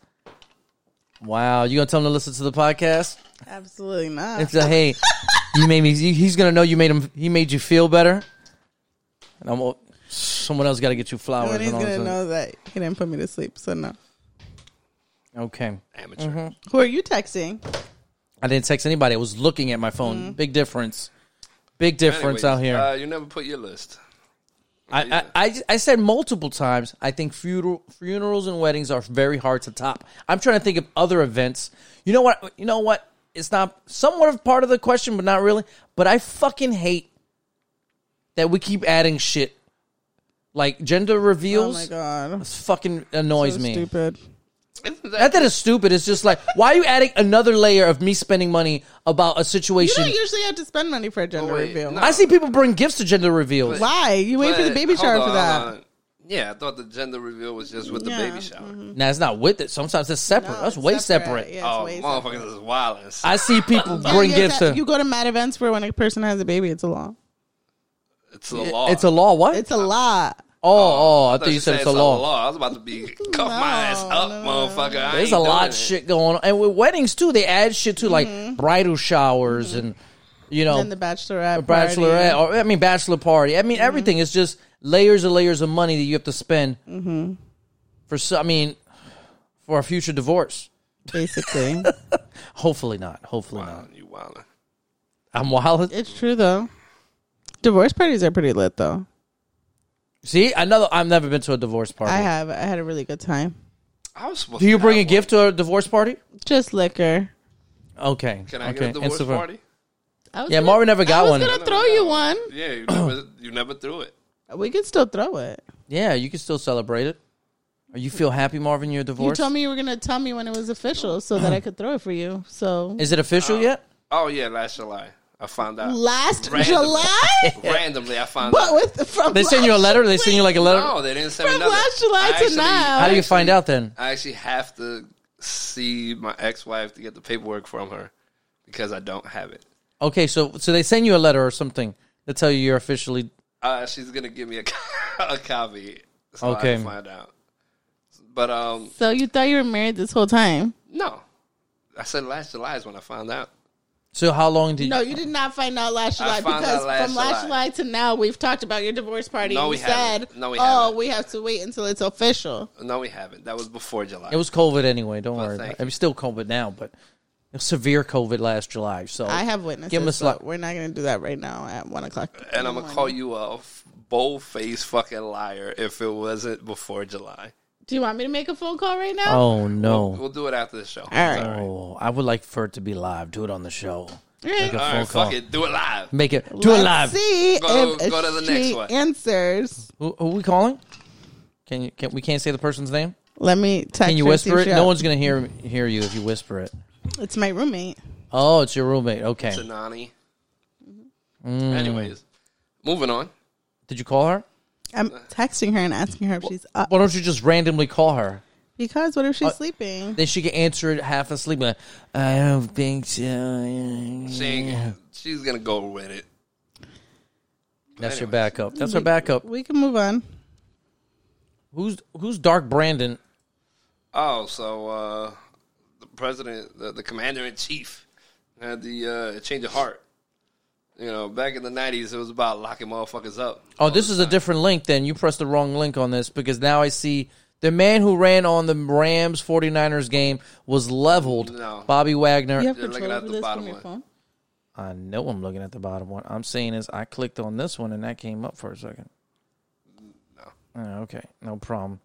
Speaker 2: Wow, you gonna tell him to listen to the podcast?
Speaker 3: absolutely not.
Speaker 2: It's a hey, you made me. He's gonna know you made him. He made you feel better. And I'm. all- Someone else got to get you flowers.
Speaker 3: But he's
Speaker 2: and all
Speaker 3: gonna
Speaker 2: this other-
Speaker 3: know that he didn't put me to sleep. So no.
Speaker 2: Okay,
Speaker 1: Amateur.
Speaker 2: Mm-hmm.
Speaker 3: Who are you texting?
Speaker 2: I didn't text anybody. I was looking at my phone. Big difference. Big
Speaker 1: Anyways,
Speaker 2: difference out here.
Speaker 1: Uh, you never put your list.
Speaker 2: I, I, I, I said multiple times. I think funeral, funerals and weddings are very hard to top. I'm trying to think of other events. You know what? You know what? It's not somewhat of part of the question, but not really. But I fucking hate that we keep adding shit like gender
Speaker 3: Oh
Speaker 2: reveals.
Speaker 3: my god,
Speaker 2: It's fucking annoys
Speaker 3: so
Speaker 2: me.
Speaker 3: stupid.
Speaker 1: Isn't
Speaker 2: Not that it's stupid. It's just like why are you adding another layer of me spending money about a
Speaker 3: You
Speaker 2: situation?
Speaker 3: don't usually have to spend money for a gender
Speaker 1: wait,
Speaker 3: reveal.
Speaker 1: no.
Speaker 2: I see people bring gifts to gender reveals.
Speaker 3: Why? You wait for the
Speaker 1: but-
Speaker 3: baby
Speaker 1: hold
Speaker 3: shower for
Speaker 1: on,
Speaker 3: that.
Speaker 1: hold on. Yeah, I thought the gender reveal was just with the
Speaker 3: Yeah, mm-hmm,
Speaker 1: baby shower.
Speaker 2: Now it's not with it. Sometimes it's separate.
Speaker 3: No,
Speaker 2: That's
Speaker 3: it's
Speaker 2: way separate.
Speaker 3: Yeah, it's
Speaker 1: Oh,
Speaker 3: way separate.
Speaker 1: motherfuckers is wild. and s-
Speaker 2: I see people
Speaker 3: Yeah,
Speaker 2: bring
Speaker 3: you
Speaker 2: gifts
Speaker 3: have to-
Speaker 2: to.
Speaker 3: You go to mad events where when a person has a baby, it's a law.
Speaker 1: It's a law.
Speaker 2: It's a law. What?
Speaker 3: It's a law.
Speaker 2: oh, oh, I, thought you said it's a law.
Speaker 1: I was about to be cuff my ass
Speaker 3: No,
Speaker 1: up,
Speaker 3: no, no,
Speaker 1: motherfucker. I
Speaker 2: There's
Speaker 1: ain't
Speaker 2: a lot
Speaker 1: doing
Speaker 2: of
Speaker 1: it.
Speaker 2: shit going on, and with weddings too, they add shit to like bridal showers and you know
Speaker 3: Mm-hmm. Then the bachelorette,
Speaker 2: Oh. bachelorette
Speaker 3: party. Mm-hmm.
Speaker 2: or I mean bachelor party. I mean everything is just layers and layers of money that you have to spend
Speaker 3: Mm-hmm.
Speaker 2: for. So, I mean, for a future divorce.
Speaker 3: basically.
Speaker 2: Hopefully not. Hopefully not.
Speaker 1: Wildin', you wildin'.
Speaker 2: I'm wild.
Speaker 3: it's true though. Divorce parties are pretty lit though.
Speaker 2: See, another. I've never been to a divorce party.
Speaker 3: I have. I had a really good time.
Speaker 1: I was supposed
Speaker 2: Do you
Speaker 1: to
Speaker 2: bring a
Speaker 1: have
Speaker 2: gift to a divorce party?
Speaker 3: Just liquor.
Speaker 2: Okay.
Speaker 1: one. Can I
Speaker 2: okay.
Speaker 1: get a divorce
Speaker 2: And so forth.
Speaker 1: party?
Speaker 3: I was
Speaker 2: Yeah,
Speaker 3: gonna-
Speaker 2: Marvin never got
Speaker 3: I
Speaker 2: one.
Speaker 3: was gonna throw you one.
Speaker 1: Yeah, you never, you never threw it.
Speaker 3: We could still throw it.
Speaker 2: Yeah, you can still celebrate it. Or you feel happy, Marvin? You're
Speaker 3: You
Speaker 2: divorced.
Speaker 3: told me you were gonna tell me when it was official so that I could throw it for you. So
Speaker 2: Is it official yet?
Speaker 1: Oh yeah, last July I found out.
Speaker 3: last
Speaker 1: Random.
Speaker 3: July,
Speaker 1: Randomly, I found
Speaker 3: but
Speaker 1: out.
Speaker 3: with from
Speaker 2: They send you a
Speaker 3: last-
Speaker 2: letter. They send you like a letter.
Speaker 1: No, they didn't send me
Speaker 3: From
Speaker 1: nothing.
Speaker 3: last July
Speaker 1: I
Speaker 3: to
Speaker 1: actually-
Speaker 3: now.
Speaker 2: How do you find out then?
Speaker 1: I actually have to see my ex-wife to get the paperwork from her because I don't have it.
Speaker 2: Okay, so so they send you a letter or something to tell you you're officially.
Speaker 1: Uh, she's gonna give me a, co- a copy. So I
Speaker 2: Okay.
Speaker 1: can find out. But um,
Speaker 3: So you thought you were married this whole time?
Speaker 1: no, I said last July is when I found out.
Speaker 2: So how long did?
Speaker 3: No, you did not find out last July
Speaker 1: I found
Speaker 3: because
Speaker 1: out last
Speaker 3: from last
Speaker 1: July.
Speaker 3: July to now, we've talked about your divorce party.
Speaker 1: No,
Speaker 3: you
Speaker 1: we
Speaker 3: said,
Speaker 1: haven't. No, we
Speaker 3: "Oh,
Speaker 1: haven't. Oh.
Speaker 3: we have to wait until it's official."
Speaker 1: No, we haven't. That was before July.
Speaker 2: It was COVID anyway. Don't
Speaker 1: thank
Speaker 2: worry. About it.
Speaker 1: you.
Speaker 2: It was still COVID now, but it was severe COVID last July. So
Speaker 3: I have witnesses.
Speaker 2: Give him a
Speaker 3: but
Speaker 2: slap.
Speaker 3: We're not going to do that right now at one o'clock.
Speaker 1: and I'm gonna call you a bold faced fucking liar if it wasn't before July.
Speaker 3: Do you want me to make a phone call right now?
Speaker 2: Oh no!
Speaker 1: We'll do it after the show. All
Speaker 3: right.
Speaker 2: Oh, I would like for it to be live. Do it on the show.
Speaker 3: Alright.
Speaker 2: Make a
Speaker 1: All
Speaker 2: phone
Speaker 1: right,
Speaker 2: call.
Speaker 1: fuck it. Do it live.
Speaker 2: Make it. Do it
Speaker 3: Let's
Speaker 2: live.
Speaker 3: See
Speaker 1: Go-
Speaker 3: if
Speaker 1: go to the
Speaker 3: she
Speaker 1: next one.
Speaker 3: answers.
Speaker 2: Who, who we calling? Can you? Can, we can't say the person's name.
Speaker 3: Let me text.
Speaker 2: Can you
Speaker 3: her, see
Speaker 2: whisper
Speaker 3: if
Speaker 2: it?
Speaker 3: she
Speaker 2: No
Speaker 3: up.
Speaker 2: one's gonna hear hear you if you whisper it.
Speaker 3: It's my roommate.
Speaker 2: Oh, it's your roommate. Okay.
Speaker 1: Tanani. Anyways, moving on.
Speaker 2: Did you call her?
Speaker 3: I'm texting her and asking her if she's up.
Speaker 2: Why don't you just randomly call her?
Speaker 3: Because what if
Speaker 2: Uh,
Speaker 3: she's sleeping?
Speaker 2: Then she can answer it half asleep. Like, I don't think so.
Speaker 1: She ain't- she's gonna go with it.
Speaker 2: That's her backup. That's her backup.
Speaker 3: We can move on.
Speaker 2: Who's who's Dark Brandon?
Speaker 1: Oh, so uh, the president, the, the commander in chief, had the uh, change of heart. You know, back in the nineties, it was about locking motherfuckers up.
Speaker 2: Oh, this is a different link then. You pressed the wrong link on this because now I see the man who ran on the Rams 49ers game was leveled.
Speaker 1: No.
Speaker 2: Bobby Wagner.
Speaker 3: You have
Speaker 1: They're looking at
Speaker 3: control over
Speaker 1: the
Speaker 3: this
Speaker 1: bottom
Speaker 3: from your
Speaker 1: one.
Speaker 3: phone.
Speaker 2: I know I'm looking at the bottom one. I'm saying is I clicked on this one and that came up for a second. No. okay. No problem.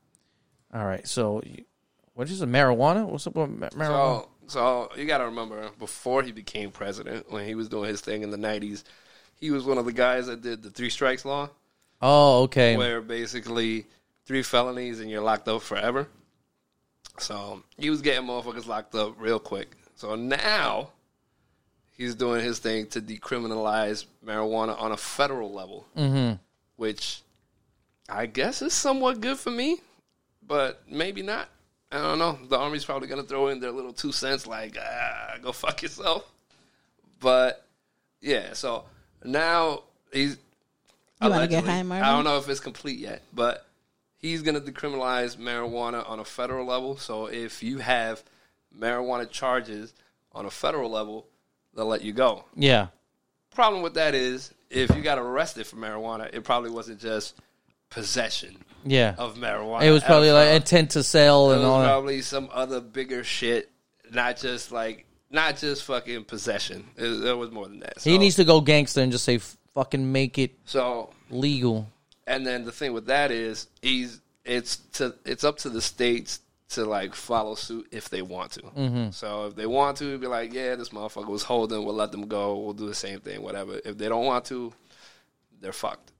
Speaker 2: All right. So, you- what is it? Marijuana? What's up with ma- marijuana?
Speaker 1: So, so you got to remember, before he became president, when he was doing his thing in the nineties, he was one of the guys that did the three strikes law,
Speaker 2: oh, okay.
Speaker 1: where basically three felonies and you're locked up forever. So he was getting motherfuckers locked up real quick. So now he's doing his thing to decriminalize marijuana on a federal level, mm-hmm. which I guess is somewhat good for me, but maybe not. I don't know. The army's probably going to throw in their little two cents, like, ah, go fuck yourself. But yeah, so now he's.
Speaker 3: You wanna get
Speaker 1: allegedly-
Speaker 3: high, Marvin?
Speaker 1: I don't know if it's complete yet, but he's going to decriminalize marijuana on a federal level. So if you have marijuana charges on a federal level, they'll let you go.
Speaker 2: Yeah.
Speaker 1: Problem with that is, if you got arrested for marijuana, it probably wasn't just possession
Speaker 2: Yeah.
Speaker 1: of marijuana.
Speaker 2: It was
Speaker 1: at a
Speaker 2: probably
Speaker 1: time.
Speaker 2: like intent to sell
Speaker 1: Oh, uh, It
Speaker 2: and
Speaker 1: was
Speaker 2: all that.
Speaker 1: probably some other bigger shit, not just like not just fucking possession. It, there was more than that. So,
Speaker 2: He needs to go gangster and just say fucking make it
Speaker 1: so,
Speaker 2: legal.
Speaker 1: and then the thing with that is, he's it's to it's up to the states to like follow suit if they want to. So if they want to, be like, yeah, this motherfucker was holding, we'll let them go, we'll do the same thing, whatever. If they don't want to, they're fucked.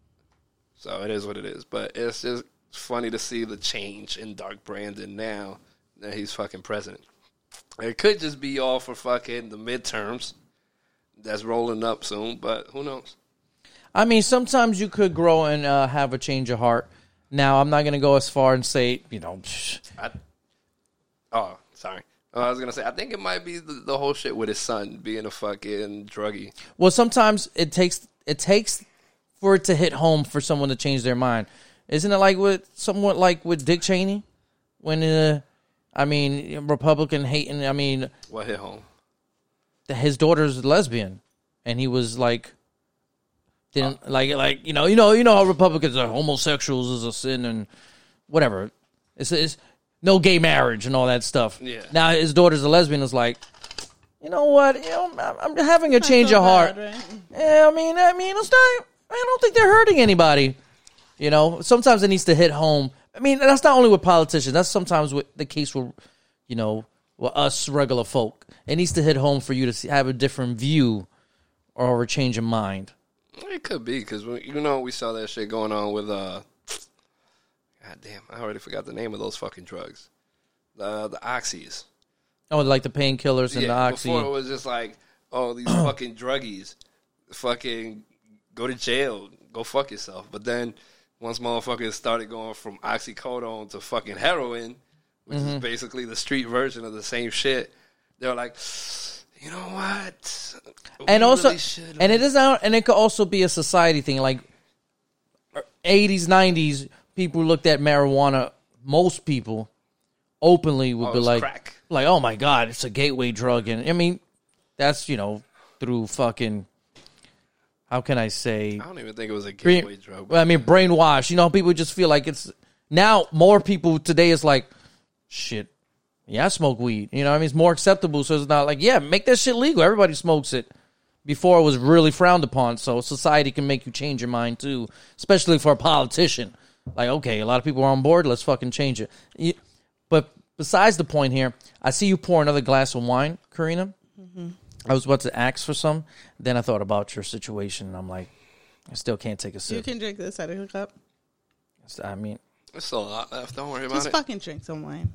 Speaker 1: So it is what it is. But it's just funny to see the change in Dark Brandon now that he's fucking president. It could just be all for fucking the midterms that's rolling up soon, but who knows?
Speaker 2: I mean, sometimes you could grow and uh, have a change of heart. Now, I'm not going to go as far and say, you know, psh,
Speaker 1: I, oh, sorry. I was gonna say, I think it might be the, the whole shit with his son being a fucking druggie.
Speaker 2: well, sometimes it takes it takes for it to hit home for someone to change their mind. Isn't it like with somewhat like with Dick Cheney when uh, I mean, Republican hating, I mean,
Speaker 1: What hit home?
Speaker 2: th- his daughter's lesbian, and he was like, didn't like like you know you know you know how Republicans are homosexuals is a sin and whatever. It's, it's no gay marriage and all that stuff.
Speaker 1: Yeah.
Speaker 2: Now his daughter's a lesbian. Is like, you know what? You know, I'm, I'm having a change
Speaker 3: So
Speaker 2: of heart.
Speaker 3: bad, right?
Speaker 2: Yeah, Eh, I mean, I mean, it's not. I don't think they're hurting anybody. You know, sometimes it needs to hit home. I mean, and that's not only with politicians. That's sometimes with the case with, you know, with us regular folk. It needs to hit home for you to see, have a different view or a change of mind.
Speaker 1: It could be because you know we saw that shit going on with uh, god damn, I already forgot the name of those fucking drugs, the the oxys.
Speaker 2: Oh, like the painkillers and the oxy.
Speaker 1: Before it was just like, oh, these fucking druggies, fucking go to jail, go fuck yourself. But then once motherfuckers started going from oxycodone to fucking heroin, which
Speaker 2: Mm-hmm.
Speaker 1: is basically the street version of the same shit, they were like, you know what?
Speaker 2: and
Speaker 1: We
Speaker 2: also
Speaker 1: really should-
Speaker 2: and it is out and it could also be a society thing like 80s 90s people looked at marijuana most people openly would
Speaker 1: Oh,
Speaker 2: be
Speaker 1: it's
Speaker 2: like
Speaker 1: crack.
Speaker 2: like oh my god it's a gateway drug and i mean that's you know through fucking how can i say
Speaker 1: I don't even think it was a
Speaker 2: brain-
Speaker 1: gateway drug.
Speaker 2: well, I mean, brainwash. You know, people just feel like it's now more people today is like, shit. Yeah, I smoke weed. You know, what I mean, it's more acceptable. So it's not like, yeah, make that shit legal. Everybody smokes it. Before it was really frowned upon. So society can make you change your mind too, especially for a politician. Like, okay, a lot of people are on board. Let's fucking change it. You- But besides the point here, I see you pour another glass of wine, Karina. I was about to ask for some. Then I thought about your situation, and I'm like, I still can't take a sip.
Speaker 3: You can drink this out of your cup.
Speaker 2: So, I mean,
Speaker 1: There's still a lot left. Don't worry about
Speaker 3: Just
Speaker 1: it.
Speaker 3: fucking drink some wine.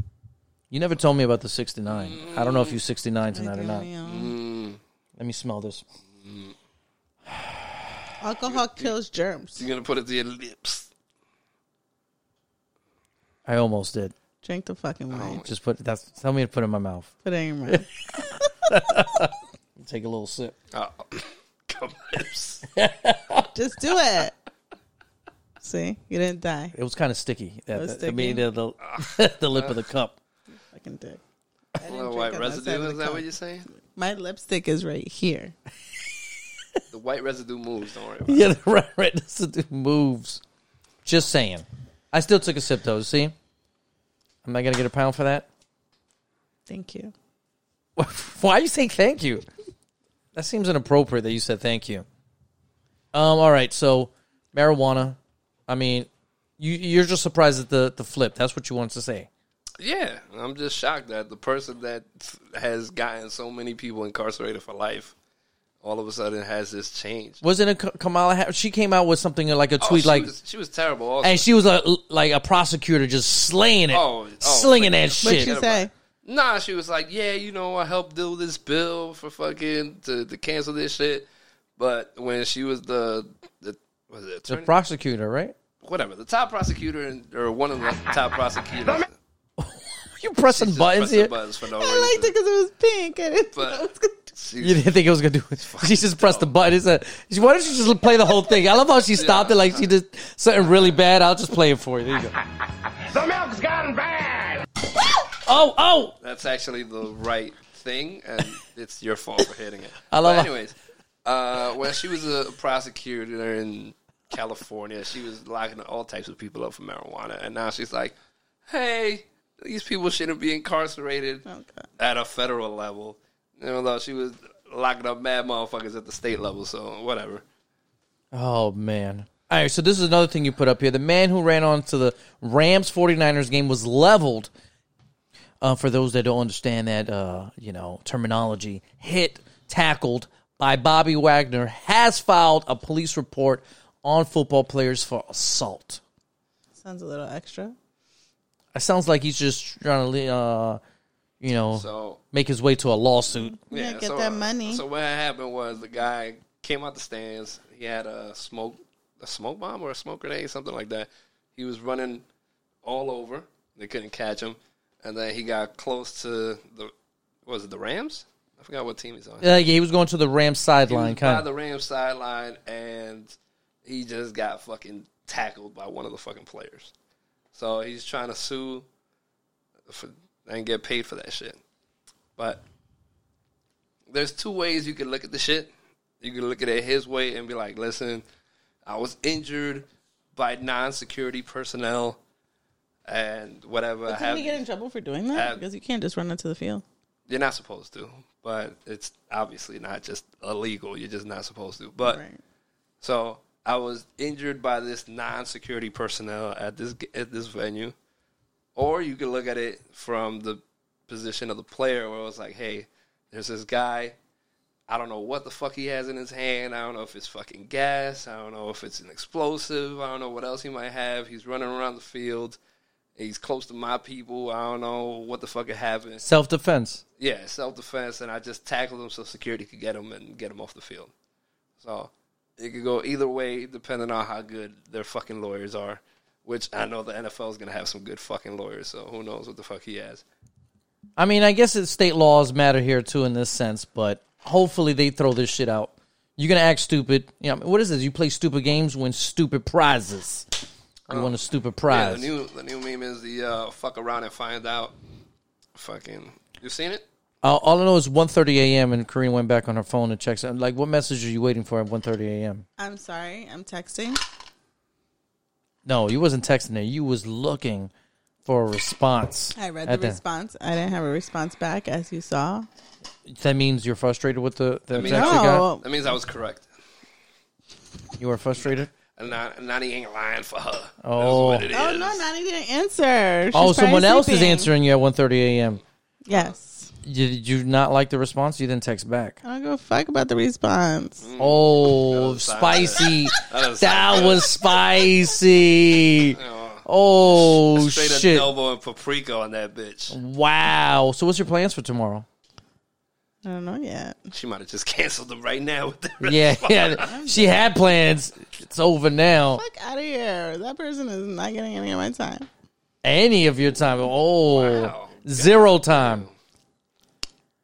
Speaker 2: you never told me about the 69. I don't know if you
Speaker 3: Mm-hmm.
Speaker 2: 69 tonight or
Speaker 1: Mm.
Speaker 3: Like,
Speaker 2: not.
Speaker 3: you know,
Speaker 2: Let me smell this.
Speaker 3: Alcohol kills germs.
Speaker 1: You're gonna put it to your lips.
Speaker 2: I almost did.
Speaker 3: Drink the fucking wine.
Speaker 2: Just put that's tell me to put it in my mouth.
Speaker 3: Put it in your mouth.
Speaker 2: Take a little sip.
Speaker 1: Oh, come lips.
Speaker 3: Just do it. See, you didn't die.
Speaker 2: It was kind of sticky. That,
Speaker 3: was
Speaker 2: that- I mean,
Speaker 3: sticky.
Speaker 2: the, the, the lip of the cup.
Speaker 3: Fucking dick.
Speaker 1: A little white residue. Is that what you're saying?
Speaker 3: My lipstick is right here.
Speaker 1: The white residue moves. Don't worry about it.
Speaker 2: Yeah, the right, right. That's the moves. Just saying. I still took a sip though. See, am I gonna get a pound for that?
Speaker 3: Thank you.
Speaker 2: Why you say thank you? That seems inappropriate that you said thank you. Um. All right. So marijuana. I mean, you you're just surprised at the the flip. That's what you wanted to say.
Speaker 1: Yeah, I'm just shocked that the person that has gotten so many people incarcerated for life, all of a sudden has this change.
Speaker 2: Wasn't it Ka- Kamala? Ha- she came out with something like a
Speaker 1: Oh,
Speaker 2: tweet
Speaker 1: she
Speaker 2: like.
Speaker 1: was, she was terrible. Also.
Speaker 2: and she was a, like a prosecutor just slaying it,
Speaker 1: Oh, oh,
Speaker 2: slinging that
Speaker 1: but
Speaker 2: shit.
Speaker 3: What'd you
Speaker 1: Forget
Speaker 3: say?
Speaker 1: about it. Nah, she was like, yeah, you know, I helped do this bill for fucking to, to cancel this shit. But when she was the the was it
Speaker 2: the
Speaker 1: attorney?
Speaker 2: prosecutor, right?
Speaker 1: whatever the top prosecutor and, or one of the top prosecutors,
Speaker 2: You pressing
Speaker 1: just
Speaker 2: buttons
Speaker 1: pressing
Speaker 2: here?
Speaker 1: buttons for no
Speaker 3: I liked
Speaker 1: reason.
Speaker 3: it because it was pink. And it,
Speaker 1: But she-
Speaker 2: You didn't think it was gonna do it. She just pressed the button. It's a, she, why don't you just play the whole thing? I love how she stopped it like she did something really bad. I'll just play it for you. There you go.
Speaker 4: The milk's gone bad.
Speaker 2: Oh, oh!
Speaker 1: that's actually the right thing, and it's your fault for hitting it.
Speaker 2: I love
Speaker 1: but
Speaker 2: how-
Speaker 1: anyways, uh, when she was a prosecutor in California, she was locking all types of people up for marijuana, and now she's like, "Hey, these people shouldn't be incarcerated at a federal level." Even though she was locking up mad motherfuckers at the state level, so whatever.
Speaker 2: Oh man. All right, so this is another thing you put up here. The man who ran on to the Rams 49ers game was leveled. Uh, for those that don't understand that uh, you know, terminology, hit tackled by Bobby Wagner has filed a police report on football players for assault.
Speaker 3: sounds a little extra.
Speaker 2: It sounds like he's just trying to uh, you know,
Speaker 1: So
Speaker 2: make his way to a lawsuit. Uh,
Speaker 3: Yeah, get that money.
Speaker 1: So what happened was the guy came out the stands. He had a smoke, a smoke bomb or a smoke grenade, something like that. He was running all over. They couldn't catch him, and then he got close to the was it the Rams? I forgot what team he's on.
Speaker 2: Yeah, he was going to the Rams
Speaker 1: he
Speaker 2: sideline
Speaker 1: was by
Speaker 2: kind of.
Speaker 1: the Rams sideline, and he just got fucking tackled by one of the fucking players. So he's trying to sue for, and get paid for that shit. But there's two ways you can look at the shit. You can look at it his way and be like, listen, I was injured by non-security personnel and whatever. I
Speaker 3: Didn't
Speaker 1: have-
Speaker 3: he get in trouble for doing that?
Speaker 1: have-
Speaker 3: because you can't just run into the field.
Speaker 1: you're not supposed to, but it's obviously not just illegal. You're just not supposed to. But
Speaker 3: Right.
Speaker 1: So I was injured by this non-security personnel at this at this venue, or you could look at it from the position of the player, where it was like, hey, there's this guy. I don't know what the fuck he has in his hand. I don't know if it's fucking gas. I don't know if it's an explosive. I don't know what else he might have. He's running around the field. He's close to my people. I don't know what the fuck happened.
Speaker 2: Self defense.
Speaker 1: Yeah, self defense, and I just tackled him so security could get him and get him off the field. So it could go either way, depending on how good their fucking lawyers are. Which I know the NFL is gonna have some good fucking lawyers, so who knows what the fuck he has.
Speaker 2: I mean, I guess it's state laws matter here too in this sense, but hopefully they throw this shit out. You're gonna act stupid. You know, I mean, what is this? You play stupid games, win stupid prizes. You won a stupid
Speaker 1: Yeah, the
Speaker 2: prize.
Speaker 1: new the new meme is the uh, fuck around and find out. Fucking, you seen it?
Speaker 2: Uh, all I know is 1:30 a.m. and Karina went back on her phone and checks. I'm like, what message are you waiting for at 1:30 a.m.?
Speaker 3: I'm sorry. I'm texting.
Speaker 2: No, you wasn't texting her. You was looking for a response.
Speaker 3: I read
Speaker 2: at
Speaker 3: the response. I didn't have a response back, as you saw.
Speaker 2: That means you're frustrated with the, the
Speaker 1: means-
Speaker 2: text you got.
Speaker 3: No,
Speaker 1: That means I was correct,
Speaker 2: You were frustrated.
Speaker 1: and not Nani ain't lying for her. That's
Speaker 2: Oh.
Speaker 1: what it
Speaker 3: oh
Speaker 1: is.
Speaker 3: no, Nani didn't answer. She's
Speaker 2: oh,
Speaker 3: probably
Speaker 2: someone else is
Speaker 3: sleeping.
Speaker 2: answering you at 1:30 a.m.
Speaker 3: Yes,
Speaker 2: You, did you not like the response? You didn't text back.
Speaker 3: I don't give a fuck about the response.
Speaker 2: Oh,
Speaker 1: sound
Speaker 2: spicy.
Speaker 1: That was,
Speaker 2: That was spicy.
Speaker 1: Oh.
Speaker 2: Oh,
Speaker 1: straight up
Speaker 2: shit.
Speaker 1: elbow and paprika on that bitch.
Speaker 2: Wow. So, what's your plans for tomorrow?
Speaker 3: I don't know yet.
Speaker 1: She might have just canceled them right now. With the
Speaker 2: Yeah, yeah. She had plans. It's over now.
Speaker 3: Fuck out of here. That person is not getting any of my time.
Speaker 2: Any of your time? Oh,
Speaker 1: Wow.
Speaker 2: zero time.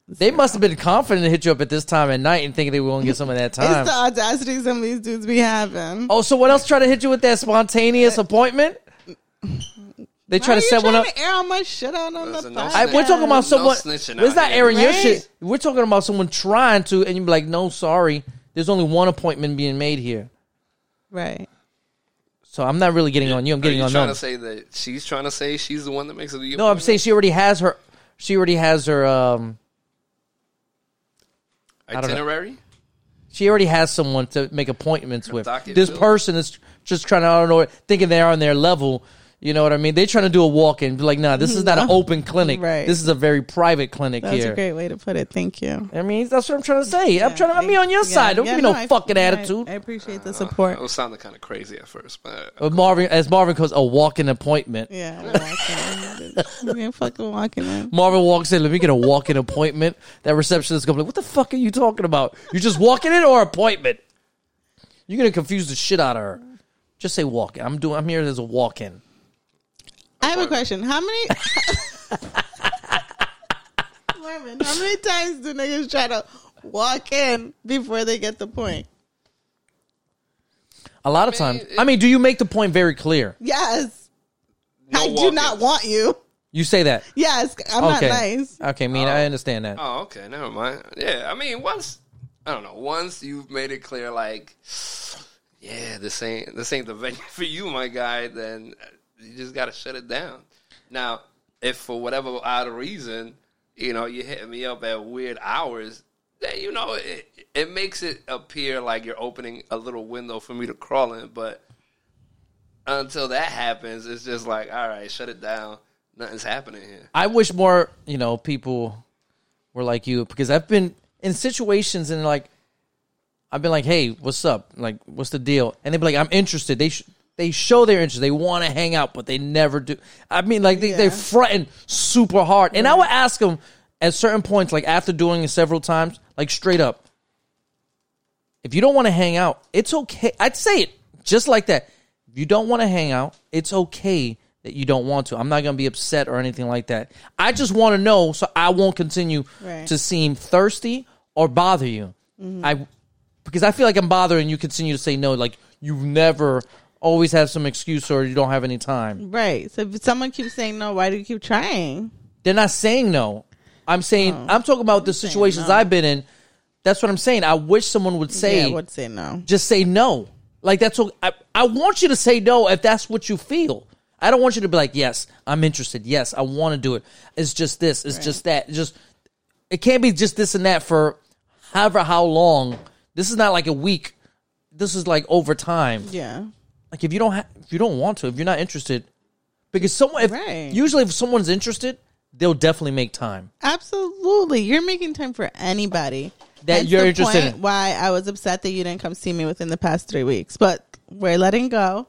Speaker 2: They must have been confident to hit you up at this time at night and thinking they were going to get some of that time.
Speaker 3: It's the audacity some of these dudes be having.
Speaker 2: oh, so what else? Try to hit you with that spontaneous appointment? They
Speaker 3: Why
Speaker 2: try
Speaker 3: are
Speaker 2: to
Speaker 3: you
Speaker 2: set one
Speaker 3: trying
Speaker 2: up.
Speaker 3: to air all my shit out on
Speaker 1: Listen,
Speaker 3: the
Speaker 1: no
Speaker 3: podcast.
Speaker 2: I, we're talking about someone. It's
Speaker 1: snitching out
Speaker 2: not
Speaker 1: here.
Speaker 2: airing your
Speaker 3: Right?
Speaker 2: shit. We're talking about someone trying to, and you're like, "No, sorry. There's only one appointment being made here,
Speaker 3: right.
Speaker 2: so I'm not really getting on you. I'm
Speaker 1: Are
Speaker 2: getting
Speaker 1: you
Speaker 2: on
Speaker 1: trying
Speaker 2: them."
Speaker 1: to say that she's trying to say she's the one that makes it?
Speaker 2: No, I'm saying she already has her. She already has her. Um, don't know.
Speaker 1: itinerary.
Speaker 2: she already has someone to make appointments with.
Speaker 1: docket
Speaker 2: This
Speaker 1: filled.
Speaker 2: person is just trying to, I don't know, thinking they are on their level. You know what I mean? They're trying to do a walk in. Be like, nah, this is not an open clinic.
Speaker 3: Right.
Speaker 2: This is a very private clinic
Speaker 3: That's
Speaker 2: here.
Speaker 3: a great way to put it. Thank you.
Speaker 2: I mean, that's what I'm trying to say. I'm trying to I'm be on your
Speaker 3: Yeah,
Speaker 2: side. Don't
Speaker 3: yeah,
Speaker 2: give me no,
Speaker 3: I-
Speaker 2: fucking
Speaker 3: I-
Speaker 2: attitude.
Speaker 3: I appreciate the support.
Speaker 1: It was sounding kind of crazy at first, but
Speaker 2: But Uh, Marvin, as Marvin calls a walk-in appointment.
Speaker 3: Yeah, walking. in. You're fucking walking in.
Speaker 2: Marvin walks in. Let me get a walk-in appointment. That receptionist gonna be like, "What the fuck are you talking about? You just walking in or appointment? You're gonna confuse the shit out of her. Just say walk. in. I'm doing. I'm here as a walk-in.
Speaker 3: I have a question. How many? Mormon, how many times do niggas try to walk in before they get the point?
Speaker 2: A lot of times. I mean, do you make the point very clear?
Speaker 3: Yes,
Speaker 1: no
Speaker 3: I do
Speaker 1: walk-ins.
Speaker 3: not want you.
Speaker 2: You say that.
Speaker 3: Yes, I'm
Speaker 2: okay.
Speaker 3: not nice.
Speaker 2: Okay, mean. I understand that.
Speaker 1: Oh, okay, never mind. Yeah, I mean, once I don't know, once you've made it clear, like, yeah, this ain't this ain't the venue for you, my guy. Then you just gotta shut it down. Now, if for whatever odd reason, you know, you hit me up at weird hours, then you know it. It makes it appear like you're opening a little window for me to crawl in, but until that happens, it's just like, all right, shut it down. Nothing's happening here.
Speaker 2: I wish more, you know, people were like you because I've been in situations and like I've been like, "Hey, what's up? Like, what's the deal?" And they be like, "I'm interested." They sh- they show their interest. They want to hang out, but they never do. I mean, like they they
Speaker 3: Yeah.
Speaker 2: fronting super hard. And I would ask them at certain points, like after doing it several times, like straight up, if you don't want to hang out, it's okay. I'd say it just like that. If you don't want to hang out, it's okay that you don't want to. I'm not going to be upset or anything like that. I just want to know so I won't continue
Speaker 3: Right. Mm-hmm.
Speaker 2: to seem thirsty or bother you. I because I feel like I'm bothering you continue to say no like you never always have some excuse or you don't have any time.
Speaker 3: Right. So if someone keeps saying no, why do you keep trying?
Speaker 2: They're not saying no. I'm saying I'm talking about the situations
Speaker 3: Oh. no.
Speaker 2: I've been in. That's what I'm saying. I wish someone would say
Speaker 3: yeah, I would say no.
Speaker 2: just say no. Like that's what I, I want you to say no if that's what you feel. I don't want you to be like, yes, I'm interested. Yes, I want to do it. It's just this. It's just that. It's just it can't be just this and that for however how long. This is not like a week. This is like over time.
Speaker 3: Yeah.
Speaker 2: Like if you don't ha- if you don't want to, if you're not interested, because someone if,
Speaker 3: Right.
Speaker 2: usually if someone's interested, they'll definitely make time.
Speaker 3: Absolutely. You're making time for anybody.
Speaker 2: That
Speaker 3: Hence
Speaker 2: you're
Speaker 3: the
Speaker 2: interested
Speaker 3: point
Speaker 2: in.
Speaker 3: Why I was upset that you didn't come see me within the past three weeks. But we're letting go.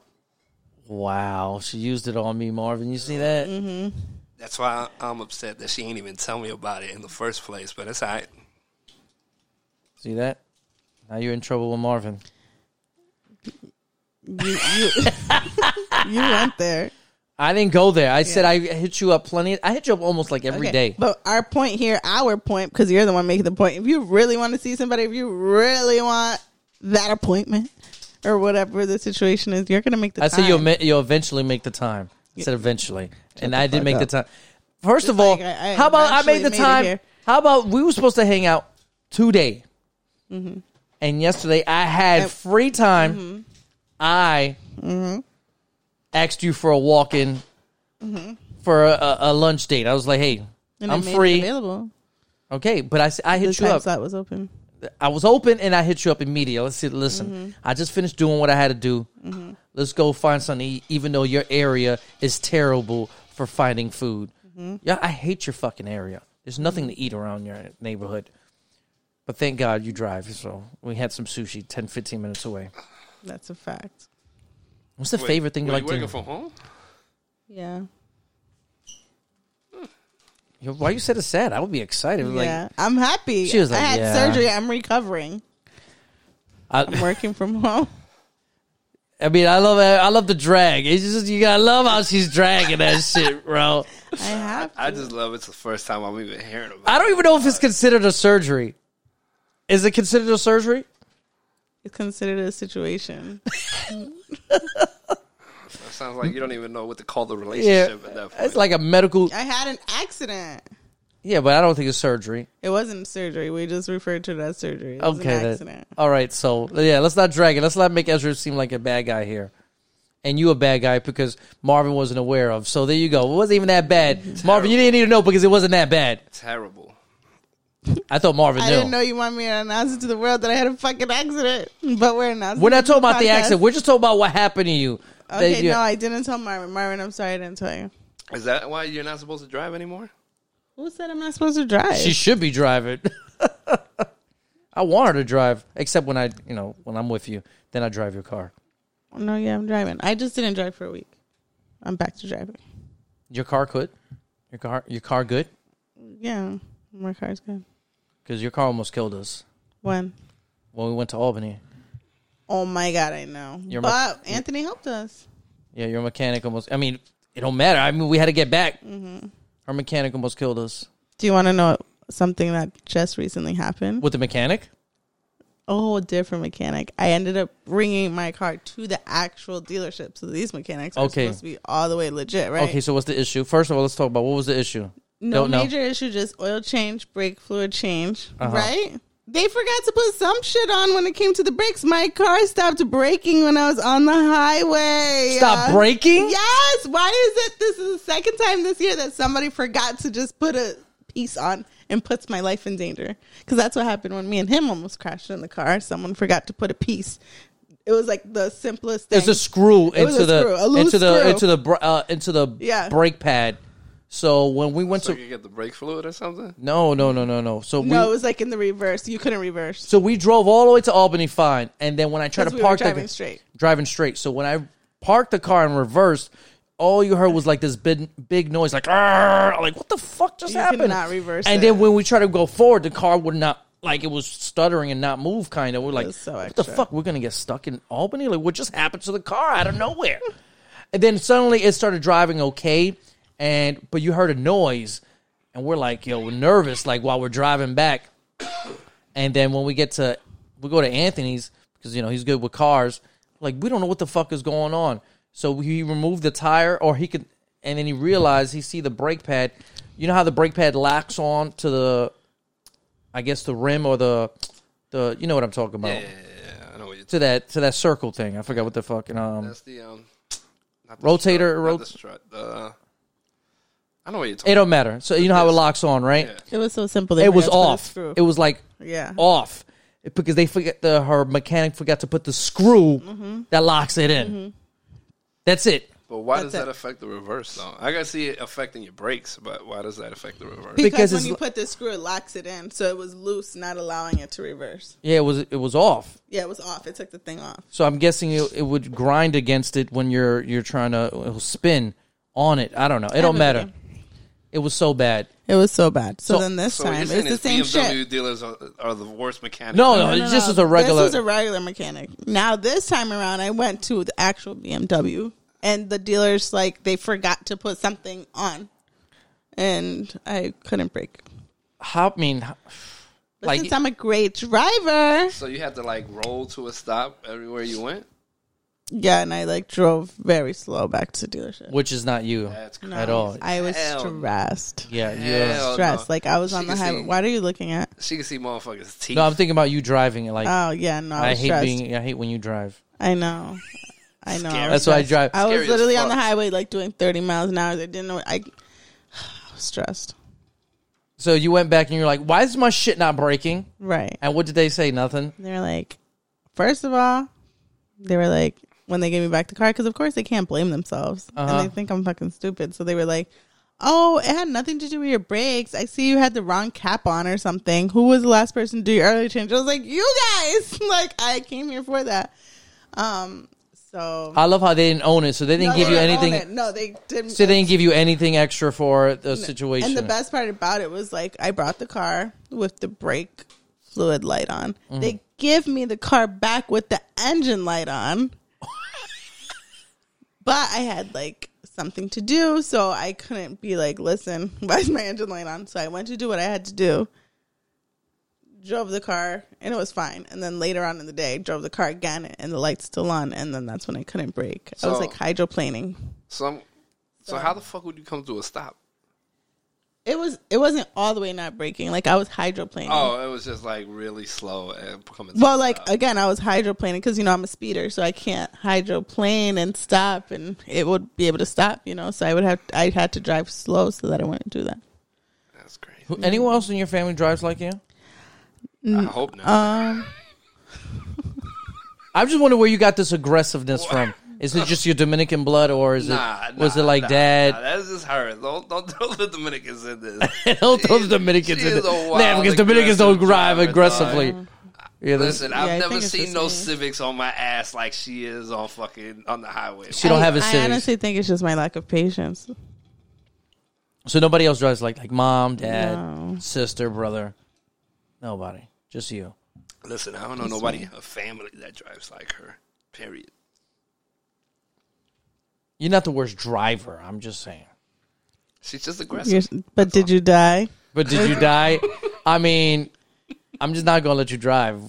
Speaker 2: Wow, she used it on me, Marvin. You see that?
Speaker 1: That's why I'm upset that she ain't even tell me about it in the first place. But it's all right.
Speaker 2: See that? Now you're in trouble with Marvin.
Speaker 3: You you, you
Speaker 2: Ah,
Speaker 3: went there.
Speaker 2: I didn't go there. I said I hit you up plenty. I hit you up almost like every
Speaker 3: Okay.
Speaker 2: day.
Speaker 3: But our point here, our point, because you're the one making the point. If you really want to see somebody, if you really want that appointment or whatever the situation is, you're going to make the
Speaker 2: I
Speaker 3: time.
Speaker 2: said you'll me- you'll eventually make the time. I said eventually, and I did make the time. First of all,
Speaker 3: like I- I
Speaker 2: how about I made
Speaker 3: eventually
Speaker 2: the
Speaker 3: made it
Speaker 2: time?
Speaker 3: here.
Speaker 2: How about we were supposed to hang out today,
Speaker 3: Mm-hmm.
Speaker 2: and yesterday I had free time. I
Speaker 3: Mm-hmm.
Speaker 2: asked you for a walk in for a, a, a lunch date. I was like, hey,
Speaker 3: Mm-hmm. And I
Speaker 2: I'm
Speaker 3: made it
Speaker 2: free.
Speaker 3: Available.
Speaker 2: Okay, but I s- I
Speaker 3: The
Speaker 2: hit you
Speaker 3: time
Speaker 2: up.
Speaker 3: slot was open.
Speaker 2: I was open and I hit you up immediately. Let's see, listen, I just finished doing what I had to do. Let's go find something, to eat, even though your area is terrible for finding food. Yeah, I hate your fucking area. There's nothing to eat around your neighborhood. But thank God you drive, so we had some sushi 10, 15 minutes away.
Speaker 3: That's a fact.
Speaker 2: What's the favorite thing you
Speaker 1: Wait,
Speaker 2: like
Speaker 1: were you
Speaker 2: to
Speaker 1: working from home?
Speaker 3: Yeah.
Speaker 2: Yo, Why you said it's sad? I would be excited.
Speaker 3: yeah,
Speaker 2: Like,
Speaker 3: I'm happy.
Speaker 2: She was
Speaker 3: I
Speaker 2: like,
Speaker 3: had
Speaker 2: yeah.
Speaker 3: surgery. I'm recovering. I'm
Speaker 2: I,
Speaker 3: working from home.
Speaker 2: I mean, I love, I love the drag. It's just you gotta love how she's dragging that shit, bro.
Speaker 3: I have.
Speaker 1: I just love it's the first time I'm even hearing about.
Speaker 2: I don't even know if it's considered a surgery. Is it considered a surgery?
Speaker 3: It's considered a situation.
Speaker 1: it. It sounds like you don't even know what to call the relationship at that point.
Speaker 2: it's like a medical.
Speaker 3: I had an accident.
Speaker 2: Yeah, but I don't think it's surgery.
Speaker 3: It wasn't surgery. We just referred to it as surgery. It was
Speaker 2: Okay,
Speaker 3: an
Speaker 2: then.
Speaker 3: accident.
Speaker 2: all right. So yeah, let's not drag it. Let's not make Ezra seem like a bad guy here, and you a bad guy because Marvin wasn't aware of. So there you go. It wasn't even that bad, Marvin. You didn't need to know because it wasn't that bad.
Speaker 1: Terrible.
Speaker 2: I thought Marvin
Speaker 3: I
Speaker 2: knew.
Speaker 3: didn't know you want me to announce it to the world that I had a fucking accident, but we're announcing.
Speaker 2: We're
Speaker 3: it
Speaker 2: not
Speaker 3: to
Speaker 2: talking about the
Speaker 3: podcast.
Speaker 2: accident. We're just talking about what happened to you. That
Speaker 3: Okay,
Speaker 2: you-
Speaker 3: no, I didn't tell Marvin. Marvin, I'm sorry I didn't tell you.
Speaker 1: Is that why you're not supposed to drive anymore?
Speaker 3: Who said I'm not supposed to drive?
Speaker 2: she should be driving. I want her to drive, except when I, you know, when I'm with you, then I drive your car.
Speaker 3: no, yeah, I'm driving. I just didn't drive for a week. I'm back to driving.
Speaker 2: Your car could. Your car, your car good
Speaker 3: Yeah, my car's good.
Speaker 2: because your car almost killed us
Speaker 3: When?
Speaker 2: when we went to Albany.
Speaker 3: Oh my god, I know.
Speaker 2: Your mo-
Speaker 3: but Anthony helped us.
Speaker 2: Yeah, your mechanic almost. I mean, it don't matter. I mean, we had to get back.
Speaker 3: Mm-hmm.
Speaker 2: Our mechanic almost killed us.
Speaker 3: Do you want to know something that just recently happened?
Speaker 2: With the mechanic?
Speaker 3: a whole different mechanic. I ended up bringing my car to the actual dealership. So these mechanics are
Speaker 2: Okay.
Speaker 3: supposed to be all the way legit, right?
Speaker 2: Okay, so what's the issue? First of all, let's talk about what was the issue.
Speaker 3: no
Speaker 2: Don't know. Uh-huh.
Speaker 3: major issue, just oil change, brake fluid change, right? They forgot to put some shit on when it came to the brakes. My car stopped braking when I was on the highway.
Speaker 2: Stop
Speaker 3: Uh,
Speaker 2: braking?
Speaker 3: Yes. Why is it this is the second time this year that somebody forgot to just put a piece on and puts my life in danger? Because that's what happened when me and him almost crashed in the car. Someone forgot to put a piece. It was like the simplest thing.
Speaker 2: It's a screw
Speaker 3: It was
Speaker 2: into
Speaker 3: a screw, a
Speaker 2: the
Speaker 3: loose
Speaker 2: into the
Speaker 3: screw.
Speaker 2: into the br- uh, into the
Speaker 3: Yeah.
Speaker 2: brake pad. So when we went
Speaker 1: So you
Speaker 2: to
Speaker 1: could get the brake fluid or something?
Speaker 2: no no no no no. So
Speaker 3: no, it
Speaker 2: we
Speaker 3: was like in the reverse. You couldn't reverse.
Speaker 2: so we drove all the way to Albany fine, and then when I tried to
Speaker 3: Because we were
Speaker 2: park the-
Speaker 3: driving straight.
Speaker 2: driving straight. So when I parked the car and reversed, all you heard was like this big big noise, like "Arr!" I'm like what the fuck just
Speaker 3: You could
Speaker 2: happened?
Speaker 3: not reverse
Speaker 2: And
Speaker 3: it.
Speaker 2: then when we tried to go forward, the car would not like it was stuttering and not move. Kind of, we're like,
Speaker 3: was so
Speaker 2: what the
Speaker 3: extra.
Speaker 2: fuck? We're gonna get stuck in Albany? Like what just happened to the car out of nowhere? and then suddenly it started driving okay, and but you heard a noise, and we're like, yo, we're nervous. Like while we're driving back. And then when we get to, we go to Anthony's because you know he's good with cars. Like we don't know what the fuck is going on. So he removed the tire, or he could, and then he realized he see the brake pad. You know how the brake pad locks on to the, I guess the rim or the, the you know what I'm talking about
Speaker 1: Yeah, I know what you're
Speaker 2: to that to that circle thing. I forgot what the fucking um.
Speaker 1: That's the um not the
Speaker 2: Rotator,
Speaker 1: strut,
Speaker 2: ro-
Speaker 1: not the strut. Uh, I know what you're talking.
Speaker 2: It don't matter. So you know how it
Speaker 1: Yes.
Speaker 2: locks on, right?
Speaker 3: It was so simple. They
Speaker 2: It was
Speaker 3: forgot to put a
Speaker 2: off.
Speaker 3: screw.
Speaker 2: It was like
Speaker 3: yeah.
Speaker 2: off because they forget the her mechanic forgot to put the screw that locks it in. That's it.
Speaker 1: But why does
Speaker 3: That's
Speaker 1: that
Speaker 3: it.
Speaker 1: affect the reverse though? I can see it affecting your brakes, but why does that affect the reverse?
Speaker 3: because,
Speaker 2: Because
Speaker 3: when
Speaker 2: it's
Speaker 3: you
Speaker 2: li-
Speaker 3: put the screw, it locks it in, so it was loose, not allowing it to reverse.
Speaker 2: Yeah, it was it was off.
Speaker 3: Yeah, it was off. It took the thing off.
Speaker 2: So I'm guessing it, it would grind against it when you're you're trying to it'll spin on it. I don't know. It don't
Speaker 3: have a
Speaker 2: matter.
Speaker 3: video.
Speaker 2: It was so bad.
Speaker 3: It was so bad. So,
Speaker 2: So-
Speaker 3: then this
Speaker 1: So
Speaker 3: time,
Speaker 1: you're
Speaker 3: it's
Speaker 1: saying
Speaker 3: the
Speaker 1: it's
Speaker 3: same
Speaker 1: BMW
Speaker 3: shit.
Speaker 1: dealers are, are the worst mechanics?
Speaker 2: No, no, it just Uh, was a regular.
Speaker 3: This was a regular mechanic. Now this time around, I went to the actual BMW, and the dealers like they forgot to put something on, and I couldn't brake.
Speaker 2: how, I mean, how-
Speaker 3: But
Speaker 2: Like-
Speaker 3: since I'm a great driver,
Speaker 1: So you had to like roll to a stop everywhere you went.
Speaker 3: yeah, and I like drove very slow back to dealership.
Speaker 2: which is not you
Speaker 1: That's crazy.
Speaker 2: at all.
Speaker 3: I was
Speaker 1: Hell.
Speaker 3: stressed.
Speaker 2: yeah, yeah.
Speaker 1: Hell
Speaker 3: Stressed.
Speaker 1: no.
Speaker 3: Like I was
Speaker 1: She
Speaker 3: on the
Speaker 1: can
Speaker 3: highway.
Speaker 1: see-
Speaker 3: What are you looking at?
Speaker 1: She can see motherfuckers' teeth.
Speaker 2: No, I'm thinking about you driving. Like
Speaker 3: Oh yeah, no, I,
Speaker 2: I
Speaker 3: was
Speaker 2: hate
Speaker 3: stressed.
Speaker 2: being. I hate when you drive.
Speaker 3: I know. I know.
Speaker 1: Scary.
Speaker 3: I was
Speaker 2: That's why I
Speaker 3: stressed.
Speaker 2: drive.
Speaker 3: I
Speaker 1: Scary
Speaker 3: was
Speaker 1: as
Speaker 3: literally on the
Speaker 1: fuck.
Speaker 3: highway, like doing 30 miles an hour. I didn't know. I, I was stressed.
Speaker 2: So you went back and you're like, why is my shit not breaking?
Speaker 3: Right.
Speaker 2: And what did they say? Nothing.
Speaker 3: They were like, first of all, they were like, when they gave me back the car, because of course they can't blame themselves.
Speaker 2: Uh-huh.
Speaker 3: And they think I'm fucking stupid. So they were like, oh, it had nothing to do with your brakes. I see you had the wrong cap on or something. Who was the last person to do your early change? I was like, you guys. like, I came here for that. Um, So
Speaker 2: I love how they didn't own it, so they didn't
Speaker 3: No,
Speaker 2: give
Speaker 3: they
Speaker 2: you
Speaker 3: didn't own
Speaker 2: anything.
Speaker 3: it. No, they didn't.
Speaker 2: So they didn't give you anything extra for the situation.
Speaker 3: And the best part about it was like I brought the car with the brake fluid light on. They give me the car back with the engine light on. but I had like something to do, so I couldn't be like, "Listen, why is my engine light on?" So I went to do what I had to do. Drove the car and it was fine. And then later on in the day, drove the car again and the light's still on. And then that's when I couldn't brake. I was
Speaker 1: So-
Speaker 3: like hydroplaning.
Speaker 1: So, I'm- so how the fuck would you come to a stop?
Speaker 3: It was it wasn't all the way not breaking. Like I was hydroplaning.
Speaker 1: Oh, it was just like really slow and coming. to
Speaker 3: Mm-hmm.
Speaker 1: a
Speaker 3: Well, like
Speaker 1: stop.
Speaker 3: again, I was hydroplaning because you know I'm a speeder, so I can't hydroplane and stop, and it would be able to stop, you know. So I would have I had to drive slow so that I wouldn't do that.
Speaker 1: that's crazy.
Speaker 2: Who- Anyone else in your family drives like you?
Speaker 1: I hope not.
Speaker 2: I'm just wondering where you got this aggressiveness from. Is it just your Dominican blood, or is
Speaker 1: nah,
Speaker 2: it was
Speaker 1: nah,
Speaker 2: it like
Speaker 1: nah, Nah,
Speaker 2: dad?
Speaker 1: that's just her. Don't don't throw the Dominicans in this.
Speaker 2: Don't throw the Dominicans
Speaker 1: She
Speaker 2: in
Speaker 1: is
Speaker 2: it.
Speaker 1: a wild,
Speaker 2: Nah, because Dominicans don't
Speaker 1: aggressive
Speaker 2: drive
Speaker 1: driver,
Speaker 2: aggressively.
Speaker 1: dog.
Speaker 2: Yeah, that's-
Speaker 1: Listen,
Speaker 3: I
Speaker 1: I've never
Speaker 3: think it's
Speaker 1: seen
Speaker 3: just
Speaker 1: no
Speaker 3: me.
Speaker 1: civics on my ass like she is on fucking on the highway.
Speaker 2: She don't
Speaker 3: I-
Speaker 2: have a
Speaker 3: I
Speaker 2: series.
Speaker 3: honestly think it's just my lack of patience.
Speaker 2: so nobody else drives like like mom, dad,
Speaker 3: No.
Speaker 2: sister, brother. Nobody, just you.
Speaker 1: Listen, I don't know nobody in her family that drives like her. Period.
Speaker 2: You're not the worst driver. I'm just saying.
Speaker 1: She's just
Speaker 3: You're-
Speaker 1: aggressive.
Speaker 3: but did you die?
Speaker 2: But did you die? I mean, I'm just not gonna let you drive,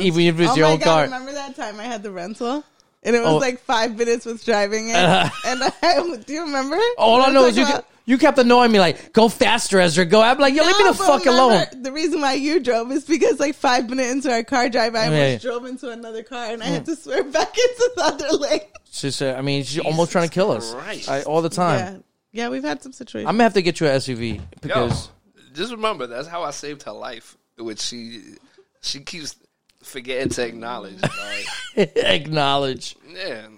Speaker 2: even if it's
Speaker 3: oh
Speaker 2: your
Speaker 3: my
Speaker 2: own
Speaker 3: god!
Speaker 2: car.
Speaker 3: Remember that time I had the rental. And it was
Speaker 2: Oh. Uh-huh.
Speaker 3: like five minutes with driving it, and I do you remember?
Speaker 2: All I
Speaker 3: What
Speaker 2: know
Speaker 3: I'm
Speaker 2: is you
Speaker 3: talking
Speaker 2: kept,
Speaker 3: about?
Speaker 2: you kept annoying me like, go faster, Ezra, go. I'm like, yo, leave me
Speaker 3: No,
Speaker 2: the
Speaker 3: Oh, but
Speaker 2: fuck
Speaker 3: remember,
Speaker 2: alone.
Speaker 3: The reason why you drove is because like five minutes into our car drive, I
Speaker 2: Yeah.
Speaker 3: almost drove into another car and I
Speaker 2: Mm.
Speaker 3: had to swerve back into the other lane.
Speaker 2: She said, I mean, she's almost trying to kill us
Speaker 1: Christ.
Speaker 2: I, all the time.
Speaker 3: Yeah, yeah, we've had some situations.
Speaker 2: I'm gonna have to get you an SUV
Speaker 1: Yo,
Speaker 2: because
Speaker 1: just remember that's how I saved her life, which she she keeps forgetting to acknowledge. like,
Speaker 2: acknowledge.
Speaker 1: yeah,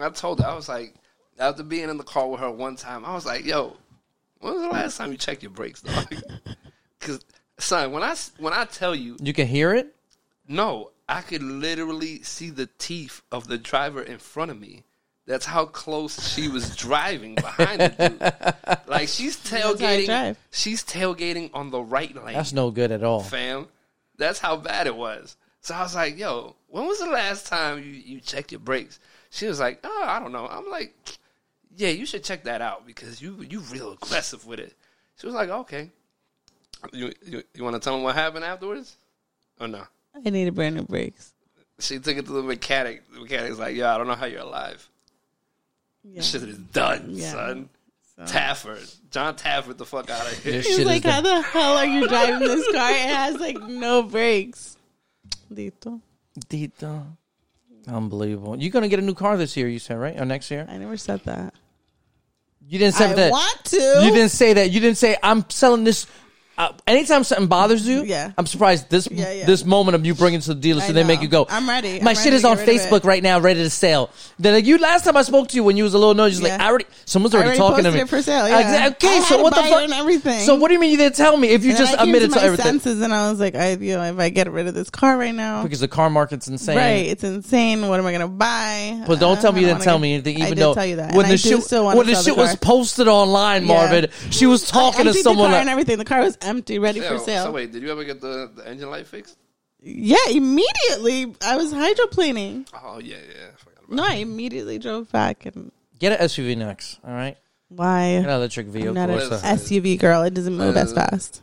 Speaker 1: I told her I was like after being in the car with her one time, I was like, "Yo, when was the last time you checked your brakes, dog?" Because son, when I s- when I tell you,
Speaker 2: You can hear it.
Speaker 1: No, I could literally see the teeth of the driver in front of me. That's how close she was driving behind the dude. Like she's
Speaker 3: how I
Speaker 1: tailgating.
Speaker 3: drive.
Speaker 1: She's tailgating on the right lane,
Speaker 2: That's no good at all.
Speaker 1: fam. That's how bad it was. So I was like, "Yo, when was the last time you, you checked your brakes?" She was like, "Oh, I don't know." I'm like, "Yeah, you should check that out because you you real aggressive with it." She was like, "Okay." You you, you want to tell them what happened afterwards, or no?
Speaker 3: I need a brand new brakes.
Speaker 1: She took it to the mechanic. The mechanic's like, yo, I don't know how you're alive.
Speaker 3: Yeah.
Speaker 1: Shit is done,
Speaker 3: Yeah.
Speaker 1: son.
Speaker 3: So-
Speaker 1: Tafford. John Tafford the fuck out of here.
Speaker 2: This
Speaker 3: He was
Speaker 2: shit
Speaker 3: like,
Speaker 2: is
Speaker 3: "How the hell are you driving this car? It has like no brakes." Dito,
Speaker 2: the- Dita. Unbelievable. You're gonna get a new car this year. You said right or next year.
Speaker 3: I never said that.
Speaker 2: You didn't say
Speaker 3: I
Speaker 2: that.
Speaker 3: want to.
Speaker 2: You didn't say that. You didn't say I'm selling this. Uh, anytime something bothers you,
Speaker 3: Yeah.
Speaker 2: I'm surprised this
Speaker 3: Yeah, yeah.
Speaker 2: this moment of you bringing it to the dealer,
Speaker 3: I
Speaker 2: so they
Speaker 3: know.
Speaker 2: make you go.
Speaker 3: I'm ready.
Speaker 2: My
Speaker 3: I'm
Speaker 2: shit
Speaker 3: ready
Speaker 2: is
Speaker 3: to
Speaker 2: on
Speaker 3: get rid of
Speaker 2: Facebook
Speaker 3: it."
Speaker 2: right now, ready to sell. Then like, you last time I spoke to you when you was a little noisy, like
Speaker 3: Yeah.
Speaker 2: I already someone's
Speaker 3: I
Speaker 2: already,
Speaker 3: already
Speaker 2: talking to
Speaker 3: posted
Speaker 2: me
Speaker 3: it for sale, yeah.
Speaker 2: Exa-
Speaker 3: I
Speaker 2: Okay,
Speaker 3: had
Speaker 2: so
Speaker 3: a
Speaker 2: what the
Speaker 3: buyer
Speaker 2: fuck?
Speaker 3: and everything.
Speaker 2: So what do you mean you didn't tell me if you
Speaker 3: And
Speaker 2: just
Speaker 3: I came
Speaker 2: admitted
Speaker 3: to,
Speaker 2: to,
Speaker 3: my
Speaker 2: everything?
Speaker 3: senses, and I was like, "I, you know, if I get rid of this car right now,
Speaker 2: Because the car market's insane.
Speaker 3: right? It's insane. What am I gonna buy?"
Speaker 2: But don't
Speaker 3: Uh,
Speaker 2: tell
Speaker 3: I
Speaker 2: me you
Speaker 3: don't
Speaker 2: didn't tell
Speaker 3: wanna
Speaker 2: me
Speaker 3: get-
Speaker 2: anything,
Speaker 3: I
Speaker 2: even
Speaker 3: did
Speaker 2: though
Speaker 3: tell you that.
Speaker 2: when
Speaker 3: and
Speaker 2: the
Speaker 3: I do
Speaker 2: shit
Speaker 3: still wanna
Speaker 2: when the
Speaker 3: sell
Speaker 2: shit
Speaker 3: car.
Speaker 2: was posted online,
Speaker 3: Yeah.
Speaker 2: Marvin, she was talking
Speaker 3: I
Speaker 2: to
Speaker 3: emptied
Speaker 2: someone
Speaker 3: the car
Speaker 2: like,
Speaker 3: and everything. The car was empty, ready
Speaker 1: Yo,
Speaker 3: for sale.
Speaker 1: So wait, did you ever get the, the engine light fixed?
Speaker 3: yeah, immediately I was hydroplaning.
Speaker 1: Oh yeah, yeah. I forgot about
Speaker 3: No, I immediately drove back and
Speaker 2: "Get an SUV next, all right?
Speaker 3: why?
Speaker 2: An electric vehicle."
Speaker 3: I'm not an
Speaker 2: or something.
Speaker 3: SUV girl. It doesn't move
Speaker 2: Uh,
Speaker 3: as fast.
Speaker 1: it.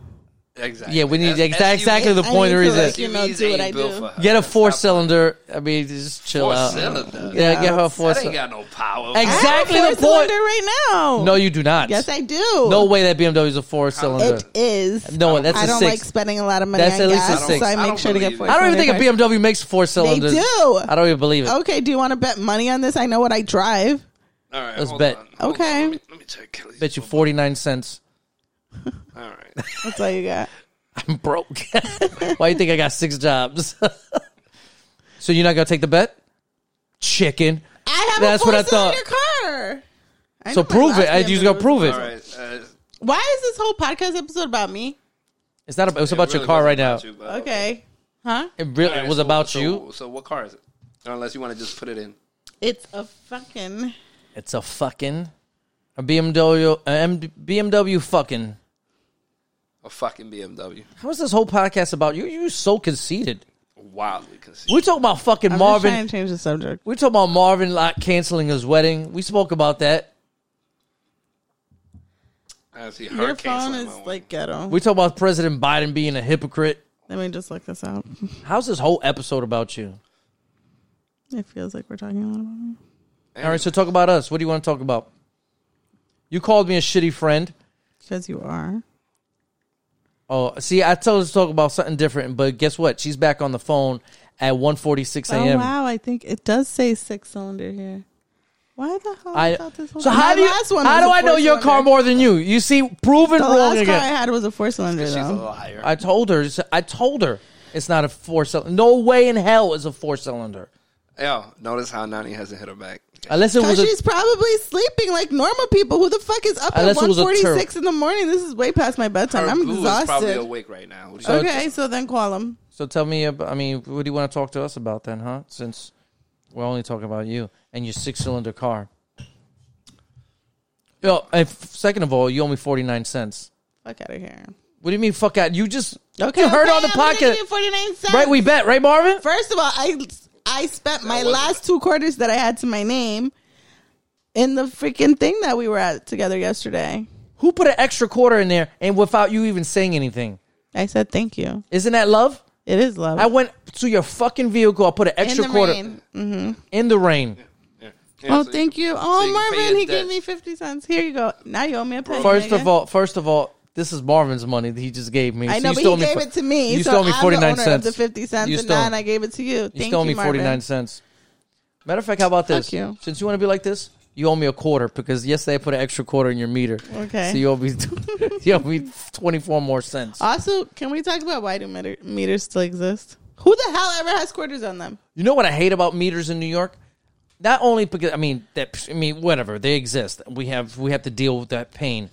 Speaker 1: Exactly.
Speaker 2: Yeah, we need
Speaker 1: That's-
Speaker 2: exact- exactly the
Speaker 3: I
Speaker 2: point.
Speaker 3: need
Speaker 2: Or
Speaker 3: to,
Speaker 2: is it
Speaker 3: like, you know,
Speaker 1: SUVs
Speaker 3: do what
Speaker 1: ain't
Speaker 3: I
Speaker 1: built
Speaker 3: do.
Speaker 1: for her.
Speaker 2: get a
Speaker 1: Stop
Speaker 2: four cylinder? I mean, just chill
Speaker 1: Four
Speaker 2: out.
Speaker 1: cylinder.
Speaker 2: Yeah, get her a four
Speaker 1: That ain't
Speaker 2: cylinder.
Speaker 1: got no power.
Speaker 3: I
Speaker 2: Exact-
Speaker 3: have
Speaker 2: Exactly
Speaker 3: a
Speaker 2: the point.
Speaker 3: four-cylinder right now.
Speaker 2: No, you do not.
Speaker 3: yes, I do.
Speaker 2: No way that BMW is a four cylinder.
Speaker 3: it is.
Speaker 2: No, that's
Speaker 3: I
Speaker 2: a
Speaker 3: don't
Speaker 2: six.
Speaker 3: like spending a lot of money
Speaker 2: That's
Speaker 3: on
Speaker 2: at least a
Speaker 3: gas,
Speaker 2: six.
Speaker 3: so
Speaker 1: I
Speaker 3: I
Speaker 1: don't
Speaker 3: make sure to
Speaker 1: believe
Speaker 3: get
Speaker 1: it.
Speaker 3: four.
Speaker 2: I don't even think a
Speaker 3: cylinder
Speaker 2: BMW makes four cylinders.
Speaker 3: do. Oh.
Speaker 2: I don't even believe it.
Speaker 3: cars. Okay, do you want to bet money on this? I know what I drive.
Speaker 1: All right,
Speaker 2: Let's
Speaker 1: hold
Speaker 2: bet.
Speaker 1: on, hold
Speaker 3: Okay.
Speaker 1: on. Let, me, let me check Kelly's.
Speaker 2: Bet you forty nine cents.
Speaker 1: All right.
Speaker 3: That's all you got.
Speaker 2: I'm broke. Why you think I got six jobs? so you're not gonna take the bet? Chicken.
Speaker 3: I have
Speaker 2: That's
Speaker 3: a
Speaker 2: what
Speaker 3: four
Speaker 2: I thought.
Speaker 3: cylinder car. I
Speaker 2: So
Speaker 3: know my
Speaker 2: prove it.
Speaker 3: last
Speaker 2: I,
Speaker 3: name
Speaker 2: you
Speaker 3: is
Speaker 2: just gonna
Speaker 3: Roosevelt.
Speaker 2: prove it.
Speaker 1: All right. Uh,
Speaker 3: Why is this whole podcast episode about me?
Speaker 2: It's not. About, it's
Speaker 1: it
Speaker 2: about
Speaker 1: really
Speaker 2: your car
Speaker 1: wasn't
Speaker 2: right now.
Speaker 1: about you, but
Speaker 3: Okay. Huh?
Speaker 2: It really
Speaker 1: All right,
Speaker 2: was
Speaker 1: so-
Speaker 2: about
Speaker 1: so-
Speaker 2: you.
Speaker 1: So what car is it? Unless you want to just put it in.
Speaker 3: It's a fucking.
Speaker 2: It's a fucking a BMW a M- BMW fucking.
Speaker 1: A fucking BMW.
Speaker 2: How is this whole podcast about? You you so conceited.
Speaker 1: Wildly conceited.
Speaker 2: We talk about fucking
Speaker 3: I'm just trying
Speaker 2: Marvin.
Speaker 3: to change the subject.
Speaker 2: We talk about Marvin like canceling his wedding. We spoke about that.
Speaker 1: I see her
Speaker 3: Your phone
Speaker 1: canceling
Speaker 3: is
Speaker 1: my one.
Speaker 3: like ghetto.
Speaker 2: We talk about President Biden being a hypocrite.
Speaker 3: Let me just look this up.
Speaker 2: How's this whole episode about you?
Speaker 3: It feels like we're talking a lot about me.
Speaker 2: All right, so talk about us. What do you want to talk about? You called me a shitty friend.
Speaker 3: Because you are.
Speaker 2: Oh, see, I told her to talk about something different, but guess what? She's back on the phone at 1.46
Speaker 3: Oh
Speaker 2: a.m.
Speaker 3: wow, I think it does say six cylinder here. Why the hell
Speaker 2: I,
Speaker 3: I thought this one?
Speaker 2: so
Speaker 3: My
Speaker 2: how do you,
Speaker 3: last one
Speaker 2: how
Speaker 3: was
Speaker 2: do
Speaker 3: a
Speaker 2: I know your
Speaker 3: four-cylinder.
Speaker 2: car more than you? You see, proven
Speaker 3: The
Speaker 2: wrong
Speaker 3: last car I
Speaker 2: again.
Speaker 3: had was a four cylinder
Speaker 1: She's a
Speaker 3: though.
Speaker 1: liar.
Speaker 2: I told her. I told her it's not a four cylinder. No way in hell is a four cylinder.
Speaker 1: Yo, notice how Nani hasn't hit her back.
Speaker 2: Unless it was
Speaker 3: Because
Speaker 2: a,
Speaker 3: she's probably sleeping like normal people. Who the fuck is up
Speaker 2: Unless it
Speaker 3: at one
Speaker 2: was a
Speaker 3: forty six
Speaker 2: turtle.
Speaker 3: in the morning? This is way past my bedtime.
Speaker 1: Her
Speaker 3: I'm
Speaker 1: glue is probably
Speaker 3: exhausted.
Speaker 1: awake right now. What do you-
Speaker 3: Okay, so then call him.
Speaker 2: so tell me. ab- I mean, what do you want to talk to us about then, huh? Since we're only talking about you and your six cylinder car. Yo, and f- second of all, you owe me forty nine cents.
Speaker 3: Fuck out of here.
Speaker 2: What do you mean? Fuck out. You just you heard on the podcast,
Speaker 3: Forty nine cents.
Speaker 2: right? We bet, right, Marvin?
Speaker 3: First of all, I I spent my
Speaker 1: wasn't
Speaker 3: last two quarters that I had to my name in the freaking thing that we were at together yesterday.
Speaker 2: Who put an extra quarter in there and without you even saying anything?
Speaker 3: I said thank you.
Speaker 2: Isn't that love?
Speaker 3: It is love.
Speaker 2: I went to your fucking vehicle. I put an
Speaker 3: in
Speaker 2: extra
Speaker 3: the
Speaker 2: quarter
Speaker 3: rain.
Speaker 2: in the rain.
Speaker 1: Yeah. Yeah,
Speaker 3: Oh,
Speaker 1: so
Speaker 3: thank you. Oh,
Speaker 1: you can pay
Speaker 3: Marvin,
Speaker 1: your
Speaker 3: he gave
Speaker 1: debts.
Speaker 3: me fifty cents. Here you go. Now you owe me a penny.
Speaker 2: First
Speaker 3: nigga.
Speaker 2: of all, first of all, this is Marvin's money that he just gave me.
Speaker 3: I
Speaker 2: So
Speaker 3: know,
Speaker 2: you
Speaker 3: but
Speaker 2: stole
Speaker 3: he
Speaker 2: me
Speaker 3: gave
Speaker 2: fo-
Speaker 3: it to me.
Speaker 2: You
Speaker 3: so
Speaker 2: stole me
Speaker 3: I'm
Speaker 2: forty
Speaker 3: the
Speaker 2: nine
Speaker 3: owner
Speaker 2: cents.
Speaker 3: Of the fifty cents,
Speaker 2: You
Speaker 3: and
Speaker 2: stole-
Speaker 3: then I gave it to you.
Speaker 2: You
Speaker 3: Thank
Speaker 2: stole
Speaker 3: you,
Speaker 2: me
Speaker 3: Marvin.
Speaker 2: forty nine cents. Matter of fact, how about this?
Speaker 3: Fuck you.
Speaker 2: Since you want to be like this, you owe me a quarter because yesterday I put an extra quarter in your meter.
Speaker 3: Okay.
Speaker 2: So you owe me you owe me twenty four more cents.
Speaker 3: Also, can we talk about why do meter- meters still exist? Who the hell ever has quarters on them?
Speaker 2: You know what I hate about meters in New York? Not only because I mean that I mean whatever they exist, we have we have to deal with that pain.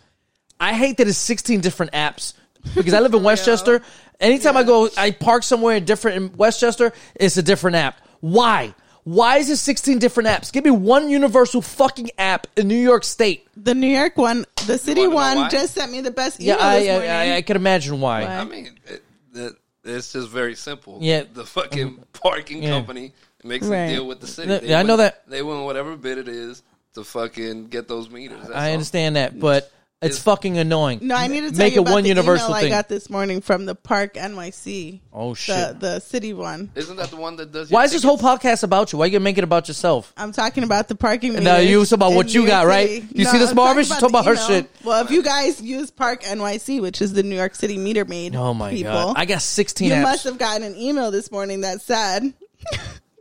Speaker 2: I hate that it's sixteen different apps because I live in Westchester. Anytime I go, I park somewhere in different in Westchester. It's a different app. Why? Why is it sixteen different apps? Give me one universal fucking app in New York State.
Speaker 3: The New York one, the city
Speaker 1: wanna know why?
Speaker 3: one, just sent me the best
Speaker 2: Yeah,
Speaker 3: email
Speaker 2: I,
Speaker 3: this morning.
Speaker 2: I, I, I could imagine why.
Speaker 3: Why?
Speaker 1: I mean, it, it, it's just very simple.
Speaker 2: Yeah. Mm-hmm.
Speaker 1: the fucking parking
Speaker 2: Yeah.
Speaker 1: company makes
Speaker 3: Right.
Speaker 1: a deal with the city.
Speaker 2: Yeah, I know
Speaker 1: win-
Speaker 2: that.
Speaker 1: they win whatever bid it is to fucking get those meters. That's
Speaker 2: I
Speaker 1: all.
Speaker 2: understand that, but it's fucking annoying.
Speaker 3: No, I need to tell
Speaker 2: Make
Speaker 3: you
Speaker 2: it
Speaker 3: about
Speaker 2: one
Speaker 3: the
Speaker 2: universal
Speaker 3: email
Speaker 2: thing.
Speaker 3: I got this morning from the Park NYC.
Speaker 2: Oh,
Speaker 3: The-
Speaker 2: shit.
Speaker 3: The, city one.
Speaker 1: Isn't that the one that does?
Speaker 2: Why
Speaker 1: your
Speaker 2: is this
Speaker 1: ticket?
Speaker 2: whole podcast about you? Why you gonna make it about yourself?
Speaker 3: I'm talking about the parking.
Speaker 2: No,
Speaker 3: meters
Speaker 2: you was about
Speaker 3: in
Speaker 2: what you
Speaker 3: New York
Speaker 2: got, right?
Speaker 3: City.
Speaker 2: You see this
Speaker 3: I'm
Speaker 2: Marvin? She's talking
Speaker 3: the
Speaker 2: about her
Speaker 3: email.
Speaker 2: shit.
Speaker 3: Well, if you guys use Park NYC, which is the New York City meter maid,
Speaker 2: Oh my
Speaker 3: people,
Speaker 2: god! I got sixteen.
Speaker 3: you
Speaker 2: apps.
Speaker 3: must have gotten an email this morning that said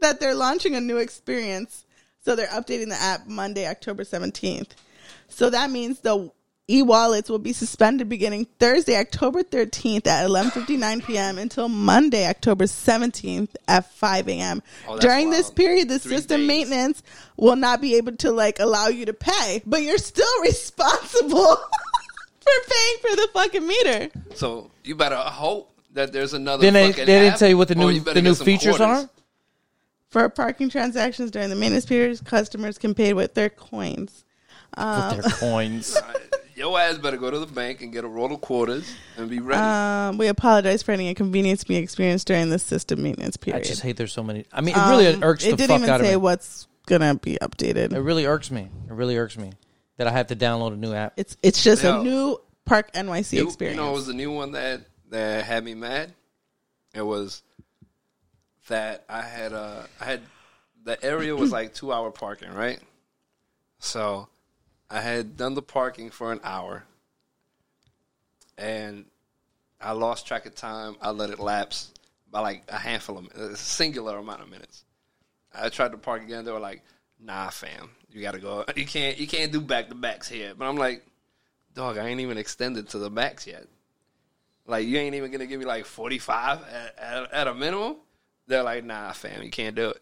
Speaker 3: that they're launching a new experience. So they're updating the app Monday, October 17th. So that means the e-wallets will be suspended beginning Thursday, October 13th at 11:59 p.m. until Monday, October 17th at 5 a.m.
Speaker 1: Oh, that's
Speaker 3: During this
Speaker 1: wild.
Speaker 3: period, the
Speaker 1: Three
Speaker 3: system
Speaker 1: days.
Speaker 3: maintenance will not be able to like allow you to pay, but you're still responsible for paying for the fucking meter.
Speaker 1: So you better hope that there's another.
Speaker 2: Then they,
Speaker 1: fucking
Speaker 2: they didn't
Speaker 1: app,
Speaker 2: tell you what the
Speaker 1: or
Speaker 2: new
Speaker 1: you better
Speaker 2: the
Speaker 1: get
Speaker 2: new
Speaker 1: some
Speaker 2: features
Speaker 1: quarters.
Speaker 2: are.
Speaker 3: For parking transactions during the maintenance period, customers can pay with their coins. Uh,
Speaker 2: With their coins.
Speaker 1: Your ass better go to the bank and get a roll of quarters and be ready.
Speaker 3: Um, we apologize for any inconvenience we experienced during this system maintenance
Speaker 2: I
Speaker 3: period.
Speaker 2: just hate there's so many. I mean, it really
Speaker 3: Um,
Speaker 2: irks
Speaker 3: it
Speaker 2: the
Speaker 3: didn't
Speaker 2: fuck
Speaker 3: even
Speaker 2: out of
Speaker 3: say
Speaker 2: me.
Speaker 3: what's gonna be updated.
Speaker 2: it really irks me. It really irks me that I have to download a new app.
Speaker 3: it's it's just
Speaker 1: Yo.
Speaker 3: a new Park NYC
Speaker 1: You-
Speaker 3: experience.
Speaker 1: You know, it was the new one that that had me mad. It was that I had uh I had the area was like two hour parking, right? So I had done the parking for an hour, and I lost track of time. I let it lapse by like a handful of a singular amount of minutes. I tried to park again. They were like, "Nah, fam, you gotta go. You can't. You can't do back to backs here." But I'm like, "Dog, I ain't even extended to the backs yet. Like, you ain't even gonna give me like 45 at, at, at a minimum." They're like, "Nah, fam, you can't do it."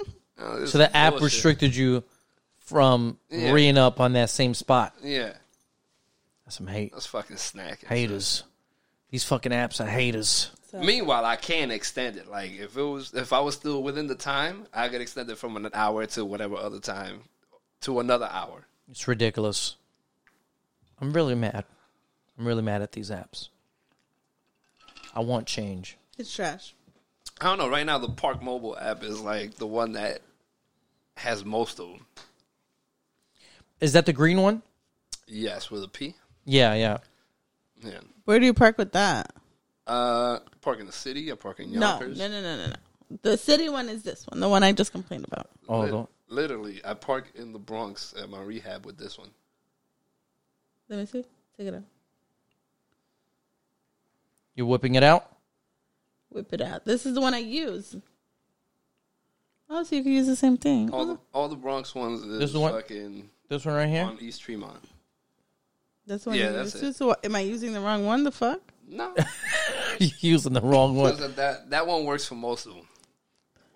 Speaker 1: Uh, this
Speaker 2: So the
Speaker 1: is
Speaker 2: app
Speaker 1: bullshit.
Speaker 2: restricted you from
Speaker 1: Yeah.
Speaker 2: reading up on that same spot.
Speaker 1: Yeah,
Speaker 2: That's some hate.
Speaker 1: that's fucking snacking.
Speaker 2: Haters. These fucking apps are haters.
Speaker 3: So
Speaker 1: Meanwhile, I can extend it. Like if it was, if I was still within the time, I could extend it from an hour to whatever other time to another hour.
Speaker 2: It's ridiculous. I'm really mad. I'm really mad at these apps. I want change.
Speaker 3: It's trash.
Speaker 1: I don't know. Right now, the Park Mobile app is like the one that has most of them.
Speaker 2: Is that the green one?
Speaker 1: Yes, with a P.
Speaker 2: Yeah, yeah.
Speaker 1: Yeah.
Speaker 3: Where do you park with that?
Speaker 1: Uh, park in the city. I park in
Speaker 3: No,
Speaker 1: Yonkers.
Speaker 3: no, no, no, no, no. The city one is this one, the one I just complained about.
Speaker 2: Oh,
Speaker 1: Lit-
Speaker 2: don't-
Speaker 1: literally, I park in the Bronx at my rehab with this one.
Speaker 3: Let me see. Take it out.
Speaker 2: you're whipping it out.
Speaker 3: Whip it out. This is the one I use. Oh, so you can use the same thing.
Speaker 1: All the all the Bronx ones is
Speaker 2: This is the one-
Speaker 1: fucking
Speaker 2: This one right here.
Speaker 1: on East Tremont.
Speaker 3: That's the one.
Speaker 1: Yeah,
Speaker 3: you
Speaker 1: that's
Speaker 3: use.
Speaker 1: it.
Speaker 3: So, what- am I using the wrong one? The fuck?
Speaker 1: No,
Speaker 2: you're using the wrong one.
Speaker 1: that, that that one works for most of them.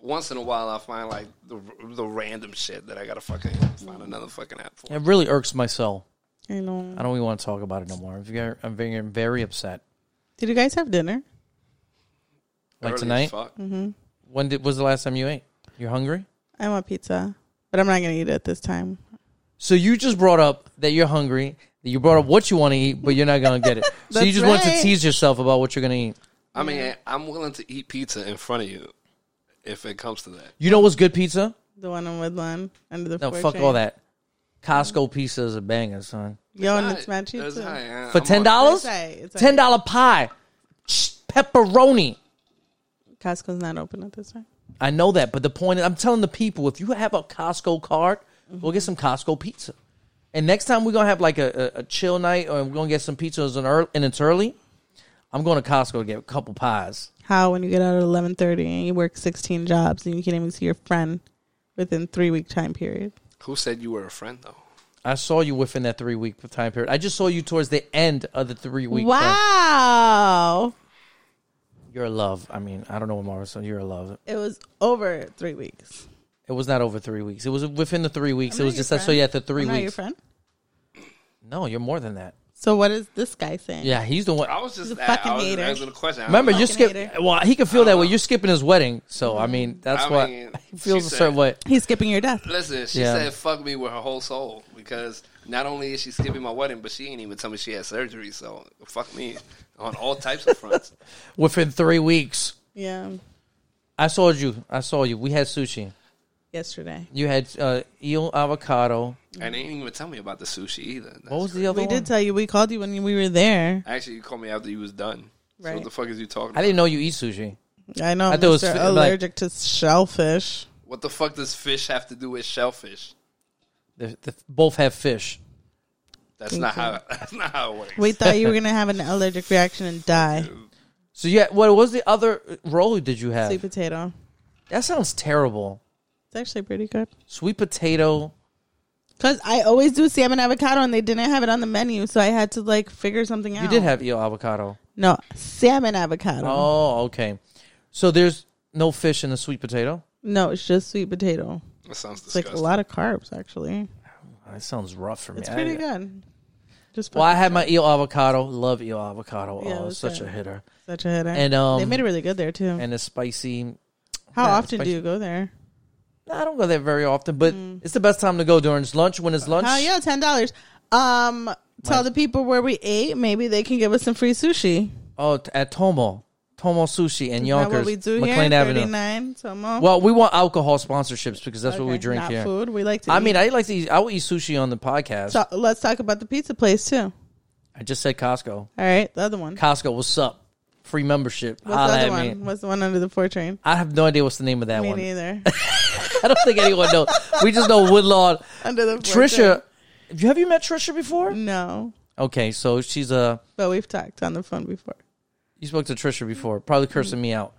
Speaker 1: Once in a while, I find like the the random shit that I gotta fucking find another fucking app for.
Speaker 2: It really irks my soul.
Speaker 3: I know.
Speaker 2: I don't even want to talk about it no more. I'm very, I'm very, I'm very upset.
Speaker 3: Did you guys have dinner?
Speaker 2: Like
Speaker 1: Early as
Speaker 2: tonight?
Speaker 1: fuck.
Speaker 3: Mm-hmm.
Speaker 2: When did, was the last time you ate? You're hungry?
Speaker 3: I want pizza, but I'm not gonna eat it at this time.
Speaker 2: So you just brought up that you're hungry. That you brought up what you want to eat, but you're not gonna get it. so you
Speaker 3: That's
Speaker 2: just want to
Speaker 3: right.
Speaker 2: tease yourself about what you're gonna eat.
Speaker 1: I mean, I'm willing to eat pizza in front of you if it comes to that.
Speaker 2: You know what's good pizza?
Speaker 3: The one in Woodlawn under the
Speaker 2: No,
Speaker 3: four
Speaker 2: fuck
Speaker 3: chain.
Speaker 2: all that. Costco pizza is a banger, son.
Speaker 3: Yo, and it's my
Speaker 1: That's
Speaker 3: pizza.
Speaker 1: high, yeah.
Speaker 2: For
Speaker 1: I'm
Speaker 2: ten
Speaker 1: on-
Speaker 2: dollars,
Speaker 3: It's all right.
Speaker 2: ten dollar pie, Shh, pepperoni.
Speaker 3: Costco's not open at this time.
Speaker 2: I know that, but the point is, I'm telling the people: if you have a Costco card, go get some Costco pizza. And next time we're gonna have like a, a, a chill night, or we're gonna get some pizzas and, early, and it's early. I'm going to Costco to get a couple pies.
Speaker 3: How when you get out at eleven thirty and you work sixteen jobs and you can't even see your friend within three week time period?
Speaker 1: Who said you were a friend though?
Speaker 2: I saw you within that three week time period. I just saw you towards the end of the three week.
Speaker 3: Wow,
Speaker 2: You're a love. I mean, I don't know what Marvin said. You're a love.
Speaker 3: it was over three weeks.
Speaker 2: It was not over three weeks. It was within the three weeks.
Speaker 3: I'm
Speaker 2: it
Speaker 3: not
Speaker 2: was
Speaker 3: your
Speaker 2: just I saw
Speaker 3: friend.
Speaker 2: you at the 3
Speaker 3: I'm
Speaker 2: weeks.
Speaker 3: not your friend.
Speaker 2: No, you're more than that.
Speaker 3: So what is this guy saying?
Speaker 2: Yeah, he's the one.
Speaker 1: I was just
Speaker 3: He's a
Speaker 1: I-
Speaker 3: fucking
Speaker 1: I was
Speaker 3: hater.
Speaker 1: asking a question. I
Speaker 2: Remember,
Speaker 1: don't
Speaker 2: you
Speaker 1: know.
Speaker 2: skip.
Speaker 3: hater.
Speaker 2: Well, he can feel that way. You're skipping his wedding, so I mean, that's
Speaker 1: Uh-huh. Mm-hmm. I
Speaker 2: why
Speaker 1: mean,
Speaker 2: he feels
Speaker 1: she
Speaker 2: a
Speaker 1: said-
Speaker 2: certain way.
Speaker 3: he's skipping your death.
Speaker 1: Listen, she
Speaker 2: Yeah.
Speaker 1: said fuck me with her whole soul because not only is she skipping my wedding, but she ain't even tell me she had surgery. So fuck me on all types of fronts.
Speaker 2: Within three weeks,
Speaker 3: Yeah,
Speaker 2: I saw you. I saw you. We had sushi.
Speaker 3: yesterday
Speaker 2: You had uh, eel avocado.
Speaker 1: and they didn't even tell me about the sushi either. That's
Speaker 2: What was
Speaker 1: crazy.
Speaker 2: the other
Speaker 3: we
Speaker 2: one?
Speaker 3: did tell you. We called you when we were there.
Speaker 1: Actually, you called me after you was done. So
Speaker 3: Right.
Speaker 1: what the fuck is you talking
Speaker 2: I
Speaker 1: about?
Speaker 2: didn't know you eat sushi.
Speaker 3: I know.
Speaker 2: I
Speaker 3: I
Speaker 2: thought it was
Speaker 3: Mr.
Speaker 2: fi- like-
Speaker 3: allergic to shellfish.
Speaker 1: What the fuck does fish have to do with shellfish?
Speaker 2: The, the, both have fish.
Speaker 1: That's not how. That's not how it works.
Speaker 3: We thought you were gonna have an allergic reaction and die.
Speaker 2: So yeah, what was the other roll did you have?
Speaker 3: Sweet potato.
Speaker 2: That sounds terrible.
Speaker 3: It's actually pretty good.
Speaker 2: Sweet potato.
Speaker 3: Cause I always do salmon avocado, and they didn't have it on the menu, so I had to like figure something out.
Speaker 2: You did have eel avocado.
Speaker 3: no salmon avocado.
Speaker 2: Oh, okay. So there's no fish in the sweet potato.
Speaker 3: No, it's just sweet potato.
Speaker 1: That sounds
Speaker 3: It's like
Speaker 1: disgusting.
Speaker 3: a lot of carbs, actually.
Speaker 2: That sounds rough for me.
Speaker 3: It's
Speaker 2: I-
Speaker 3: pretty good. Just
Speaker 2: Well, I
Speaker 3: fucking
Speaker 2: had my eel avocado. Love eel avocado.
Speaker 3: Yeah, it
Speaker 2: oh, it's
Speaker 3: was
Speaker 2: such
Speaker 3: good.
Speaker 2: a hitter.
Speaker 3: such a hitter.
Speaker 2: and, um,
Speaker 3: they made it really good there too.
Speaker 2: And it's spicy.
Speaker 3: How
Speaker 2: yeah,
Speaker 3: often do
Speaker 2: spicy.
Speaker 3: you go there?
Speaker 2: No, I don't go there very often, but it's the best time to go during it's lunch. When it's lunch,
Speaker 3: Oh Mm. yeah, ten dollars. Um, tell the people where we ate. Maybe they can give us some free sushi.
Speaker 2: oh, t- at Tomo, Tomo Sushi in
Speaker 3: Is that
Speaker 2: Yonkers,
Speaker 3: what we do
Speaker 2: McLean
Speaker 3: here.
Speaker 2: Avenue.
Speaker 3: Thirty-nine. Tomo.
Speaker 2: Well, we want alcohol sponsorships because that's what we
Speaker 3: Okay,
Speaker 2: drink
Speaker 3: not
Speaker 2: here.
Speaker 3: food. We like to.
Speaker 2: I
Speaker 3: eat.
Speaker 2: mean, I like to eat. I will eat sushi on the podcast.
Speaker 3: so let's talk about the pizza place too. All
Speaker 2: I just said Costco.
Speaker 3: right, the other one.
Speaker 2: Costco, what's up? Free membership.
Speaker 3: What's
Speaker 2: Holla
Speaker 3: the other
Speaker 2: at me.
Speaker 3: one? What's the one under the four train?
Speaker 2: I have no idea what's the name of that
Speaker 3: Me
Speaker 2: one.
Speaker 3: neither.
Speaker 2: I don't think anyone knows. We just know Woodlawn.
Speaker 3: under the four
Speaker 2: Trisha, have you, have you met Trisha before?
Speaker 3: train. No,
Speaker 2: Okay, so she's a.
Speaker 3: but we've talked on the phone before.
Speaker 2: You spoke to Trisha before, probably
Speaker 3: Mm-hmm.
Speaker 2: cursing me out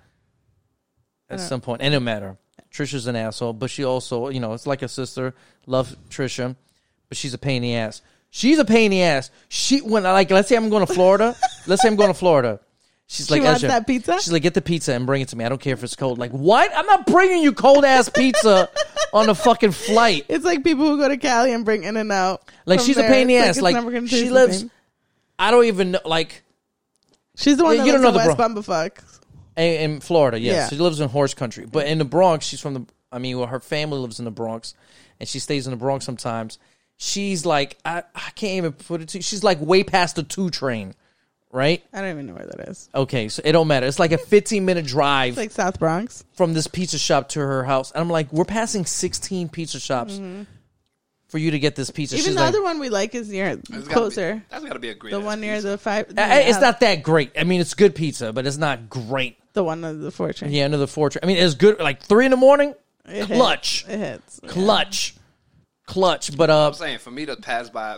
Speaker 2: at some point. And it matter. Trisha's an asshole, but she also, you know, it's like a sister. Love Trisha, but she's a pain in the ass. She's a pain in the ass. She when I like, let's say I'm going to Florida. let's say I'm going to Florida. She's like,
Speaker 3: wants
Speaker 2: "Esha,"
Speaker 3: that pizza?
Speaker 2: She's like, get the pizza and bring it to me. I don't care if it's cold. Like, what? I'm not bringing you cold ass pizza on a fucking flight.
Speaker 3: It's like people who go to Cali and bring In and Out.
Speaker 2: Like, she's a pain in the ass. Like, she lives. I don't even know. Like,
Speaker 3: She's the one
Speaker 2: Yeah,
Speaker 3: that
Speaker 2: you
Speaker 3: you
Speaker 2: don't
Speaker 3: lives
Speaker 2: know
Speaker 3: in
Speaker 2: the
Speaker 3: West Bumbafuck.
Speaker 2: A- in Florida, yes.
Speaker 3: Yeah.
Speaker 2: She lives in horse country. But in the Bronx, she's from the I mean, well, her family lives in the Bronx and she stays in the Bronx sometimes. She's like I, I can't even put it to you. She's like way past the two train, right?
Speaker 3: I don't even know where that is.
Speaker 2: Okay, so it don't matter. It's like a 15 minute drive
Speaker 3: It's like South Bronx.
Speaker 2: from this pizza shop to her house. And I'm like, we're passing 16 pizza shops for you to get this pizza.
Speaker 3: Mm-hmm. Even
Speaker 2: She's
Speaker 3: the
Speaker 2: like,
Speaker 3: other one we like is near
Speaker 1: That's gotta be-
Speaker 3: closer.
Speaker 1: that's got to be a great.
Speaker 3: The
Speaker 1: ass
Speaker 3: one near
Speaker 1: pizza.
Speaker 3: the five.
Speaker 2: I- I- Uh, it's not that great. I mean, it's good pizza, but it's not great.
Speaker 3: the one of the four train.
Speaker 2: Yeah, under the fortune. I mean, it's good. Like three in the morning,
Speaker 3: It hits.
Speaker 2: clutch,
Speaker 3: It hits.
Speaker 2: clutch, clutch. But uh,
Speaker 1: I'm saying for me to pass by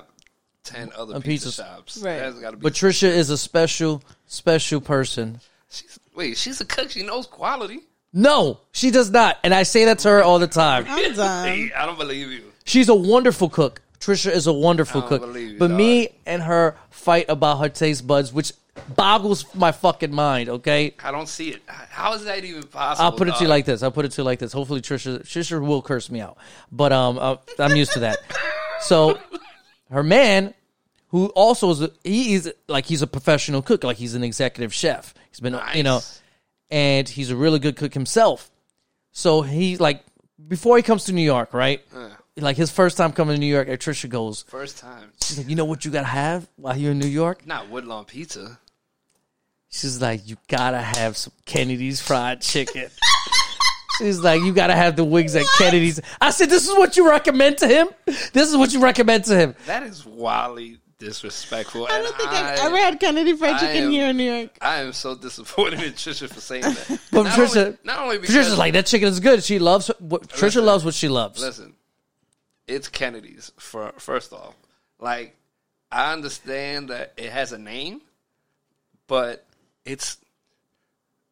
Speaker 1: ten other pizza
Speaker 2: pizzas.
Speaker 1: shops,
Speaker 3: Right.
Speaker 1: that's got to be.
Speaker 2: Patricia is a special, special person.
Speaker 1: she's, wait, she's a cook. She knows quality.
Speaker 2: No, she does not, and I say that to her all the time.
Speaker 3: I'm done.
Speaker 1: Hey, I don't believe you.
Speaker 2: She's a wonderful cook. Trisha is a
Speaker 1: I
Speaker 2: wonderful
Speaker 1: don't
Speaker 2: cook.
Speaker 1: believe you,
Speaker 2: but
Speaker 1: dog.
Speaker 2: me and her fight about her taste buds, which boggles my fucking mind, okay?
Speaker 1: I don't see it. How is that even possible?
Speaker 2: I'll put it to you
Speaker 1: dog?
Speaker 2: like this. I'll put it to you like this. Hopefully Trisha Trisha will curse me out. But um uh, I'm used to that. So her man who also is a, he is like he's a professional cook, like he's an executive chef. He's been you know
Speaker 1: Nice.
Speaker 2: and he's a really good cook himself. So he like before he comes to New York, right? Like his first time coming to New York, Trisha goes,
Speaker 1: first time.
Speaker 2: She's like, you know what you gotta have while you're in New York?
Speaker 1: Not Woodlawn Pizza.
Speaker 2: She's like, you gotta have some Kennedy's fried chicken. She's like, you gotta have the wings at Kennedy's. I said, this is what you recommend to him. This is what you recommend to him.
Speaker 1: That is wildly disrespectful.
Speaker 3: I
Speaker 1: and
Speaker 3: don't think I,
Speaker 1: I,
Speaker 3: have ever had Kennedy Fried
Speaker 1: I
Speaker 3: Chicken
Speaker 1: am-
Speaker 3: here in New York.
Speaker 1: I am so disappointed in Trisha for saying that.
Speaker 2: But
Speaker 1: not
Speaker 2: Trisha,
Speaker 1: only, not only because
Speaker 2: Trisha's like, that chicken is good. She loves what Trisha
Speaker 1: Listen.
Speaker 2: loves what she loves.
Speaker 1: listen, it's Kennedy's. For first off, like I understand that it has a name, but it's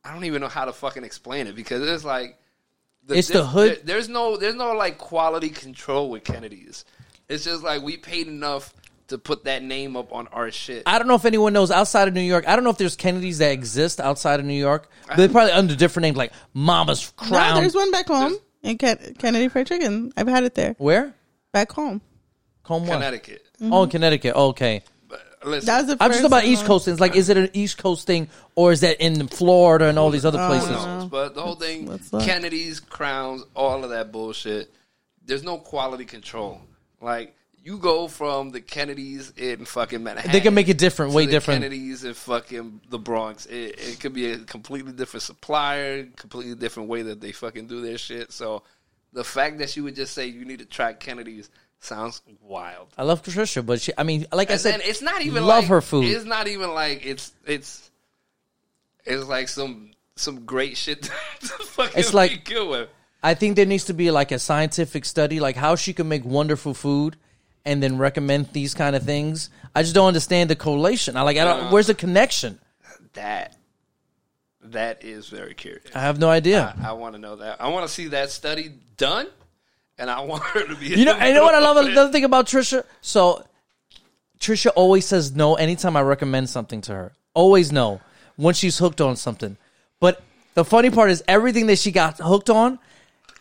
Speaker 1: I don't even know how to fucking explain it because it's like the,
Speaker 2: It's the hood-
Speaker 1: there- there's no there's no like quality control with Kennedy's. It's just like we paid enough to put that name up on our shit.
Speaker 2: I don't know if anyone knows outside of New York. I don't know if there's Kennedys that exist outside of New York. They're probably under different names, like Mama's Crown.
Speaker 3: No, there's one back home in Ken- Kennedy Fried Chicken. I've had it there.
Speaker 2: Where?
Speaker 3: Back home.
Speaker 2: Come on.
Speaker 1: Connecticut.
Speaker 2: Oh, in Connecticut. Okay.
Speaker 1: But listen,
Speaker 3: That was the
Speaker 2: I'm
Speaker 3: first
Speaker 2: just about East
Speaker 3: one.
Speaker 2: Coast things. Like, is it an East Coast thing, or is that in Florida and all these other
Speaker 1: Who
Speaker 2: places?
Speaker 1: knows? But the whole thing,
Speaker 3: let's look.
Speaker 1: Kennedy's, crowns, all of that bullshit. There's no quality control. Like you go from the Kennedys in fucking Manhattan.
Speaker 2: They can make it different,
Speaker 1: to
Speaker 2: way
Speaker 1: the
Speaker 2: different.
Speaker 1: Kennedys in fucking the Bronx. It, it could be a completely different supplier, completely different way that they fucking do their shit. So the fact that you would just say you need to track Kennedy's sounds wild.
Speaker 2: I love Patricia, but she. I mean, like I
Speaker 1: And
Speaker 2: said,
Speaker 1: then it's not even
Speaker 2: love
Speaker 1: like,
Speaker 2: her food.
Speaker 1: It's not even like it's it's it's like some some great shit to fucking
Speaker 2: It's like-
Speaker 1: be good with.
Speaker 2: I think there needs to be like a scientific study, like how she can make wonderful food and then recommend these kind of things. I just don't understand the correlation. I like. I don't. Where's the connection?
Speaker 1: That that is very curious.
Speaker 2: I have no idea.
Speaker 1: I want to know that. I want to see that study done, and I want her to be.
Speaker 2: You know, you know what I love another thing about Trisha. So Trisha always says no anytime I recommend something to her. Always no when she's hooked on something. But the funny part is everything that she got hooked on,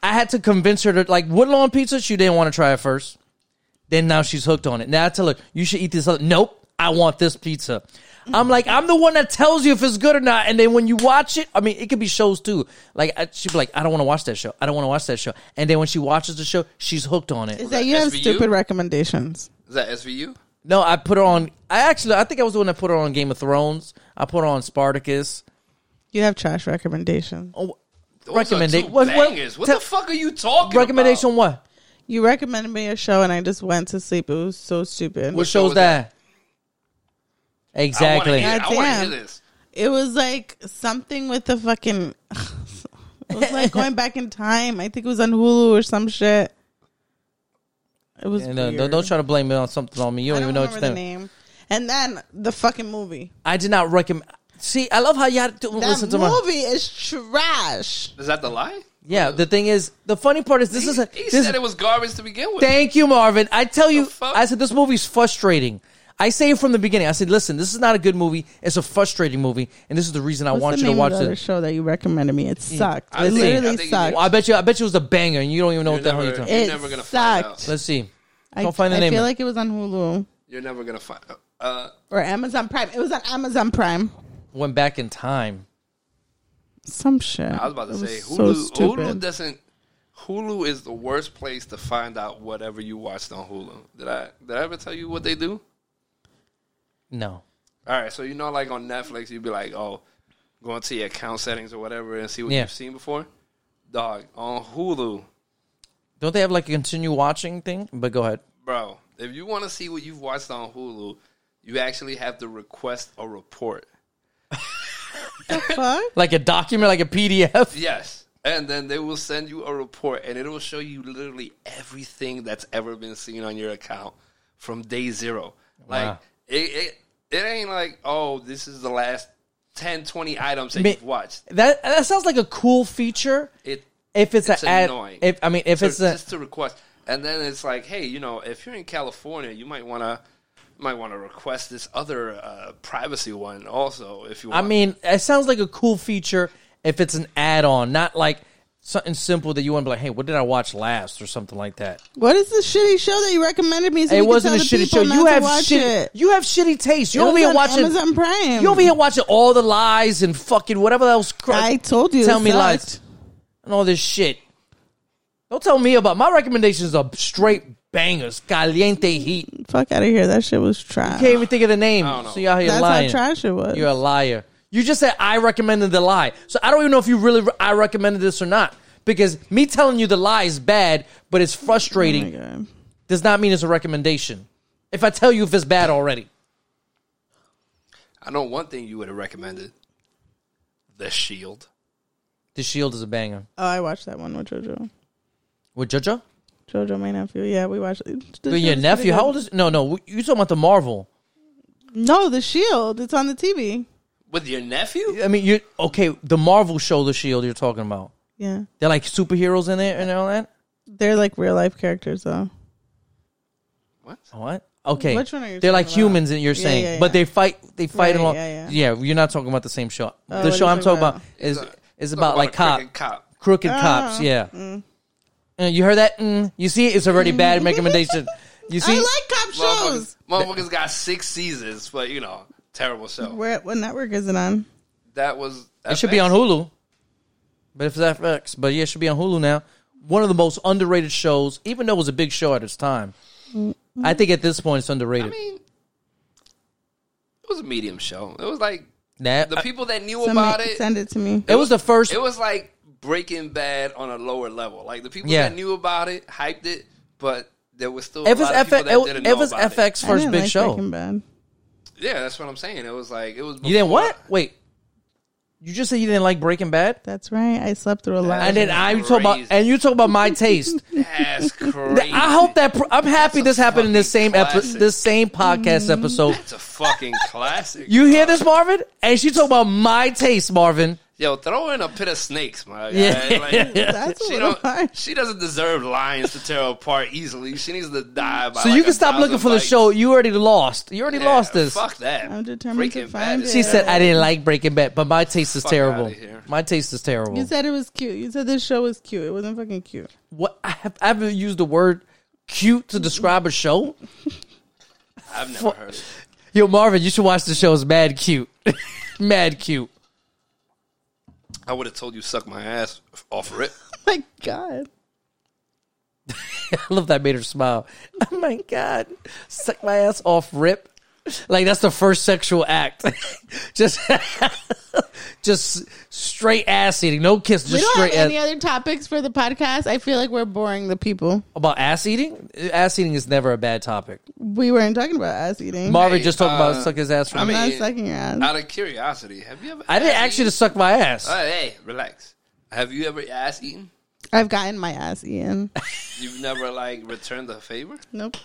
Speaker 2: I had to convince her to like Woodlawn pizza. She didn't want to try it first. Then now she's hooked on it. Now I tell her you should eat this other. Nope, I want this pizza. I'm like I'm the one that tells you if it's good or not. And then when you watch it, I mean it could be shows too. Like I, she'd be like, I don't want to watch that show. I don't want to watch that show. And then when she watches the show, she's hooked on it.
Speaker 3: Is that you have
Speaker 1: SVU?
Speaker 3: stupid recommendations?
Speaker 1: Is that SVU?
Speaker 2: No, I put her on. I actually, I think I was the one that put her on Game of Thrones. I put her on Spartacus.
Speaker 3: You have trash recommendations.
Speaker 2: Oh,
Speaker 1: Those are two
Speaker 2: Recommenda- what- what-
Speaker 1: bangers. What,
Speaker 2: te-
Speaker 1: the fuck are you talking?
Speaker 2: recommendation
Speaker 1: about?
Speaker 2: what?
Speaker 3: You recommended me a show and I just went to sleep. It was so stupid.
Speaker 2: What
Speaker 1: show
Speaker 2: shows
Speaker 1: was
Speaker 2: that?
Speaker 1: I wanna
Speaker 2: Exactly.
Speaker 1: hear- I want to
Speaker 3: Goddamn.
Speaker 1: hear this.
Speaker 3: It was like something with the fucking. It was like going back in time. I think it was on Hulu or some shit. It was.
Speaker 2: And, uh,
Speaker 3: weird.
Speaker 2: don't, don't try to blame it on something on me. You
Speaker 3: I
Speaker 2: don't,
Speaker 3: don't
Speaker 2: even know
Speaker 3: remember
Speaker 2: what
Speaker 3: the
Speaker 2: your name.
Speaker 3: name. And then the fucking movie.
Speaker 2: I did not recommend. See, I love how y'all don't
Speaker 3: That
Speaker 2: listen to my.
Speaker 3: movie is trash.
Speaker 1: Is that the lie?
Speaker 2: Yeah, the thing is, the funny part is this is a.
Speaker 1: He
Speaker 2: this,
Speaker 1: said it was garbage to begin with.
Speaker 2: Thank you, Marvin. I tell you,
Speaker 1: fuck?
Speaker 2: I said this movie's frustrating. I say it from the beginning. I said, listen, this is not a good movie. It's a frustrating movie, and this is the reason I
Speaker 3: What's
Speaker 2: want
Speaker 3: the
Speaker 2: you to
Speaker 3: name
Speaker 2: watch
Speaker 3: of the other
Speaker 2: it.
Speaker 3: show that you recommended me? It sucked.
Speaker 1: I
Speaker 3: it
Speaker 1: think- I
Speaker 3: literally
Speaker 1: think you
Speaker 3: sucked.
Speaker 1: did.
Speaker 2: Well, I bet you. I bet you it was a banger, and you don't even know
Speaker 1: You're
Speaker 2: what the hell you're
Speaker 1: never,
Speaker 2: talking.
Speaker 1: you're
Speaker 3: It
Speaker 1: never gonna find
Speaker 3: sucked.
Speaker 1: out.
Speaker 2: Let's see.
Speaker 3: I,
Speaker 2: Don't find the
Speaker 3: I
Speaker 2: name.
Speaker 3: feel
Speaker 2: of it.
Speaker 3: like it was on Hulu
Speaker 1: You're never gonna find. Out. Uh,
Speaker 3: or Amazon Prime. It was on Amazon Prime.
Speaker 2: Went back in time.
Speaker 3: Some shit.
Speaker 1: I was about to
Speaker 3: It
Speaker 1: say
Speaker 3: so
Speaker 1: Hulu. Hulu
Speaker 3: stupid.
Speaker 1: doesn't. Hulu is the worst place to find out whatever you watched on Hulu. Did I did I ever tell you what they do?
Speaker 2: No.
Speaker 1: All right, so you know, like on Netflix, you'd be like, oh, go into your account settings or whatever and see what
Speaker 2: Yeah.
Speaker 1: you've seen before. Dog on Hulu,
Speaker 2: Don't they have like a continue watching thing? But go ahead.
Speaker 1: bro. If you want to see what you've watched on Hulu, you actually have to request a report.
Speaker 3: Fuck.
Speaker 2: Like a document, like a PDF.
Speaker 1: Yes. And then they will send you a report and it will show you literally everything that's ever been seen on your account from day zero. Like it, it it ain't like, oh, this is the last 10, 20 items that
Speaker 2: Me-
Speaker 1: you've watched.
Speaker 2: That that sounds like a cool feature.
Speaker 1: It
Speaker 2: If it's,
Speaker 1: It's
Speaker 2: an ad,
Speaker 1: annoying.
Speaker 2: if I mean, if
Speaker 1: to-
Speaker 2: it's a
Speaker 1: just to request. And then it's like, hey, you know, if you're in California, you might wanna might want to request this other uh, privacy one also if you
Speaker 2: I
Speaker 1: want.
Speaker 2: mean, it sounds like a cool feature if it's an add-on, not like something simple that you want to be like, "Hey, what did I watch last?" or something like that.
Speaker 3: What is the shitty show that you recommended me? So
Speaker 2: it
Speaker 3: you could
Speaker 2: wasn't a
Speaker 3: tell the
Speaker 2: shitty show.
Speaker 3: people
Speaker 2: You
Speaker 3: not to
Speaker 2: have
Speaker 3: watch
Speaker 2: shitty.
Speaker 3: it.
Speaker 2: You have shitty taste. You're
Speaker 3: It
Speaker 2: over
Speaker 3: was
Speaker 2: here
Speaker 3: on
Speaker 2: watching
Speaker 3: Amazon Prime.
Speaker 2: You're over here watching all the lies and fucking whatever else. crap.
Speaker 3: I told you.
Speaker 2: Tell
Speaker 3: it
Speaker 2: me lies
Speaker 3: sucked.
Speaker 2: and all this shit. Don't tell me about my recommendations are straight bangers, caliente heat. You
Speaker 3: Fuck out of here. That shit was trash.
Speaker 2: can't even think of the name.
Speaker 1: I don't know.
Speaker 2: So you're out here
Speaker 3: That's
Speaker 2: lying.
Speaker 3: how trash it was. Oh
Speaker 2: You're a liar. You just said I recommended the lie. So I don't even know if you really re- I recommended this or not. Because me telling you the lie is bad, but it's
Speaker 3: Oh my
Speaker 2: frustrating,
Speaker 3: God.
Speaker 2: does not mean it's a recommendation. If I tell you if it's bad already,
Speaker 1: I know one thing you would have recommended. The Shield.
Speaker 2: The Shield is a banger.
Speaker 3: Oh, I watched that one with JoJo.
Speaker 2: With JoJo?
Speaker 3: JoJo, my nephew. Yeah, we watched it.
Speaker 2: With your nephew? How old is? No, no. You talking about the Marvel?
Speaker 3: No, The Shield. It's on the TV.
Speaker 1: With your nephew?
Speaker 2: I mean, you okay? The Marvel show, The Shield. You're talking about?
Speaker 3: Yeah.
Speaker 2: They're like superheroes in there and all that.
Speaker 3: They're like real life characters, though.
Speaker 1: What?
Speaker 2: What? Okay.
Speaker 3: Which one are you
Speaker 2: They're like
Speaker 3: talking about?
Speaker 2: humans, and you're
Speaker 3: Yeah,
Speaker 2: saying,
Speaker 3: yeah,
Speaker 2: but
Speaker 3: yeah.
Speaker 2: they fight. They fight
Speaker 3: Right,
Speaker 2: along.
Speaker 3: yeah, Oh,
Speaker 2: Yeah, you're not talking about the same show.
Speaker 3: what
Speaker 2: the
Speaker 3: are
Speaker 2: show
Speaker 3: you
Speaker 2: I'm
Speaker 3: talking
Speaker 2: talking about,
Speaker 3: about? Oh,
Speaker 2: is
Speaker 1: It's a-
Speaker 2: is
Speaker 1: talk
Speaker 2: about, like cop,
Speaker 1: crooked cop.
Speaker 2: crooked cops. Yeah.
Speaker 3: mm.
Speaker 2: And you heard that? Mm. You see, it's already bad recommendation. You see,
Speaker 3: I like cop
Speaker 1: Motherfuckers,
Speaker 3: shows.
Speaker 1: motherfuckers got six seasons, but you know, terrible show.
Speaker 3: Where, what network is it on?
Speaker 1: That was
Speaker 2: it should be on Hulu. But if it's FX, but yeah, it should be on Hulu now. One of the most underrated shows, even though it was a big show at its time.
Speaker 3: Mm-hmm.
Speaker 2: I think at this point it's
Speaker 1: I
Speaker 2: underrated.
Speaker 1: mean, it was a medium show. It was like
Speaker 2: That
Speaker 1: the people that knew
Speaker 3: Somebody
Speaker 1: about it.
Speaker 3: Send it to me.
Speaker 2: it was the first.
Speaker 1: It was like Breaking Bad on a lower level. Like the people
Speaker 2: Yeah.
Speaker 1: that knew about it hyped it, but there was still a
Speaker 2: It was
Speaker 1: lot of people
Speaker 2: FX.
Speaker 1: that
Speaker 2: It,
Speaker 1: didn't
Speaker 2: it
Speaker 1: know
Speaker 2: was
Speaker 1: about it.
Speaker 2: FX first
Speaker 3: I didn't
Speaker 2: big
Speaker 3: like
Speaker 2: show.
Speaker 3: Breaking Bad.
Speaker 1: Yeah, that's what I'm saying. It was like it was.
Speaker 2: You
Speaker 1: before-
Speaker 2: didn't what? Wait. You just said you didn't like Breaking Bad?
Speaker 3: That's right. I slept through a lot.
Speaker 2: And then I you talk about
Speaker 1: Crazy.
Speaker 2: and you talk about my taste.
Speaker 1: That's crazy.
Speaker 2: I hope that pr- I'm happy
Speaker 1: a
Speaker 2: this happened in this
Speaker 1: fucking
Speaker 2: same epi-
Speaker 1: classic.
Speaker 2: this same podcast episode.
Speaker 1: it's a fucking classic.
Speaker 2: You hear this, Marvin? And she talk about my taste, Marvin.
Speaker 1: Yo, throw in a pit of snakes, my guy.
Speaker 2: Yeah.
Speaker 1: Like,
Speaker 3: That's
Speaker 1: she,
Speaker 3: what
Speaker 1: don't,
Speaker 3: I.
Speaker 1: she doesn't deserve lions to tear apart easily. She needs to die by
Speaker 2: So
Speaker 1: like
Speaker 2: you
Speaker 1: a
Speaker 2: can stop looking
Speaker 1: thousand
Speaker 2: for the
Speaker 1: bites.
Speaker 2: show. You already lost. You already
Speaker 1: Yeah,
Speaker 2: lost this.
Speaker 1: Fuck that.
Speaker 3: I'm determined
Speaker 1: Breaking
Speaker 3: to find
Speaker 1: Bad is
Speaker 3: it.
Speaker 2: She said I didn't like Breaking Bad, but my taste is
Speaker 1: Fuck
Speaker 2: terrible.
Speaker 1: outta here.
Speaker 2: My taste is terrible.
Speaker 3: You said it was cute. You said this show was cute. It wasn't fucking cute.
Speaker 2: what I have I haven't used the word cute to describe a show.
Speaker 1: I've never heard it.
Speaker 2: Yo, Marvin, you should watch the show. It's mad cute. mad cute.
Speaker 1: I would have told you suck my ass off rip.
Speaker 3: Oh My God.
Speaker 2: I love that made her smile. Oh my God. Suck my ass off rip. Like that's the first sexual act. just just straight ass eating. No kiss,
Speaker 3: We
Speaker 2: just
Speaker 3: don't have
Speaker 2: straight ass.
Speaker 3: any other topics for the podcast. I feel like we're boring the people.
Speaker 2: about ass eating? Ass eating is never a bad topic.
Speaker 3: We weren't talking about ass eating.
Speaker 2: Marvin
Speaker 1: Hey,
Speaker 2: just talking about
Speaker 1: uh,
Speaker 2: suck his ass from
Speaker 1: I
Speaker 2: I,
Speaker 1: mean-
Speaker 3: Not sucking your ass.
Speaker 1: Out of curiosity, have you ever?
Speaker 2: I didn't ask you to suck my ass.
Speaker 1: Oh, hey, relax. Have you ever ass eaten?
Speaker 3: I've gotten my ass eaten.
Speaker 1: You've never like returned the favor.
Speaker 3: Nope.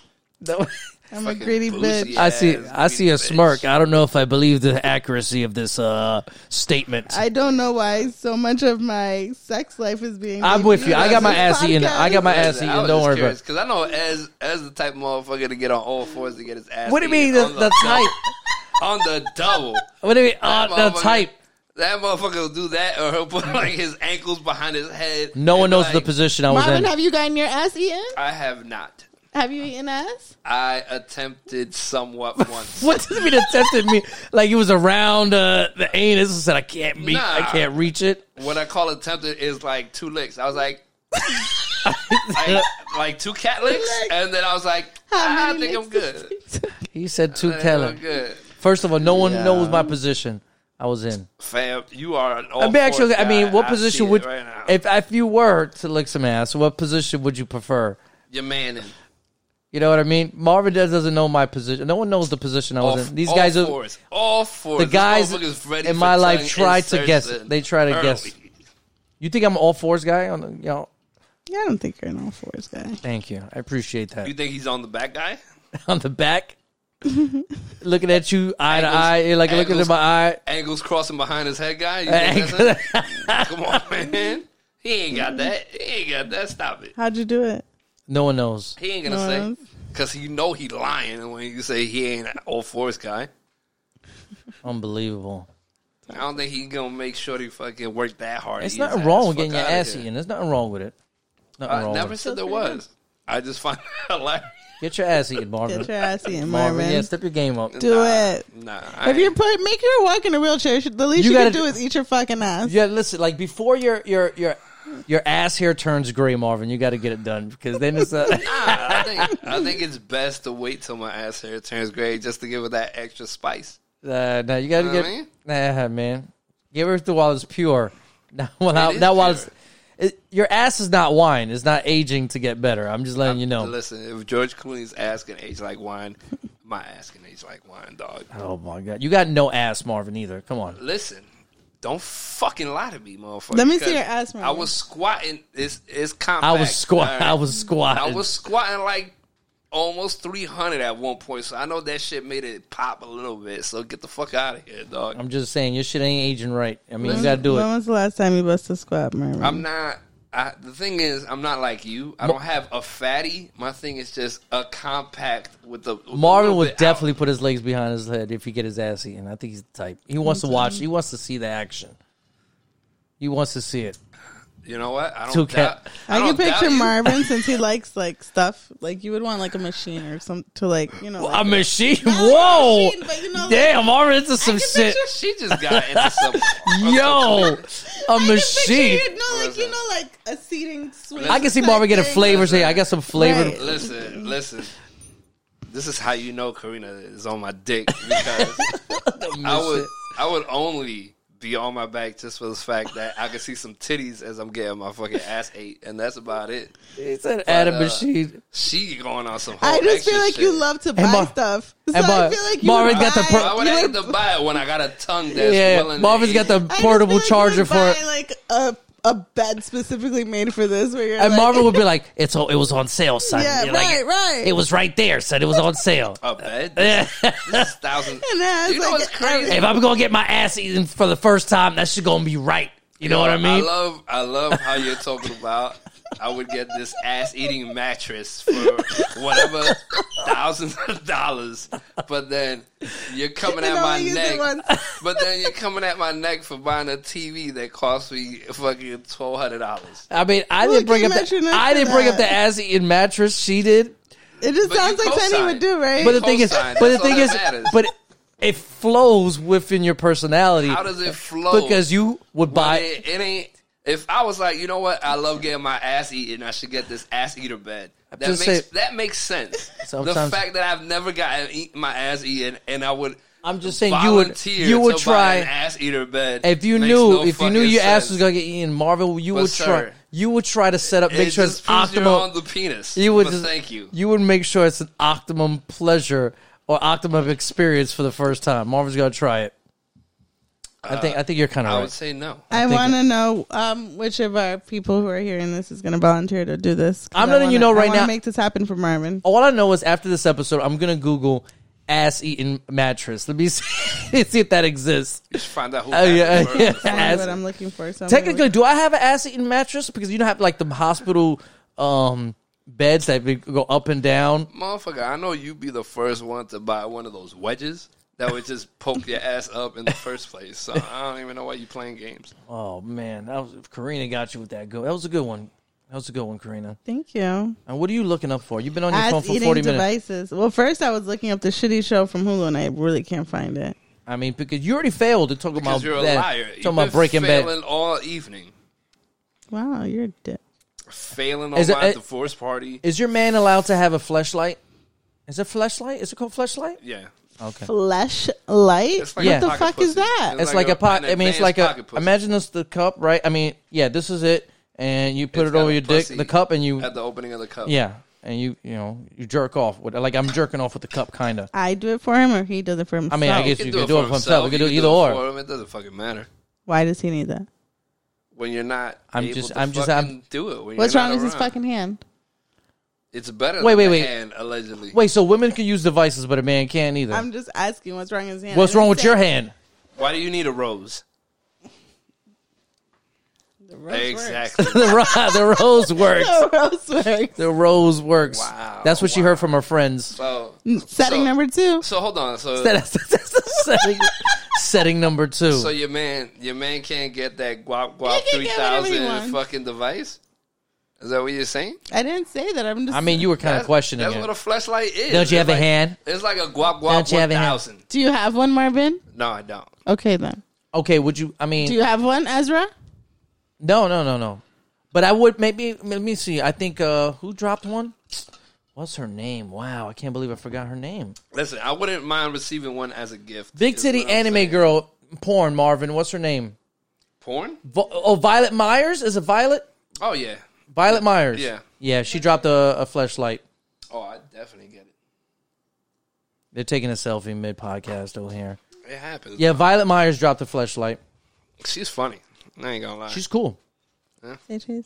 Speaker 2: No.
Speaker 3: I'm
Speaker 1: Fucking
Speaker 3: a greedy
Speaker 1: boozy
Speaker 3: bitch.
Speaker 2: I see
Speaker 1: ass
Speaker 2: I see a
Speaker 1: bitch.
Speaker 2: smirk. I don't know if I believe the accuracy of this uh statement.
Speaker 3: I don't know why so much of my sex life is being.
Speaker 2: I'm with you. I got my ass
Speaker 3: Podcast.
Speaker 2: eaten. I got my ass eaten. Don't worry about it.
Speaker 1: Because I know as as the type of motherfucker to get on all fours to get his ass.
Speaker 2: What do you mean
Speaker 1: eaten
Speaker 2: the,
Speaker 1: on
Speaker 2: the
Speaker 1: double-
Speaker 2: type?
Speaker 1: on the double?
Speaker 2: What do you mean uh, the
Speaker 1: motherfucker-
Speaker 2: type?
Speaker 1: That motherfucker will do that, or he'll put like his ankles behind his head.
Speaker 2: No one
Speaker 1: and,
Speaker 2: knows
Speaker 1: like,
Speaker 2: the position I was
Speaker 3: Marvin,
Speaker 2: in.
Speaker 3: have you gotten your ass eaten?
Speaker 1: I have not.
Speaker 3: Have you eaten ass?
Speaker 1: I attempted somewhat once.
Speaker 2: What does it mean attempted me? Like it was around uh, the anus and said I can't meet, I
Speaker 1: Nah.
Speaker 2: can't reach it.
Speaker 1: What I call attempted is like two licks. I was like, I- like two cat licks, and then I was like,
Speaker 3: How
Speaker 1: "Ah, I
Speaker 3: many
Speaker 1: think I'm
Speaker 3: licks
Speaker 1: good.
Speaker 2: He said two
Speaker 1: I think I'm
Speaker 2: talent.
Speaker 1: good.
Speaker 2: First of all, no one
Speaker 1: Yeah.
Speaker 2: knows my position I was in.
Speaker 1: Fam, you are an all
Speaker 2: I mean, actually,
Speaker 1: fours
Speaker 2: I mean,
Speaker 1: guy.
Speaker 2: what
Speaker 1: I
Speaker 2: position
Speaker 1: see
Speaker 2: would
Speaker 1: it right now.
Speaker 2: if if you were to lick some ass? What position would you prefer?
Speaker 1: your man in
Speaker 2: You know what I mean? Marvin does doesn't know my position. No one knows the position I
Speaker 1: all,
Speaker 2: was in. These
Speaker 1: all
Speaker 2: guys are
Speaker 1: fours, all fours.
Speaker 2: the
Speaker 1: This
Speaker 2: guys
Speaker 1: motherfucker's ready
Speaker 2: in
Speaker 1: for
Speaker 2: my life
Speaker 1: tongue
Speaker 2: try to guess.
Speaker 1: insertion
Speaker 2: They try to guess.
Speaker 1: early.
Speaker 2: You think I'm all fours guy? On the, you know,
Speaker 3: Yeah, I don't think you're an all fours guy.
Speaker 2: thank you. I appreciate that.
Speaker 1: You think he's on the back guy?
Speaker 2: on the back, looking at you eye to eye, you're like looking
Speaker 1: angles.
Speaker 2: at my eye.
Speaker 1: Angles crossing behind his head guy? You think that's it? Come on, man. He ain't got that. He ain't got that. Stop it.
Speaker 3: How'd you do it?
Speaker 2: No one knows.
Speaker 1: He ain't gonna
Speaker 3: No.
Speaker 1: say because you know he lying when you say he ain't an all fours guy.
Speaker 2: Unbelievable.
Speaker 1: I don't think he gonna make sure he fucking work that hard.
Speaker 2: It's
Speaker 1: to get
Speaker 2: nothing
Speaker 1: his
Speaker 2: wrong
Speaker 1: ass
Speaker 2: with getting
Speaker 1: fuck
Speaker 2: your
Speaker 1: outta
Speaker 2: ass
Speaker 1: here.
Speaker 2: eaten. There's nothing wrong with it. Nothing
Speaker 1: I
Speaker 2: wrong.
Speaker 1: never
Speaker 2: with
Speaker 1: said there was. I just find it hilarious.
Speaker 2: it. Get your ass eaten, Marvin.
Speaker 3: Get your ass eaten,
Speaker 2: Marvin,
Speaker 3: Marvin.
Speaker 2: yeah, step your game up.
Speaker 3: Do it.
Speaker 1: Nah, I
Speaker 3: If
Speaker 1: ain't.
Speaker 3: you put make her walk in a wheelchair, sh- the least
Speaker 2: You
Speaker 3: you,
Speaker 2: gotta
Speaker 3: can do
Speaker 2: do-
Speaker 3: is eat your fucking ass.
Speaker 2: Yeah, listen. Like before your your your your ass hair turns gray, Marvin. You got to get it done because then it's uh,
Speaker 1: I think I think it's best to wait till my ass hair turns gray just to give it that extra spice.
Speaker 2: uh no. You got to
Speaker 1: Know what
Speaker 2: get
Speaker 1: I mean?
Speaker 2: nah, man. Give it to while it's pure. Not while I-
Speaker 1: is
Speaker 2: not while
Speaker 1: pure.
Speaker 2: it's it, your ass is not wine. It's not aging to get better. I'm just letting you know.
Speaker 1: Listen, if George Clooney's ass can age like wine, my ass can age like wine, dog.
Speaker 2: Oh my god, you got no ass, Marvin. Either. Come on.
Speaker 1: Listen, don't fucking lie to me, motherfucker.
Speaker 3: Let me see
Speaker 1: because
Speaker 3: your ass, Marvin.
Speaker 1: I was squatting. It's it's compact.
Speaker 2: I was squat.
Speaker 1: all right?
Speaker 2: I was squat.
Speaker 1: I was squatting like almost three hundred at one point. So I know that shit made it pop a little bit. So get the fuck out of here, dog.
Speaker 2: I'm just saying your shit ain't aging right. I mean, you got to do
Speaker 3: When
Speaker 2: it.
Speaker 3: was the last time you busted a squat, Marvin?
Speaker 1: I'm not. I, the thing is, I'm not like you. I don't have a fatty. My thing is just a compact with the with a
Speaker 2: Marvin
Speaker 1: little
Speaker 2: would
Speaker 1: bit
Speaker 2: definitely
Speaker 1: out.
Speaker 2: put his legs behind his head if he get his ass eaten. I think he's the type. He wants to watch. He wants to see the action. He wants to see it.
Speaker 1: You know what? I
Speaker 2: Two
Speaker 1: don't.
Speaker 2: cat-
Speaker 1: Doubt,
Speaker 3: I,
Speaker 1: don't
Speaker 3: can
Speaker 1: doubt
Speaker 3: picture
Speaker 1: you.
Speaker 3: Marvin since he likes like stuff. Like you would want like a machine or something to like you know.
Speaker 2: A
Speaker 3: like-
Speaker 2: machine.
Speaker 3: Not like a
Speaker 2: Whoa.
Speaker 3: machine, but you know, like-
Speaker 2: Damn, Marvin into
Speaker 3: I
Speaker 2: some
Speaker 3: can
Speaker 2: shit.
Speaker 3: picture-
Speaker 1: She just got into some.
Speaker 2: Yo, a
Speaker 3: I can picture
Speaker 2: machine.
Speaker 3: you know, like you know, like a seating suite.
Speaker 2: I can see
Speaker 3: type
Speaker 2: Marvin get a
Speaker 3: thing.
Speaker 2: flavor. Say, I got some flavor.
Speaker 3: Right.
Speaker 1: Listen, listen. This is how you know Karina is on my dick because I would I would only be on my back just for the fact that I could see some titties as I'm getting my fucking ass ate, and that's about it.
Speaker 2: He said, add a
Speaker 1: uh,
Speaker 2: machine.
Speaker 1: She going on some. Whole
Speaker 3: I just feel
Speaker 1: extra
Speaker 3: like
Speaker 1: shit.
Speaker 3: you love to buy
Speaker 2: Mar-
Speaker 3: stuff. So
Speaker 2: and Mar-
Speaker 3: I feel like you
Speaker 2: Marvin
Speaker 3: would
Speaker 2: got the
Speaker 3: buy-
Speaker 2: pro-
Speaker 1: Why would
Speaker 3: you
Speaker 1: I
Speaker 3: would-
Speaker 1: have to buy it when I got a tongue that's
Speaker 2: Yeah,
Speaker 1: willing?
Speaker 2: Marvin's
Speaker 1: to
Speaker 2: got the
Speaker 1: eat?
Speaker 3: I just
Speaker 2: portable
Speaker 3: feel like you
Speaker 2: charger
Speaker 3: would
Speaker 2: for
Speaker 3: buy,
Speaker 2: it.
Speaker 3: like a a bed specifically made for this. Where you're
Speaker 2: And
Speaker 3: like,
Speaker 2: Marvin would be like, "It's all, it was on sale, son.
Speaker 3: Yeah,
Speaker 2: You're like,
Speaker 3: right, right.
Speaker 2: It was right there, son. It was on sale.
Speaker 1: a bed. This is thousands.
Speaker 3: And then
Speaker 1: You know
Speaker 3: like,
Speaker 1: what's crazy?
Speaker 2: if I'm gonna get my ass eaten for the first time, that shit gonna be right. You know what I
Speaker 1: I
Speaker 2: mean?
Speaker 1: love I love how you're talking about I would get this ass eating mattress for whatever thousands of dollars, but then you're coming
Speaker 3: And
Speaker 1: at my
Speaker 3: only use it once.
Speaker 1: neck. But then you're coming at my neck for buying a TV that cost me fucking twelve hundred dollars.
Speaker 2: I mean, I
Speaker 3: Who
Speaker 2: didn't bring
Speaker 3: came
Speaker 2: up
Speaker 3: at you
Speaker 2: the
Speaker 3: next
Speaker 2: I
Speaker 3: to
Speaker 2: didn't bring up
Speaker 3: that?
Speaker 2: the ass eaten mattress. She did,
Speaker 3: It just
Speaker 1: But
Speaker 3: sounds
Speaker 1: you
Speaker 3: like something he
Speaker 1: co-signed.
Speaker 3: would do, right?
Speaker 2: but the thing is,
Speaker 1: Co-signed.
Speaker 2: but the
Speaker 1: That's all
Speaker 2: thing
Speaker 1: that
Speaker 2: is,
Speaker 1: matters.
Speaker 2: but it, it flows within your personality
Speaker 1: How does it flow?
Speaker 2: because you would
Speaker 1: But
Speaker 2: buy.
Speaker 1: it, it ain't. If I was like, you know what, I love getting my ass eaten. I should get this ass eater bed. That
Speaker 2: just
Speaker 1: makes
Speaker 2: say-
Speaker 1: that makes sense. The
Speaker 2: Sometimes-
Speaker 1: fact that I've never gotten eat, my ass eaten, and I would.
Speaker 2: I'm just saying, you would
Speaker 1: volunteer
Speaker 2: you would
Speaker 1: to buy an
Speaker 2: try
Speaker 1: ass eater bed.
Speaker 2: if you
Speaker 1: Makes
Speaker 2: knew
Speaker 1: no
Speaker 2: if you knew
Speaker 1: fucking
Speaker 2: your ass
Speaker 1: sense.
Speaker 2: was gonna get eaten, Marvin. You
Speaker 1: But
Speaker 2: would try
Speaker 1: sir,
Speaker 2: you would try to set up make
Speaker 1: It
Speaker 2: sure it's
Speaker 1: just proves you're
Speaker 2: optimal.
Speaker 1: on the penis.
Speaker 2: You would
Speaker 1: But
Speaker 2: just-
Speaker 1: thank you.
Speaker 2: You would make sure it's an optimum pleasure or optimum experience for the first time. Marvin's gonna try it. I think I think you're kind
Speaker 1: I
Speaker 2: of
Speaker 1: would
Speaker 2: right.
Speaker 1: say no.
Speaker 3: I
Speaker 2: think-
Speaker 3: want to know um, which of our people who are hearing this is going to volunteer to do this. 'Cause
Speaker 2: I'm
Speaker 3: I
Speaker 2: letting you
Speaker 3: wanna-
Speaker 2: know
Speaker 3: I
Speaker 2: right
Speaker 3: wanna
Speaker 2: now- Oh,
Speaker 3: Make this happen for Marvin.
Speaker 2: All I know is after this episode, I'm gonna Google ass eating mattress. Let me see, see if that exists.
Speaker 1: You should find out who.
Speaker 2: Oh yeah,
Speaker 1: asked
Speaker 2: yeah.
Speaker 1: first.
Speaker 3: That's
Speaker 2: ass-
Speaker 3: what I'm looking for. So I'm gonna
Speaker 2: Technically,
Speaker 3: look-
Speaker 2: do I have an ass eating mattress? Because you don't have like the hospital um, beds that be- go up and down.
Speaker 1: Motherfucker, I know you'd be the first one to buy one of those wedges that would just poke your ass up in the first place. So I don't even know why you playing games.
Speaker 2: Oh man, that was Karina got you with that good. That was a good one. That was a good one, Karina.
Speaker 3: Thank you.
Speaker 2: And what are you looking up for? You've been on your phone
Speaker 3: Ads
Speaker 2: for
Speaker 3: eating
Speaker 2: 40 minutes.
Speaker 3: devices. Well, first I was looking up the shitty show from Hulu, and I really can't find it.
Speaker 2: I mean, because you already failed to talk about
Speaker 1: Because you're a
Speaker 2: that.
Speaker 1: liar.
Speaker 2: Talking
Speaker 1: You've
Speaker 2: about
Speaker 1: been
Speaker 2: Breaking Bad.
Speaker 1: failing all evening.
Speaker 3: Wow, you're a dick.
Speaker 1: Failing on
Speaker 2: Is it-
Speaker 1: my
Speaker 2: it-
Speaker 1: divorce party.
Speaker 2: Is your man allowed to have a flashlight? Is it flashlight? Is it called flashlight?
Speaker 1: Yeah.
Speaker 2: Okay.
Speaker 3: Fleshlight.
Speaker 1: It's like
Speaker 2: Yeah.
Speaker 1: a
Speaker 2: What the
Speaker 1: pocket
Speaker 3: fuck is
Speaker 1: pussy.
Speaker 3: that?
Speaker 2: It's like, a
Speaker 1: an
Speaker 2: pot. I mean, it's
Speaker 1: advanced
Speaker 2: like a.
Speaker 1: pocket pussy.
Speaker 2: Imagine this the cup, right? I mean, yeah, this is it, and you put
Speaker 1: It's
Speaker 2: it
Speaker 1: got
Speaker 2: over
Speaker 1: a
Speaker 2: your dick,
Speaker 1: pussy
Speaker 2: the cup, and you
Speaker 1: at the opening of the cup.
Speaker 2: yeah, and you you know you jerk off with like I'm jerking off with the cup, kind of.
Speaker 3: I do it for him, or he does it for himself.
Speaker 2: I mean, I guess
Speaker 1: You
Speaker 2: you
Speaker 1: can
Speaker 2: could do it for himself. You could do
Speaker 1: You
Speaker 2: it
Speaker 1: can
Speaker 2: either
Speaker 1: it
Speaker 2: or.
Speaker 1: for him. It doesn't fucking matter.
Speaker 3: Why does he need that?
Speaker 1: When you're not,
Speaker 2: I'm
Speaker 1: able
Speaker 2: just-
Speaker 1: to
Speaker 2: I'm just-
Speaker 1: fucking
Speaker 2: I'm-
Speaker 1: do it. When
Speaker 3: What's
Speaker 1: you're
Speaker 3: wrong
Speaker 1: not
Speaker 3: with his
Speaker 1: around.
Speaker 3: fucking hand?
Speaker 1: It's better.
Speaker 2: Wait,
Speaker 1: Wait, wait,
Speaker 2: wait,
Speaker 1: wait.
Speaker 2: wait.
Speaker 1: Hand, allegedly.
Speaker 2: Wait, so women can use devices, but a man can't either.
Speaker 3: I'm just asking what's wrong with his hand.
Speaker 2: What's
Speaker 3: I
Speaker 2: wrong
Speaker 3: didn't
Speaker 2: with
Speaker 3: say-
Speaker 2: your hand?
Speaker 1: Why do you need a rose?
Speaker 3: The rose works.
Speaker 1: exactly.
Speaker 2: the, ro- the rose works.
Speaker 3: The rose works.
Speaker 2: The rose works.
Speaker 1: Wow,
Speaker 2: That's what she
Speaker 1: wow.
Speaker 2: heard from her friends.
Speaker 1: so,
Speaker 3: Setting
Speaker 1: So-
Speaker 3: number two.
Speaker 1: so hold on. So,
Speaker 2: setting, setting number two.
Speaker 1: so your man, your man can't get that guap guap
Speaker 3: He can
Speaker 1: three
Speaker 3: get whatever he
Speaker 1: thousand
Speaker 3: wants.
Speaker 1: fucking device. Is that what you're saying?
Speaker 3: I didn't say that. I'm just.
Speaker 2: I mean, you were kind of
Speaker 1: That's-
Speaker 2: questioning
Speaker 1: That's
Speaker 2: it.
Speaker 1: what a flashlight is.
Speaker 2: Don't you
Speaker 1: It's
Speaker 2: have a
Speaker 1: like-
Speaker 2: hand?
Speaker 1: It's like a guap
Speaker 2: Don't
Speaker 1: guap
Speaker 2: you have
Speaker 1: one
Speaker 2: a hand?
Speaker 1: thousand.
Speaker 3: do you have one, Marvin?
Speaker 1: No, I don't.
Speaker 3: Okay then.
Speaker 2: okay, would you? I
Speaker 3: Do
Speaker 2: mean,
Speaker 3: you have one, Ezra?
Speaker 2: no, no, no, no. But I would maybe. Let me see. I think uh who dropped one? What's her name? Wow, I can't believe I forgot her name.
Speaker 1: Listen, I wouldn't mind receiving one as a gift.
Speaker 2: Big
Speaker 1: is
Speaker 2: titty
Speaker 1: what I'm
Speaker 2: anime
Speaker 1: saying.
Speaker 2: girl porn. Marvin, what's her name?
Speaker 1: Porn?
Speaker 2: Vo- oh, Violet Myers. Is it Violet?
Speaker 1: Oh yeah.
Speaker 2: Violet Myers.
Speaker 1: Yeah.
Speaker 2: Yeah, she dropped a, a flashlight.
Speaker 1: Oh, I definitely get it.
Speaker 2: They're taking a selfie mid podcast over here.
Speaker 1: It happens.
Speaker 2: Yeah, Violet Myers dropped a flashlight.
Speaker 1: She's funny. I ain't gonna lie.
Speaker 2: She's cool.
Speaker 3: Say cheese.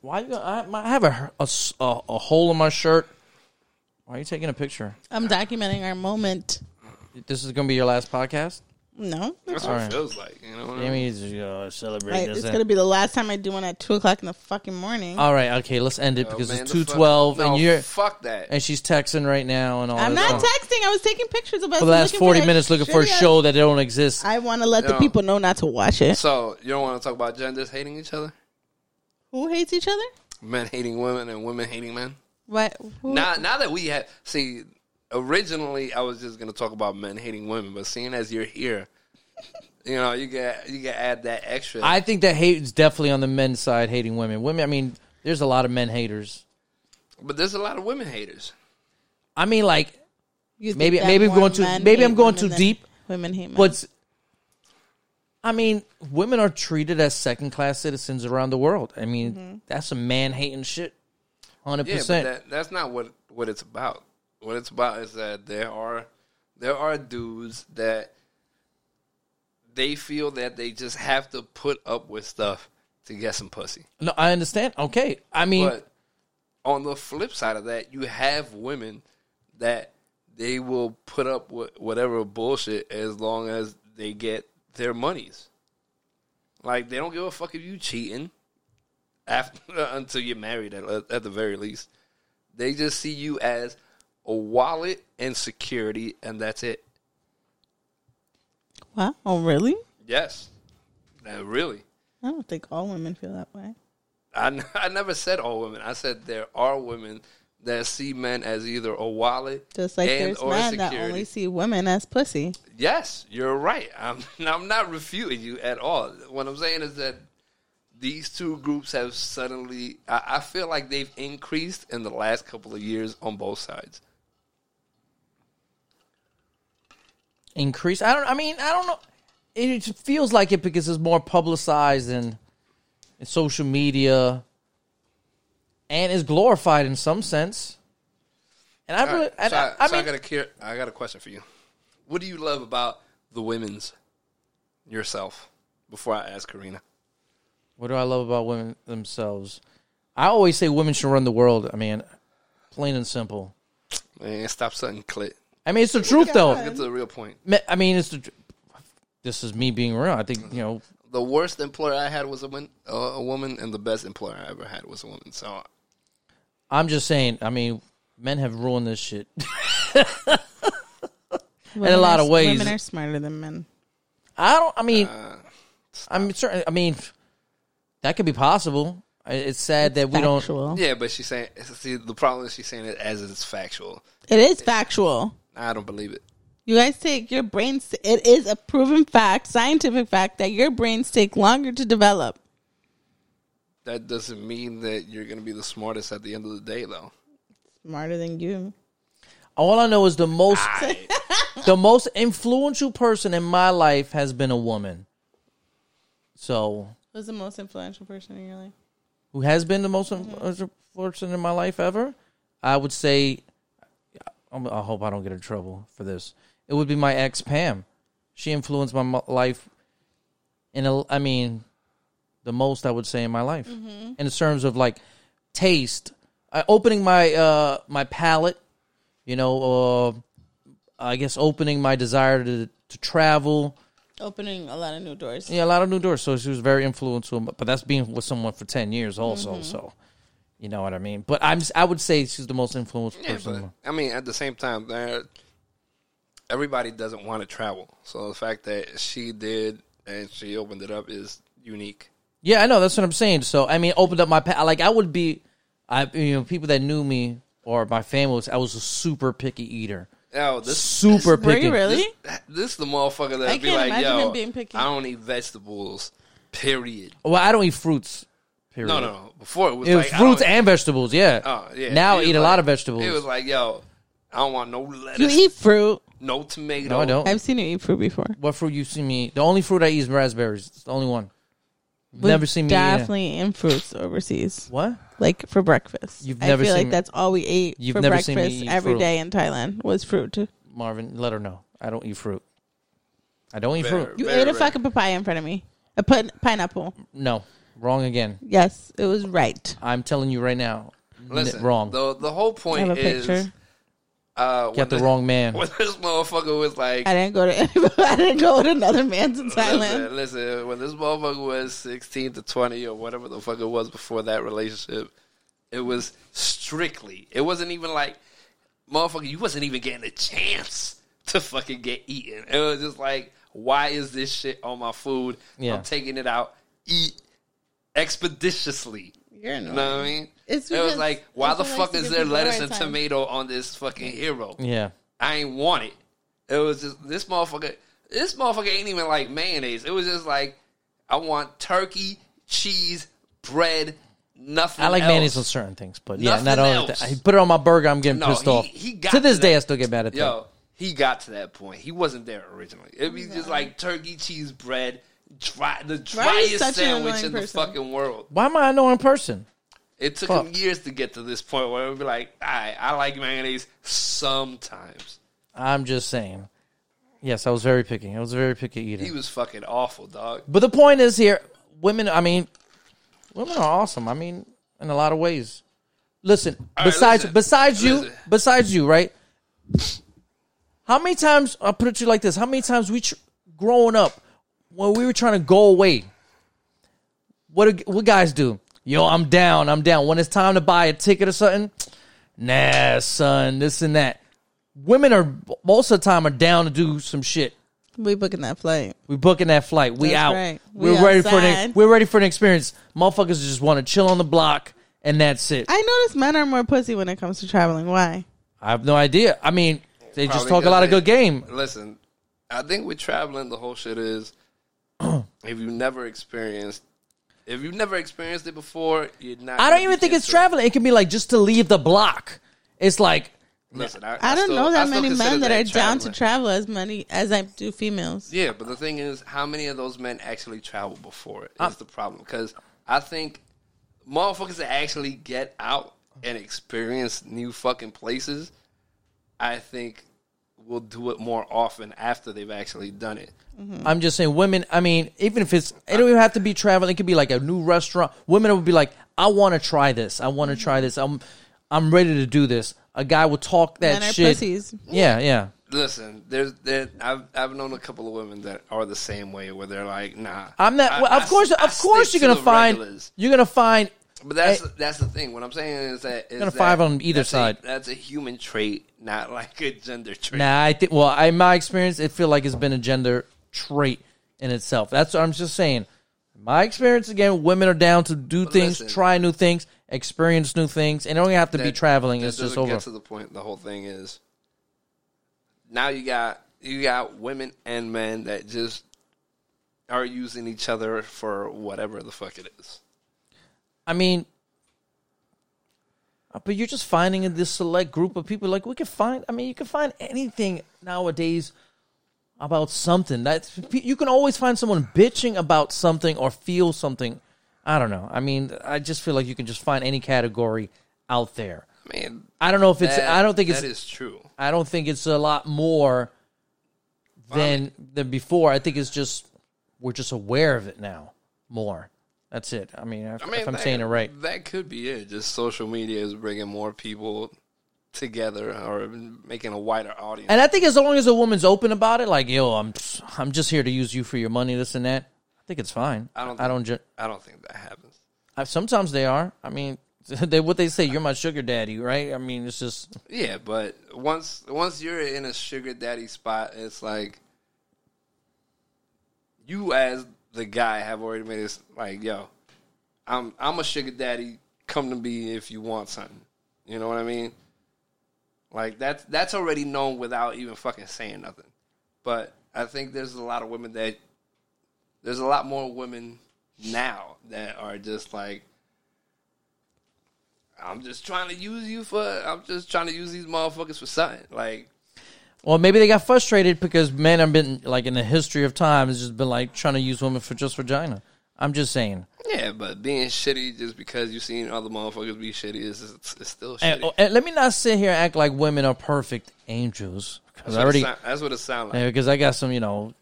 Speaker 2: Why you? I, my- I have a, a s- a- a hole in my shirt. Why are you taking a picture?
Speaker 3: I'm documenting our moment.
Speaker 2: This is going to be your last podcast.
Speaker 3: No,
Speaker 1: That's what
Speaker 2: Alright.
Speaker 1: it feels like. You know what I mean?
Speaker 2: Maybe you just, uh, celebrate
Speaker 3: Like,
Speaker 2: this.
Speaker 3: it's gonna be the last time I do one at two o'clock in the fucking morning.
Speaker 2: all right, okay, let's end it
Speaker 1: Oh,
Speaker 2: because
Speaker 1: man,
Speaker 2: it's
Speaker 1: the
Speaker 2: two
Speaker 1: fuck-
Speaker 2: twelve,
Speaker 1: No,
Speaker 2: and you're
Speaker 1: fuck that.
Speaker 2: and she's texting right now and all.
Speaker 3: I'm
Speaker 2: that
Speaker 3: not
Speaker 2: stuff.
Speaker 3: texting. I was taking pictures of us
Speaker 2: for the last
Speaker 3: looking
Speaker 2: forty
Speaker 3: that
Speaker 2: minutes looking for a
Speaker 3: shitty ass-
Speaker 2: show that don't exist.
Speaker 3: I want to let the
Speaker 1: No.
Speaker 3: people know not to watch it.
Speaker 1: So you don't want to talk about genders hating each other,
Speaker 3: Who hates each other?
Speaker 1: men hating women, and women hating men.
Speaker 3: What? Who?
Speaker 1: Now, now that we have see, originally I was just gonna talk about men hating women, but seeing as you're here, you know you get you can add that extra.
Speaker 2: I think that hate is definitely on the men's side, hating women. Women, I mean, there's a lot of men haters.
Speaker 1: but there's a lot of women haters.
Speaker 2: I mean, like,
Speaker 3: You think
Speaker 2: maybe-
Speaker 3: that
Speaker 2: maybe I'm
Speaker 3: more
Speaker 2: going too-
Speaker 3: men
Speaker 2: maybe
Speaker 3: hate
Speaker 2: I'm going
Speaker 3: women
Speaker 2: too
Speaker 3: than
Speaker 2: deep,
Speaker 3: Women hate men.
Speaker 2: but I mean, women are treated as second class citizens around the world. I mean, that's some man hating shit, hundred
Speaker 1: Yeah, but
Speaker 2: percent.
Speaker 1: that, that's not what what it's about. What it's about is that there are there are dudes that they feel that they just have to put up with stuff to get some pussy.
Speaker 2: No, I understand. Okay, I mean,
Speaker 1: But on the flip side of that, you have women that they will put up with whatever bullshit as long as they get their monies. Like they don't give a fuck if you cheating after until you're married at, at the very least. They just see you as a wallet and security, and that's it.
Speaker 3: wow, oh really?
Speaker 1: Yes, Uh, really.
Speaker 3: I don't think all women feel that way.
Speaker 1: I, n- I never said all women. I said there are women that see men as either a wallet
Speaker 3: Just like
Speaker 1: and
Speaker 3: there's
Speaker 1: or
Speaker 3: men that
Speaker 1: security.
Speaker 3: only see women as pussy.
Speaker 1: yes, you're right. I'm I'm not refuting you at all. What I'm saying is that these two groups have suddenly. I, I feel like they've increased in the last couple of years on both sides.
Speaker 2: increase. I don't. I mean, I don't know. It just feels like it because it's more publicized and in social media, and is glorified in some sense. And I really,
Speaker 1: All right,
Speaker 2: and
Speaker 1: so
Speaker 2: I,
Speaker 1: I,
Speaker 2: I
Speaker 1: so I
Speaker 2: mean,
Speaker 1: got a cur- I got a question for you. What do you love about the women's yourself? Before I ask Karina,
Speaker 2: What do I love about women themselves? I always say women should run the world. I mean, plain and simple.
Speaker 1: man, stop something clit.
Speaker 2: I mean, it's the truth, though.
Speaker 1: Get to the real point.
Speaker 2: Me- I mean, it's the. tr- This is me being real. I think you know.
Speaker 1: the worst employer I had was a, win, uh, a woman, and the best employer I ever had was a woman. So
Speaker 2: I'm just saying. I mean, men have ruined this shit.
Speaker 3: Women
Speaker 2: lot
Speaker 3: are-
Speaker 2: of ways.
Speaker 3: women are smarter than men.
Speaker 2: I don't. I mean, I'm certain. I mean, that could be possible. I- It's sad that we
Speaker 3: factual.
Speaker 1: Yeah, but she's saying see the problem is she's saying it as it's factual.
Speaker 3: It is factual.
Speaker 1: I don't believe it.
Speaker 3: You guys take your brains. It is a proven fact, scientific fact, that your brains take longer to develop.
Speaker 1: That doesn't mean that you're gonna be the smartest at the end of the day, though.
Speaker 3: Smarter than you.
Speaker 2: don't. All I know is the most, the most influential person in my life has been a woman. So,
Speaker 3: Who's the most influential person in your life?
Speaker 2: who has been the most influential person in my life ever? I would say, I'm, I hope I don't get in trouble for this. It would be my ex Pam. She influenced my mo- life, in a, I mean, the most I would say in my life, in terms of like taste, uh, opening my uh my palate, you know, uh, I guess opening my desire to to travel.
Speaker 3: Opening a lot of new doors.
Speaker 2: Yeah, a lot of new doors. So she was very influential, but but that's being with someone for ten years also.
Speaker 1: Mm-hmm.
Speaker 2: So, you know what I mean. But I'm I would say she's the most influential
Speaker 1: Yeah,
Speaker 2: person.
Speaker 1: but I mean, at the same time, there everybody doesn't want to travel. So the fact that she did and she opened it up is unique.
Speaker 2: yeah, I know that's what I'm saying. So I mean, opened up my pa- like I would be, I you know people that knew me or my family was I was a super picky eater,
Speaker 1: Oh, this
Speaker 2: super
Speaker 3: Were
Speaker 2: picky.
Speaker 3: you really?
Speaker 1: this is the motherfucker that
Speaker 3: I
Speaker 1: would be
Speaker 3: can't
Speaker 1: like,
Speaker 3: imagine
Speaker 1: yo,
Speaker 3: him being picky.
Speaker 1: I don't eat vegetables. Period.
Speaker 2: Well, I don't eat fruits. Period.
Speaker 1: No, no, no. Before it was
Speaker 2: It was
Speaker 1: like, I
Speaker 2: fruits
Speaker 1: don't-
Speaker 2: and vegetables. Yeah.
Speaker 1: Oh, yeah.
Speaker 2: Now
Speaker 1: It
Speaker 2: I
Speaker 1: was
Speaker 2: eat a lot
Speaker 1: like-
Speaker 2: of vegetables.
Speaker 1: It was like, yo, I don't want no
Speaker 3: You
Speaker 1: lettuce,
Speaker 3: eat fruit.
Speaker 1: no tomato.
Speaker 2: no, I don't.
Speaker 3: I've seen you eat fruit before.
Speaker 2: what fruit you see me? The only fruit I eat is raspberries. It's the only one. Never
Speaker 3: We've
Speaker 2: seen me eat it.
Speaker 3: Definitely in fruits overseas,
Speaker 2: What?
Speaker 3: like for breakfast.
Speaker 2: You've
Speaker 3: I
Speaker 2: never
Speaker 3: feel
Speaker 2: seen
Speaker 3: like
Speaker 2: me-
Speaker 3: that's all we ate
Speaker 2: You've
Speaker 3: for
Speaker 2: never
Speaker 3: breakfast
Speaker 2: seen
Speaker 3: every
Speaker 2: me
Speaker 3: day
Speaker 2: eat fruit.
Speaker 3: in Thailand was fruit. You
Speaker 2: Marvin, let her know. I don't eat fruit. I don't eat
Speaker 1: Very-
Speaker 2: fruit.
Speaker 1: very
Speaker 3: ate a
Speaker 1: rare.
Speaker 3: fucking papaya in front of me. A pin- pineapple.
Speaker 2: No, wrong again.
Speaker 3: Yes, it was right.
Speaker 2: I'm telling you right now, n-
Speaker 1: Listen,
Speaker 2: wrong.
Speaker 1: The the whole
Speaker 3: I
Speaker 1: point
Speaker 3: have a
Speaker 1: is,
Speaker 3: picture.
Speaker 1: uh, when
Speaker 2: Got the
Speaker 1: this-
Speaker 2: wrong man.
Speaker 1: When this motherfucker was like,
Speaker 3: I didn't go to any, I didn't go to another man's in Thailand.
Speaker 1: Listen, listen, when this motherfucker was 16 to 20 or whatever the fuck it was before that relationship, it was strictly, it wasn't even like, motherfucker, you wasn't even getting a chance to fucking get eaten. It was just like, why is this shit on my food?
Speaker 2: Yeah.
Speaker 1: I'm taking it out, eat expeditiously.
Speaker 3: You're
Speaker 1: You know what I mean?
Speaker 3: It's
Speaker 1: it was
Speaker 3: because
Speaker 1: like, why the
Speaker 3: Rachel
Speaker 1: fuck
Speaker 3: likes to
Speaker 1: is
Speaker 3: give
Speaker 1: there
Speaker 3: people
Speaker 1: lettuce
Speaker 3: hard
Speaker 1: and
Speaker 3: time.
Speaker 1: tomato on this fucking hero?
Speaker 2: yeah,
Speaker 1: I ain't want it. It was just this motherfucker. This motherfucker ain't even like mayonnaise. It was just like I want turkey, cheese, bread, nothing.
Speaker 2: I like
Speaker 1: else.
Speaker 2: mayonnaise on certain things, but yeah,
Speaker 1: Nothing
Speaker 2: not all. Of
Speaker 1: else.
Speaker 2: that. I put it on my burger. I'm getting
Speaker 1: No,
Speaker 2: pissed
Speaker 1: he-
Speaker 2: off.
Speaker 1: he got
Speaker 2: to this
Speaker 1: to
Speaker 2: day,
Speaker 1: that.
Speaker 2: I still get mad at that.
Speaker 1: Yo, he got to that point. He wasn't there originally. It'd be just like turkey, cheese, bread, dry, the driest
Speaker 3: such an
Speaker 1: sandwich
Speaker 3: annoying
Speaker 1: in the
Speaker 3: person?
Speaker 1: fucking world.
Speaker 2: Why am I annoying person?
Speaker 1: It took
Speaker 2: Fuck.
Speaker 1: him years to get to this point where it would be like, all right, I like mayonnaise sometimes.
Speaker 2: I'm just saying. Yes, I was very picky. I was a very picky eater.
Speaker 1: He was fucking awful, dog.
Speaker 2: But the point is here, women. I mean, women are awesome. I mean, in a lot of ways. Listen,
Speaker 1: right,
Speaker 2: besides
Speaker 1: listen.
Speaker 2: besides you,
Speaker 1: Listen.
Speaker 2: besides you, right? How many times I'll put it to you like this? How many times we tr- growing up when we were trying to go away? What do, what guys do? Yo, I'm down. I'm down. When it's time to buy a ticket or something, nah, son, this and that. Women are most of the time are down to do some shit.
Speaker 3: We booking that flight.
Speaker 2: We booking that flight. We
Speaker 3: That's
Speaker 2: out.
Speaker 3: right. We
Speaker 2: We're ready for an
Speaker 3: outside.
Speaker 2: we're ready for an experience. Motherfuckers just want to chill on the block and that's it. I,
Speaker 3: I notice men are more pussy when it comes to traveling. Why?
Speaker 2: have no idea. I mean, they just
Speaker 1: Probably
Speaker 2: talk a lot of
Speaker 1: doesn't-
Speaker 2: good game.
Speaker 1: Listen, I think with traveling, the whole shit is if you never experienced, if you never experienced it before, you're not.
Speaker 2: I
Speaker 1: gonna
Speaker 2: don't
Speaker 1: be
Speaker 2: even think it's
Speaker 1: into it.
Speaker 2: traveling. It can be like just to leave the block. It's like
Speaker 1: Listen, I,
Speaker 3: I don't
Speaker 1: still-
Speaker 3: know
Speaker 1: I
Speaker 3: that
Speaker 1: still
Speaker 3: many
Speaker 1: consider
Speaker 3: men that, are down to
Speaker 1: traveling.
Speaker 3: travel as many as I do females.
Speaker 1: Yeah, but the thing is, how many of those men actually travel before it is
Speaker 2: Uh.
Speaker 1: the problem? Because I think motherfuckers that actually get out and experience new fucking places, I think will do it more often after they've actually done it.
Speaker 3: Hmm.
Speaker 2: I'm just saying, women. I mean, even if it's, it don't even have to be traveling. It could be like a new restaurant. Women would be like, "I want to try this. I want to
Speaker 3: Hmm.
Speaker 2: try this. I'm, I'm ready to do this." A guy will talk that
Speaker 3: Men are
Speaker 2: shit.
Speaker 3: pussies.
Speaker 2: Yeah, yeah.
Speaker 1: Listen, there's there. I've I've known a couple of women that are the same way, where they're like, nah.
Speaker 2: I'm not.
Speaker 1: I-
Speaker 2: well,
Speaker 1: I
Speaker 2: of course,
Speaker 1: stick- I
Speaker 2: of course,
Speaker 1: stick
Speaker 2: you're gonna
Speaker 1: the
Speaker 2: find.
Speaker 1: regulars."
Speaker 2: You're gonna find.
Speaker 1: But that's that's the thing. What I'm saying is that is
Speaker 2: Gonna
Speaker 1: that
Speaker 2: five on either
Speaker 1: that's a-
Speaker 2: side.
Speaker 1: that's a human trait, not like a gender trait.
Speaker 2: Nah, I think. Well, in my experience, it feel like it's been a gender trait in itself. That's what I'm just saying. my experience again, women are down to do things,
Speaker 1: listen.
Speaker 2: try new things, experience new things, and they don't have to be
Speaker 1: that-
Speaker 2: traveling.
Speaker 1: that
Speaker 2: It's just
Speaker 1: doesn't
Speaker 2: over.
Speaker 1: Get to the point. The whole thing is now you got you got women and men that just are using each other for whatever the fuck it is.
Speaker 2: I mean, uh, but you're just finding in this select group of people. Like we can find. I mean, you can find anything nowadays about something. That you can always find someone bitching about something or feel something. I don't know. I mean, I just feel like you can just find any category out there.
Speaker 1: I mean,
Speaker 2: I don't know if it's.
Speaker 1: that-
Speaker 2: I don't think it's.
Speaker 1: that is true.
Speaker 2: I don't think it's a lot more than than before. I think it's just we're just aware of it now more. That's it. I mean, if,
Speaker 1: I mean,
Speaker 2: if I'm
Speaker 1: that-
Speaker 2: saying it right,
Speaker 1: that could be it. Just social media is bringing more people together or making a wider audience.
Speaker 2: and I think as long as a woman's open about it, like yo, I'm I'm just here to use you for your money, this and that. I think it's fine. I
Speaker 1: I
Speaker 2: don't.
Speaker 1: don't
Speaker 2: I don't. Ju-
Speaker 1: I don't think that happens.
Speaker 2: I, sometimes they are. I mean, they what they say. You're my sugar daddy, right? I mean, it's just
Speaker 1: Yeah, but once once you're in a sugar daddy spot, it's like you as the guy have already made this like, yo, I'm I'm a sugar daddy. Come to me if you want something. You know what I mean? Like that's that's already known without even fucking saying nothing. But I think there's a lot of women that there's a lot more women now that are just like I'm just trying to use you for. I'm just trying to use these motherfuckers for something. Like,
Speaker 2: Well, maybe they got frustrated because men have been like in the history of time has just been like trying to use women for just vagina. I'm just saying,
Speaker 1: yeah, but being shitty just because you seen other motherfuckers be shitty is it's, it's still shitty.
Speaker 2: and, oh, and let me not sit here and act like women are perfect angels because
Speaker 1: that's,
Speaker 2: I
Speaker 1: what it
Speaker 2: already
Speaker 1: sound, that's what it sound like.
Speaker 2: because I got some you know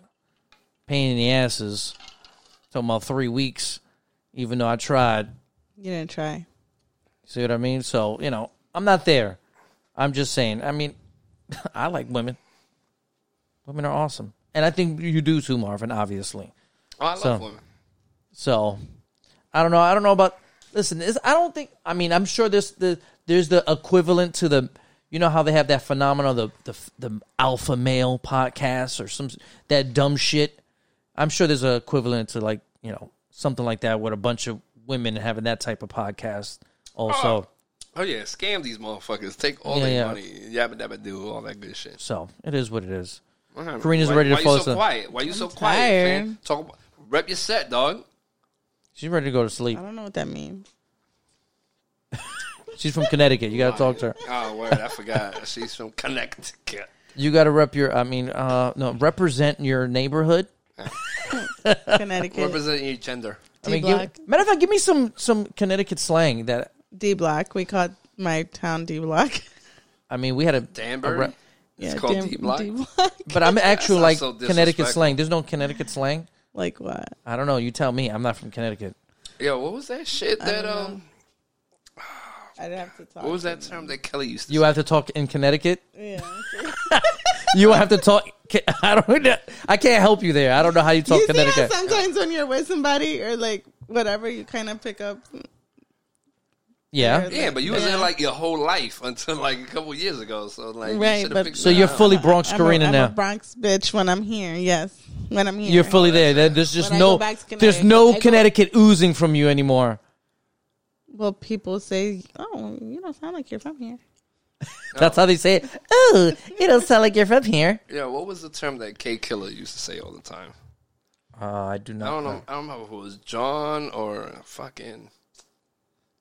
Speaker 2: pain in the asses. Talking about three weeks, even though I tried.
Speaker 3: You didn't try.
Speaker 2: See what I mean? So you know, I'm not there. I'm just saying. I mean, I like women. Women are awesome, and I think you do too, Marvin. Obviously.
Speaker 1: Oh, I love
Speaker 2: so-
Speaker 1: women.
Speaker 2: So I don't know. I don't know about. Listen, it's, I don't think. I mean, I'm sure there's the there's the equivalent to the. You know how they have that phenomenon the the the alpha male podcast or some that dumb shit. I'm sure there's a equivalent to like you know something like that with a bunch of women having that type of podcast. Also,
Speaker 1: Oh yeah, scam these motherfuckers. Take all
Speaker 2: Yeah,
Speaker 1: their
Speaker 2: yeah.
Speaker 1: money. Yabba dabba do all that good shit.
Speaker 2: so it is what it is.
Speaker 1: All right,
Speaker 2: Karina's
Speaker 1: why,
Speaker 2: ready to
Speaker 1: why
Speaker 2: fall
Speaker 1: you so
Speaker 2: asleep.
Speaker 1: quiet? Why you so quiet, man? Talk. About, rep your set, dog.
Speaker 2: She's ready to go to sleep.
Speaker 3: I don't know what that means.
Speaker 2: She's from Connecticut. You got to talk to her.
Speaker 1: Oh word, I forgot. She's from Connecticut.
Speaker 2: You got to rep your. I mean, uh, no, represent your neighborhood.
Speaker 3: Connecticut.
Speaker 1: Representing your gender.
Speaker 2: I mean,
Speaker 3: D-Block.
Speaker 2: give, matter of fact, give me some some Connecticut slang that
Speaker 3: D block. We called my town D block.
Speaker 2: I mean, we had a
Speaker 1: Danbury.
Speaker 2: a rep-
Speaker 1: It's called
Speaker 3: damn-
Speaker 1: D-block.
Speaker 3: D-block.
Speaker 2: but I'm actual
Speaker 1: sounds
Speaker 2: like
Speaker 1: so
Speaker 2: Connecticut
Speaker 1: disrespectful.
Speaker 2: slang. There's no Connecticut slang.
Speaker 3: like what?
Speaker 2: I don't know. You tell me. I'm not from Connecticut.
Speaker 1: Yo, what was that shit that um?
Speaker 3: I didn't have to talk.
Speaker 1: What was that term that Kelly used to
Speaker 2: You have to talk in Connecticut.
Speaker 3: Yeah.
Speaker 2: You have to talk. I don't. know. I can't help you there. I don't know how you talk
Speaker 3: you see how
Speaker 2: Connecticut.
Speaker 3: sometimes when you're with somebody or like whatever, you kind of pick up.
Speaker 2: yeah.
Speaker 1: Yeah, but you was
Speaker 3: Yeah.
Speaker 1: in like your whole life until like a couple years ago. So like,
Speaker 3: Right,
Speaker 1: you should've
Speaker 3: but-
Speaker 1: picked
Speaker 2: So
Speaker 1: that
Speaker 2: you're
Speaker 1: up.
Speaker 2: fully Bronx
Speaker 3: I'm a-
Speaker 2: Karina
Speaker 3: I'm a
Speaker 2: now.
Speaker 3: Bronx bitch when I'm here. Yes, when I'm here.
Speaker 2: You're fully there. There- There's just
Speaker 3: When I
Speaker 2: no.
Speaker 3: go back to
Speaker 2: There's no
Speaker 3: Connecticut, I go-
Speaker 2: Connecticut oozing from you anymore.
Speaker 3: Well, people say, "Oh, you don't sound like you're from here."
Speaker 2: That's how they say it. Oh, it don't sound like you're from here.
Speaker 1: Yeah, what was the term that K Killer used to say all the time?
Speaker 2: Uh, I do not.
Speaker 1: I don't know. I don't remember who it was John or fucking.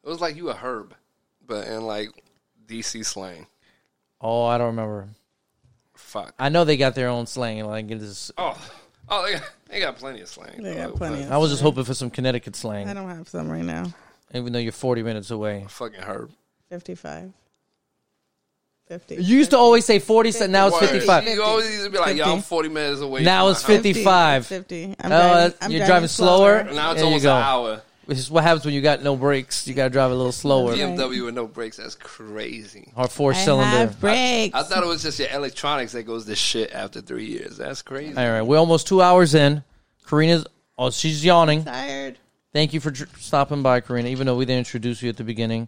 Speaker 1: It was like you a herb, but in like DC slang.
Speaker 2: Oh, I don't remember.
Speaker 1: Fuck.
Speaker 2: I know they got their own slang. Like it is.
Speaker 1: oh, oh, they got, they got plenty of slang.
Speaker 3: They got
Speaker 1: Like,
Speaker 3: plenty.
Speaker 2: I
Speaker 3: Of,
Speaker 2: was just hoping for some Connecticut slang.
Speaker 3: I don't have some right now.
Speaker 2: even though you're 40 minutes away.
Speaker 1: Fucking herb.
Speaker 3: Fifty-five. Fifty.
Speaker 2: You used to always say 40, so now it's
Speaker 1: Word.
Speaker 2: 55.
Speaker 1: You always used to be like, yo, I'm
Speaker 3: 50.
Speaker 1: 40 minutes away.
Speaker 2: Now
Speaker 1: from
Speaker 2: it's
Speaker 1: my house.
Speaker 2: 55.
Speaker 3: Fifty. I'm
Speaker 2: Oh,
Speaker 3: I'm
Speaker 2: you're driving slower.
Speaker 1: Now it's
Speaker 2: There you
Speaker 1: almost an
Speaker 2: go.
Speaker 1: hour.
Speaker 2: Which is what happens when you got no brakes. You got to drive a little slower.
Speaker 3: Yeah.
Speaker 1: BMW with no brakes. That's crazy.
Speaker 2: Or four
Speaker 3: I
Speaker 2: cylinder.
Speaker 3: have brakes.
Speaker 1: I thought it was just your electronics that goes to shit after three years. That's crazy.
Speaker 2: All right, we're almost two hours in. Karina's, oh, she's yawning.
Speaker 3: tired.
Speaker 2: Thank you for dr- stopping by, Karina, even though we didn't introduce you at the beginning.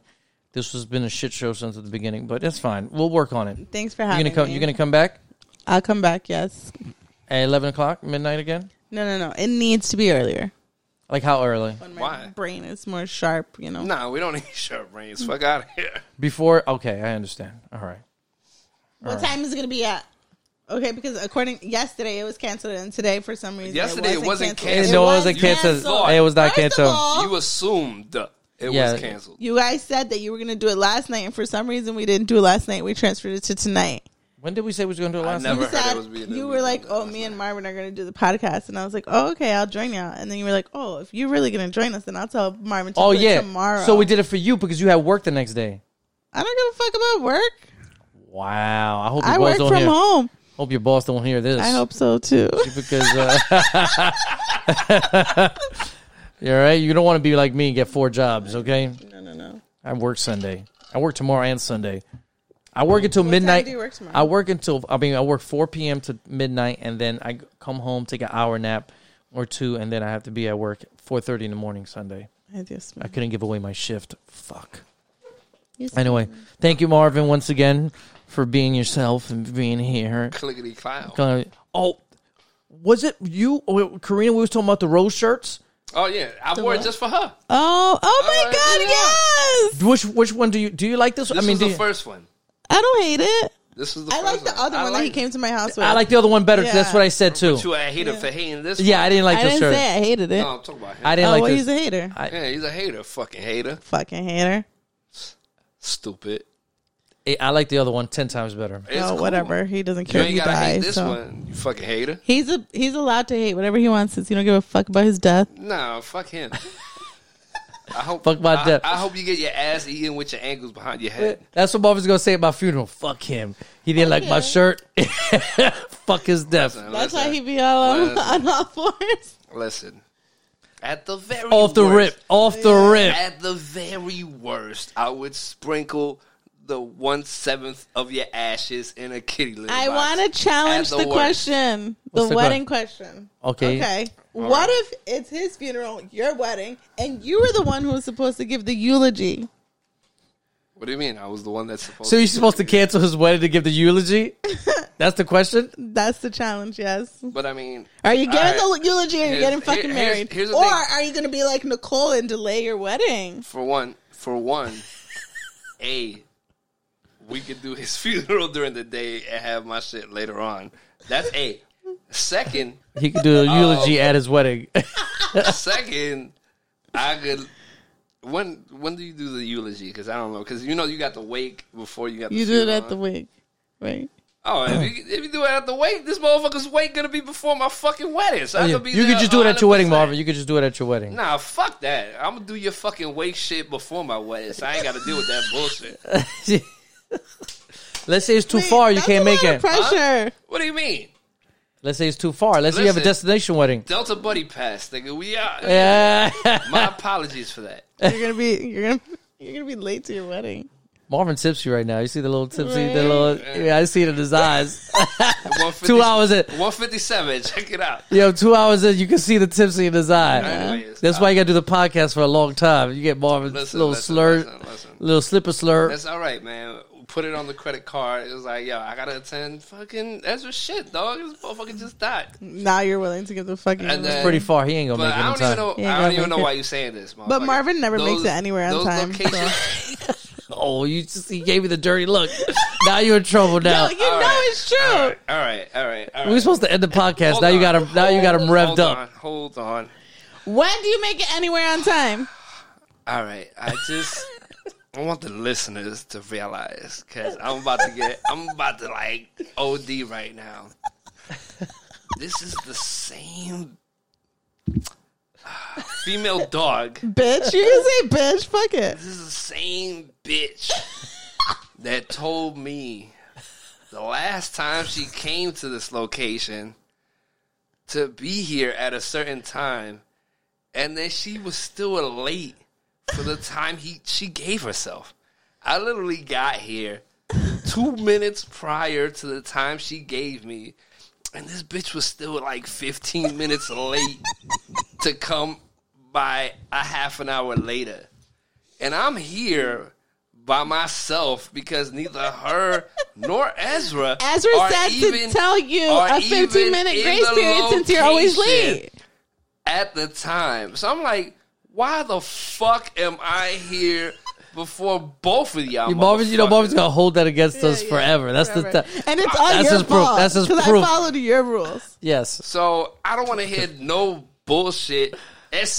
Speaker 2: This has been a shit show since the beginning, but that's fine. We'll work on it.
Speaker 3: Thanks for
Speaker 2: You're
Speaker 3: having
Speaker 2: gonna come.
Speaker 3: me.
Speaker 2: You're gonna come back
Speaker 3: I'll come back. Yes.
Speaker 2: at eleven o'clock midnight again.
Speaker 3: No, no, no. It needs to be earlier.
Speaker 2: Like how early?
Speaker 3: When my
Speaker 1: Why?
Speaker 3: brain is more sharp, you know.
Speaker 1: Nah, we don't need sharp brains. Fuck out of here.
Speaker 2: Before? Okay, I understand. All right.
Speaker 3: What time is it gonna be at? Okay, because according yesterday it was canceled, and today for some reason
Speaker 1: Yesterday it
Speaker 3: it
Speaker 1: wasn't
Speaker 3: wasn't
Speaker 1: canceled.
Speaker 3: canceled.
Speaker 2: No, it
Speaker 3: was
Speaker 2: wasn't canceled.
Speaker 1: Lord.
Speaker 2: It was not
Speaker 3: First of
Speaker 2: canceled.
Speaker 3: all,
Speaker 1: You assumed it
Speaker 2: Yeah.
Speaker 1: was canceled.
Speaker 3: you guys said that you were gonna do it last night, and for some reason we didn't do it last night. We transferred it to tonight.
Speaker 2: When did we say we was going to do it last
Speaker 1: never-
Speaker 2: night?
Speaker 3: You
Speaker 1: heard it
Speaker 3: said
Speaker 1: was being-
Speaker 3: you were like, "Oh, me and Marvin are gonna do the podcast," and I was like, "Oh, okay, I'll join y'all." And then you were like, "Oh, if you're really gonna join us, then I'll tell Marvin to
Speaker 2: Oh
Speaker 3: do it
Speaker 2: yeah.
Speaker 3: tomorrow."
Speaker 2: So we did it for you because you had work the next day.
Speaker 3: I don't give a fuck about work.
Speaker 2: Wow. I hope your
Speaker 3: I
Speaker 2: boss
Speaker 3: work
Speaker 2: don't
Speaker 3: from
Speaker 2: hear.
Speaker 3: home.
Speaker 2: Hope your boss don't hear this.
Speaker 3: I hope so too.
Speaker 2: because uh, you're right. You don't want to be like me and get four jobs. Okay,
Speaker 3: no, no, no.
Speaker 2: I work Sunday. I work tomorrow and Sunday. I work until midnight.
Speaker 3: do you work tomorrow?
Speaker 2: I work until I mean I work four p.m. to midnight, and then I come home, take an hour nap or two, and then I have to be at work four thirty in the morning Sunday.
Speaker 3: I just
Speaker 2: I couldn't give away my shift. Fuck.
Speaker 3: Yes,
Speaker 2: Anyway, thank you, Marvin, once again for being yourself and being here.
Speaker 1: Clickety clown.
Speaker 2: Uh, oh, was it you, oh, Karina? We was talking about the rose shirts.
Speaker 1: Oh yeah, I wore it just for her.
Speaker 3: Oh, oh my
Speaker 1: right,
Speaker 3: God,
Speaker 1: yeah.
Speaker 3: yes!
Speaker 2: Which which one do you do you like this?
Speaker 1: This
Speaker 2: I mean,
Speaker 1: was
Speaker 2: do
Speaker 1: the
Speaker 2: you,
Speaker 1: first one.
Speaker 3: I don't hate it.
Speaker 1: This was the
Speaker 3: I
Speaker 1: first
Speaker 3: like the other
Speaker 1: I
Speaker 3: one that he
Speaker 1: liked
Speaker 3: came to my house with.
Speaker 2: I like the other one better. 'cause That's
Speaker 3: Yeah.
Speaker 2: what I said too.
Speaker 1: it. Too, I hate him for hating this.
Speaker 2: Yeah, I didn't like
Speaker 3: I
Speaker 2: this
Speaker 3: didn't
Speaker 2: shirt.
Speaker 3: say I hated it.
Speaker 1: one. No, I'm talking about him.
Speaker 2: I didn't
Speaker 3: oh,
Speaker 2: like
Speaker 3: well,
Speaker 2: this.
Speaker 3: he's a hater.
Speaker 2: I-
Speaker 1: yeah, he's a hater. Fucking hater.
Speaker 3: Fucking hater.
Speaker 1: Stupid.
Speaker 2: I- I like the other one ten times better.
Speaker 1: It's
Speaker 3: oh,
Speaker 1: cool.
Speaker 3: whatever. He doesn't
Speaker 1: You
Speaker 3: care.
Speaker 1: ain't
Speaker 3: he
Speaker 1: gotta hate
Speaker 3: dies.
Speaker 1: this
Speaker 3: so.
Speaker 1: one. You fucking hater.
Speaker 3: He's a he's allowed to hate whatever he wants since you don't give a fuck about his death.
Speaker 1: Nah, fuck him. I hope.
Speaker 2: Fuck my
Speaker 1: I,
Speaker 2: death.
Speaker 1: I hope you get your ass eaten with your ankles behind your head.
Speaker 2: That's what Marvin's gonna say at my funeral. Fuck him. He didn't like my
Speaker 3: him.
Speaker 2: shirt. Fuck his death.
Speaker 3: That's
Speaker 1: Listen.
Speaker 3: why he be all on,
Speaker 1: Listen.
Speaker 3: on all fours.
Speaker 1: Listen, at the very
Speaker 2: Off the
Speaker 1: worst,
Speaker 2: rip. Off the rip.
Speaker 1: At the very worst, I would sprinkle the one seventh of your ashes in a kitty litter.
Speaker 3: I want to challenge
Speaker 1: At the
Speaker 3: the,
Speaker 1: worst.
Speaker 3: question,
Speaker 2: What's
Speaker 3: the
Speaker 2: the
Speaker 3: wedding question.
Speaker 2: Okay.
Speaker 3: Okay. What if it's his funeral, your wedding, and you were the one who was supposed to give the eulogy?
Speaker 1: What do you mean? I was the one that's supposed.
Speaker 2: So
Speaker 1: to
Speaker 2: you're supposed to cancel his wedding to give the eulogy? That's the question.
Speaker 3: That's the challenge. Yes.
Speaker 1: But I mean,
Speaker 3: Are you getting
Speaker 1: All
Speaker 3: the eulogy or you're
Speaker 1: Here's-
Speaker 3: getting fucking
Speaker 1: here- here's-
Speaker 3: married?
Speaker 1: here's the
Speaker 3: or
Speaker 1: thing.
Speaker 3: are you going to be like Nicole and delay your wedding?
Speaker 1: for one, for one, a we could do his funeral during the day and have my shit later on. That's a second.
Speaker 2: He could do a eulogy at his wedding.
Speaker 1: Second, I could. When when do you do the eulogy? Because I don't know. Because you know you got the wake before you got. The
Speaker 3: You do it
Speaker 1: funeral.
Speaker 3: at the wake. Right.
Speaker 1: Oh, if you, if you do it at the wake, this motherfucker's wake gonna be before my fucking wedding. So I'm
Speaker 2: Oh, you
Speaker 1: gonna be
Speaker 2: could
Speaker 1: there
Speaker 2: just do it at your
Speaker 1: 100%.
Speaker 2: wedding, Marvin. You could just do it at your wedding.
Speaker 1: Nah, fuck that. I'm gonna do your fucking wake shit before my wedding. So I ain't gotta deal with that bullshit.
Speaker 2: Let's say it's too far. You
Speaker 3: That's
Speaker 2: can't
Speaker 3: a
Speaker 2: make
Speaker 3: lot of
Speaker 2: it.
Speaker 3: Pressure.
Speaker 1: What do you mean?
Speaker 2: Let's say it's too far. Let's say you have a
Speaker 1: Listen.
Speaker 2: destination wedding.
Speaker 1: Delta buddy pass, nigga. We are.
Speaker 2: Yeah.
Speaker 1: My apologies for that.
Speaker 3: You're gonna be you're gonna you're gonna be late to your wedding.
Speaker 2: Marvin tipsy right now. You see the little tipsy,
Speaker 3: Right.
Speaker 2: the little. Yeah, I see it in his eyes.
Speaker 1: 150
Speaker 2: two hours in.
Speaker 1: One fifty seven. Check it out.
Speaker 2: Yo, two hours in, you can see the tipsy in his eye.
Speaker 1: Anyways,
Speaker 2: That's why you got to do the podcast for a long time. You get Marvin's
Speaker 1: Listen,
Speaker 2: little
Speaker 1: listen,
Speaker 2: slur,
Speaker 1: listen, listen.
Speaker 2: little slipper slur.
Speaker 1: That's all right, man. Put it on the credit card. It was like, yo, I gotta attend fucking Ezra shit, dog. This motherfucker just died.
Speaker 3: Now you're willing to give the fucking.
Speaker 1: And then-
Speaker 2: Pretty far. He ain't gonna
Speaker 1: But
Speaker 2: make it
Speaker 1: I
Speaker 2: in
Speaker 1: don't even
Speaker 2: time.
Speaker 1: know.
Speaker 3: Yeah,
Speaker 1: I don't
Speaker 3: go
Speaker 1: even know
Speaker 3: make
Speaker 1: why you saying this.
Speaker 3: But
Speaker 1: motherfucker.
Speaker 3: Marvin never makes it anywhere on
Speaker 1: those
Speaker 3: time,
Speaker 1: Locations,
Speaker 2: Oh, you just he gave me the dirty look. now you're in trouble. Now
Speaker 3: no, you know
Speaker 1: right.
Speaker 3: it's true.
Speaker 1: all right, all right, all right. all
Speaker 2: we
Speaker 1: right.
Speaker 2: were supposed to end the podcast.
Speaker 1: Hold
Speaker 2: now you
Speaker 1: on.
Speaker 2: got him. Now you got him revved
Speaker 1: hold
Speaker 2: up.
Speaker 1: On, hold on.
Speaker 3: When do you make it anywhere on time?
Speaker 1: All right, I just I want the listeners to realize because I'm about to get I'm about to like OD right now. This is the same uh, female dog.
Speaker 3: Bitch, you can say bitch. Fuck it.
Speaker 1: This is the same bitch that told me the last time she came to this location to be here at a certain time, and then she was still late for the time he she gave herself. I literally got here two minutes prior to the time she gave me, and this bitch was still like fifteen minutes late to come by a half an hour later and I'm here by myself because neither her nor Ezra
Speaker 3: Ezra
Speaker 1: are
Speaker 3: said to tell you
Speaker 1: are
Speaker 3: a 15
Speaker 1: even
Speaker 3: minute
Speaker 1: in
Speaker 3: grace
Speaker 1: the
Speaker 3: period since you're always
Speaker 1: location
Speaker 3: late.
Speaker 1: at the time. So I'm like, why the fuck am I here before both of y'all?
Speaker 2: You Barbie's, you know,
Speaker 1: motherfuckers?
Speaker 2: Barbie's gonna hold that against us
Speaker 3: Yeah, yeah,
Speaker 2: forever. That's the
Speaker 3: forever.
Speaker 2: t-
Speaker 3: and it's all
Speaker 2: that's
Speaker 3: your
Speaker 2: his proof.
Speaker 3: fault.
Speaker 2: That's his
Speaker 3: 'cause
Speaker 2: proof.
Speaker 3: I followed your rules.
Speaker 2: yes.
Speaker 1: So I don't want to hear no bullshit,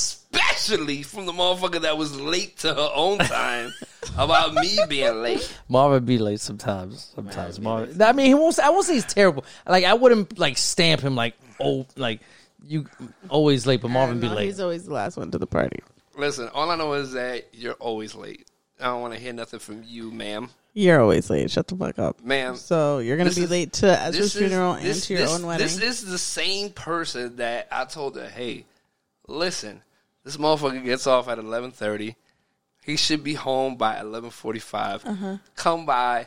Speaker 1: especially from the motherfucker that was late to her own time about me being late.
Speaker 2: Marvin be late sometimes. Sometimes Marvin. I mean, he won't. Say, I won't say he's terrible. Like I wouldn't like stamp him like oh like you always late, but Marvin be
Speaker 3: No,
Speaker 2: late.
Speaker 3: He's always the last one to the party.
Speaker 1: Listen, all I know is that you're always late. I don't want to hear nothing from you, ma'am.
Speaker 3: You're always late. Shut the fuck up,
Speaker 1: Ma'am,
Speaker 3: So you're gonna
Speaker 1: this
Speaker 3: be
Speaker 1: is-
Speaker 3: late to Ezra's
Speaker 1: is-
Speaker 3: funeral and
Speaker 1: this-
Speaker 3: to your
Speaker 1: this-
Speaker 3: own wedding.
Speaker 1: This is the same person that I told her, hey, listen, this motherfucker gets off at eleven thirty. He should be home by eleven Come by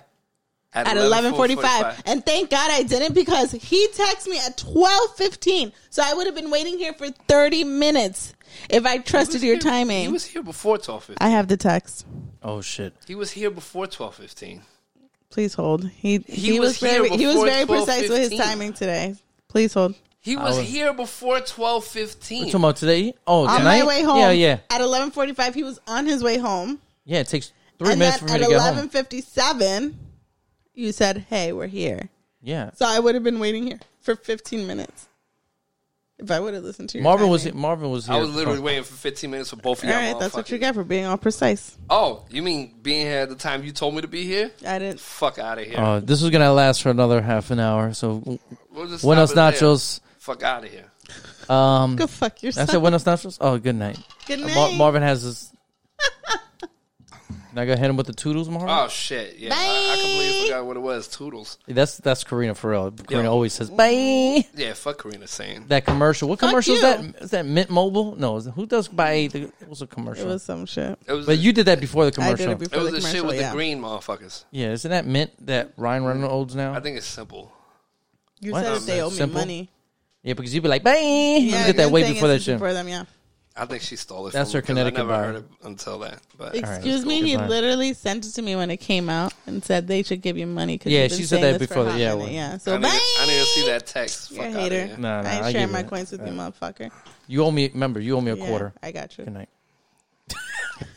Speaker 1: at,
Speaker 3: Uh-huh. at eleven forty five. And thank God I didn't because he texted me at twelve fifteen. So I would have been waiting here for thirty minutes if I
Speaker 1: He was
Speaker 3: trusted your
Speaker 1: here-
Speaker 3: timing.
Speaker 1: He was here before twelve fifteen.
Speaker 3: I have the text.
Speaker 2: Oh shit.
Speaker 1: He was here before twelve fifteen.
Speaker 3: Please hold. He he,
Speaker 1: was
Speaker 3: was,
Speaker 1: here
Speaker 3: very he was
Speaker 1: before
Speaker 3: very precise with his
Speaker 1: 12:15.
Speaker 3: timing today. Please hold.
Speaker 1: He was
Speaker 2: was-
Speaker 1: here before twelve
Speaker 2: You
Speaker 1: fifteen.
Speaker 2: talking about today? Oh,
Speaker 3: On
Speaker 2: tonight?
Speaker 3: my way home.
Speaker 2: Yeah, yeah,
Speaker 3: At eleven forty five, he was on his way home.
Speaker 2: yeah. It takes three
Speaker 3: and
Speaker 2: minutes
Speaker 3: then
Speaker 2: for me
Speaker 3: at
Speaker 2: to get home.
Speaker 3: eleven fifty seven, you said, "Hey, we're here."
Speaker 2: Yeah.
Speaker 3: So I would have been waiting here for fifteen minutes if I would have listened to your
Speaker 2: Marvin was
Speaker 3: timing.
Speaker 2: he- Marvin was here.
Speaker 1: I was literally
Speaker 2: Oh.
Speaker 1: waiting for fifteen minutes for both of
Speaker 3: All
Speaker 1: y'all.
Speaker 3: right, that's what you
Speaker 1: motherfuckers.
Speaker 3: get for being all precise.
Speaker 1: Oh, you mean being here at the time you told me to be here?
Speaker 3: I didn't.
Speaker 1: Fuck out of here.
Speaker 2: Uh, this is gonna last for another half an hour. So,
Speaker 1: We'll just
Speaker 2: buenos
Speaker 1: stop it there.
Speaker 2: nachos.
Speaker 1: Fuck out of here.
Speaker 2: Um,
Speaker 3: Go fuck yourself.
Speaker 2: that's it. Buenos nachos. Oh, good night.
Speaker 3: Good
Speaker 2: Uh,
Speaker 3: night.
Speaker 2: Mar- Marvin has his. Can I go hit him with the toodles, Marvin?
Speaker 1: Oh shit! Yeah, I, I completely forgot what it was. Toodles.
Speaker 2: that's that's Karina Farrell. Karina
Speaker 1: Yeah.
Speaker 2: always says bye.
Speaker 1: Yeah, fuck Karina saying.
Speaker 2: That commercial. What commercial is
Speaker 3: you.
Speaker 2: that? Is that Mint Mobile? No. Is it, who does bye? The, it was a commercial.
Speaker 3: It was some shit.
Speaker 1: It was.
Speaker 2: but
Speaker 1: the,
Speaker 2: you did that before the
Speaker 3: I
Speaker 2: commercial.
Speaker 3: did it
Speaker 1: It
Speaker 3: before
Speaker 1: was
Speaker 3: the
Speaker 1: the shit
Speaker 3: commercial.
Speaker 1: with
Speaker 3: yeah.
Speaker 1: the green motherfuckers.
Speaker 2: Yeah, isn't that Mint that Ryan Reynolds now?
Speaker 1: I think it's simple.
Speaker 3: You
Speaker 2: What?
Speaker 3: said
Speaker 2: Um,
Speaker 3: that they owe me
Speaker 2: simple?
Speaker 3: money.
Speaker 2: yeah, because you'd be like bye. you get that
Speaker 3: good
Speaker 2: way
Speaker 3: thing
Speaker 2: before that
Speaker 3: it's
Speaker 2: shit.
Speaker 3: Before them, yeah.
Speaker 1: I think she stole it.
Speaker 2: That's
Speaker 1: from
Speaker 2: her
Speaker 1: me 'cause
Speaker 2: Connecticut
Speaker 1: I never
Speaker 2: bar.
Speaker 1: heard it until then. But
Speaker 3: Excuse
Speaker 2: that's
Speaker 3: me.
Speaker 2: cool.
Speaker 3: He
Speaker 2: Goodbye.
Speaker 3: literally sent it to me when it came out and said they should give you money. Cause
Speaker 2: Yeah,
Speaker 3: you've been
Speaker 2: she said
Speaker 3: saying
Speaker 2: that
Speaker 3: this for
Speaker 2: before
Speaker 3: a
Speaker 2: the-
Speaker 3: hot
Speaker 2: yeah,
Speaker 3: minute.
Speaker 2: well-
Speaker 3: Yeah. So
Speaker 1: I didn't,
Speaker 3: bye.
Speaker 1: I didn't see that text.
Speaker 3: You're
Speaker 1: Fuck out
Speaker 3: a
Speaker 1: of
Speaker 3: hater.
Speaker 1: here.
Speaker 2: No, no,
Speaker 3: I
Speaker 2: I
Speaker 3: ain't
Speaker 2: give
Speaker 3: sharing my
Speaker 2: you that.
Speaker 3: coins with you, motherfucker.
Speaker 2: You owe me. Remember, you owe me a
Speaker 3: Yeah,
Speaker 2: quarter.
Speaker 3: I got you.
Speaker 2: Good night.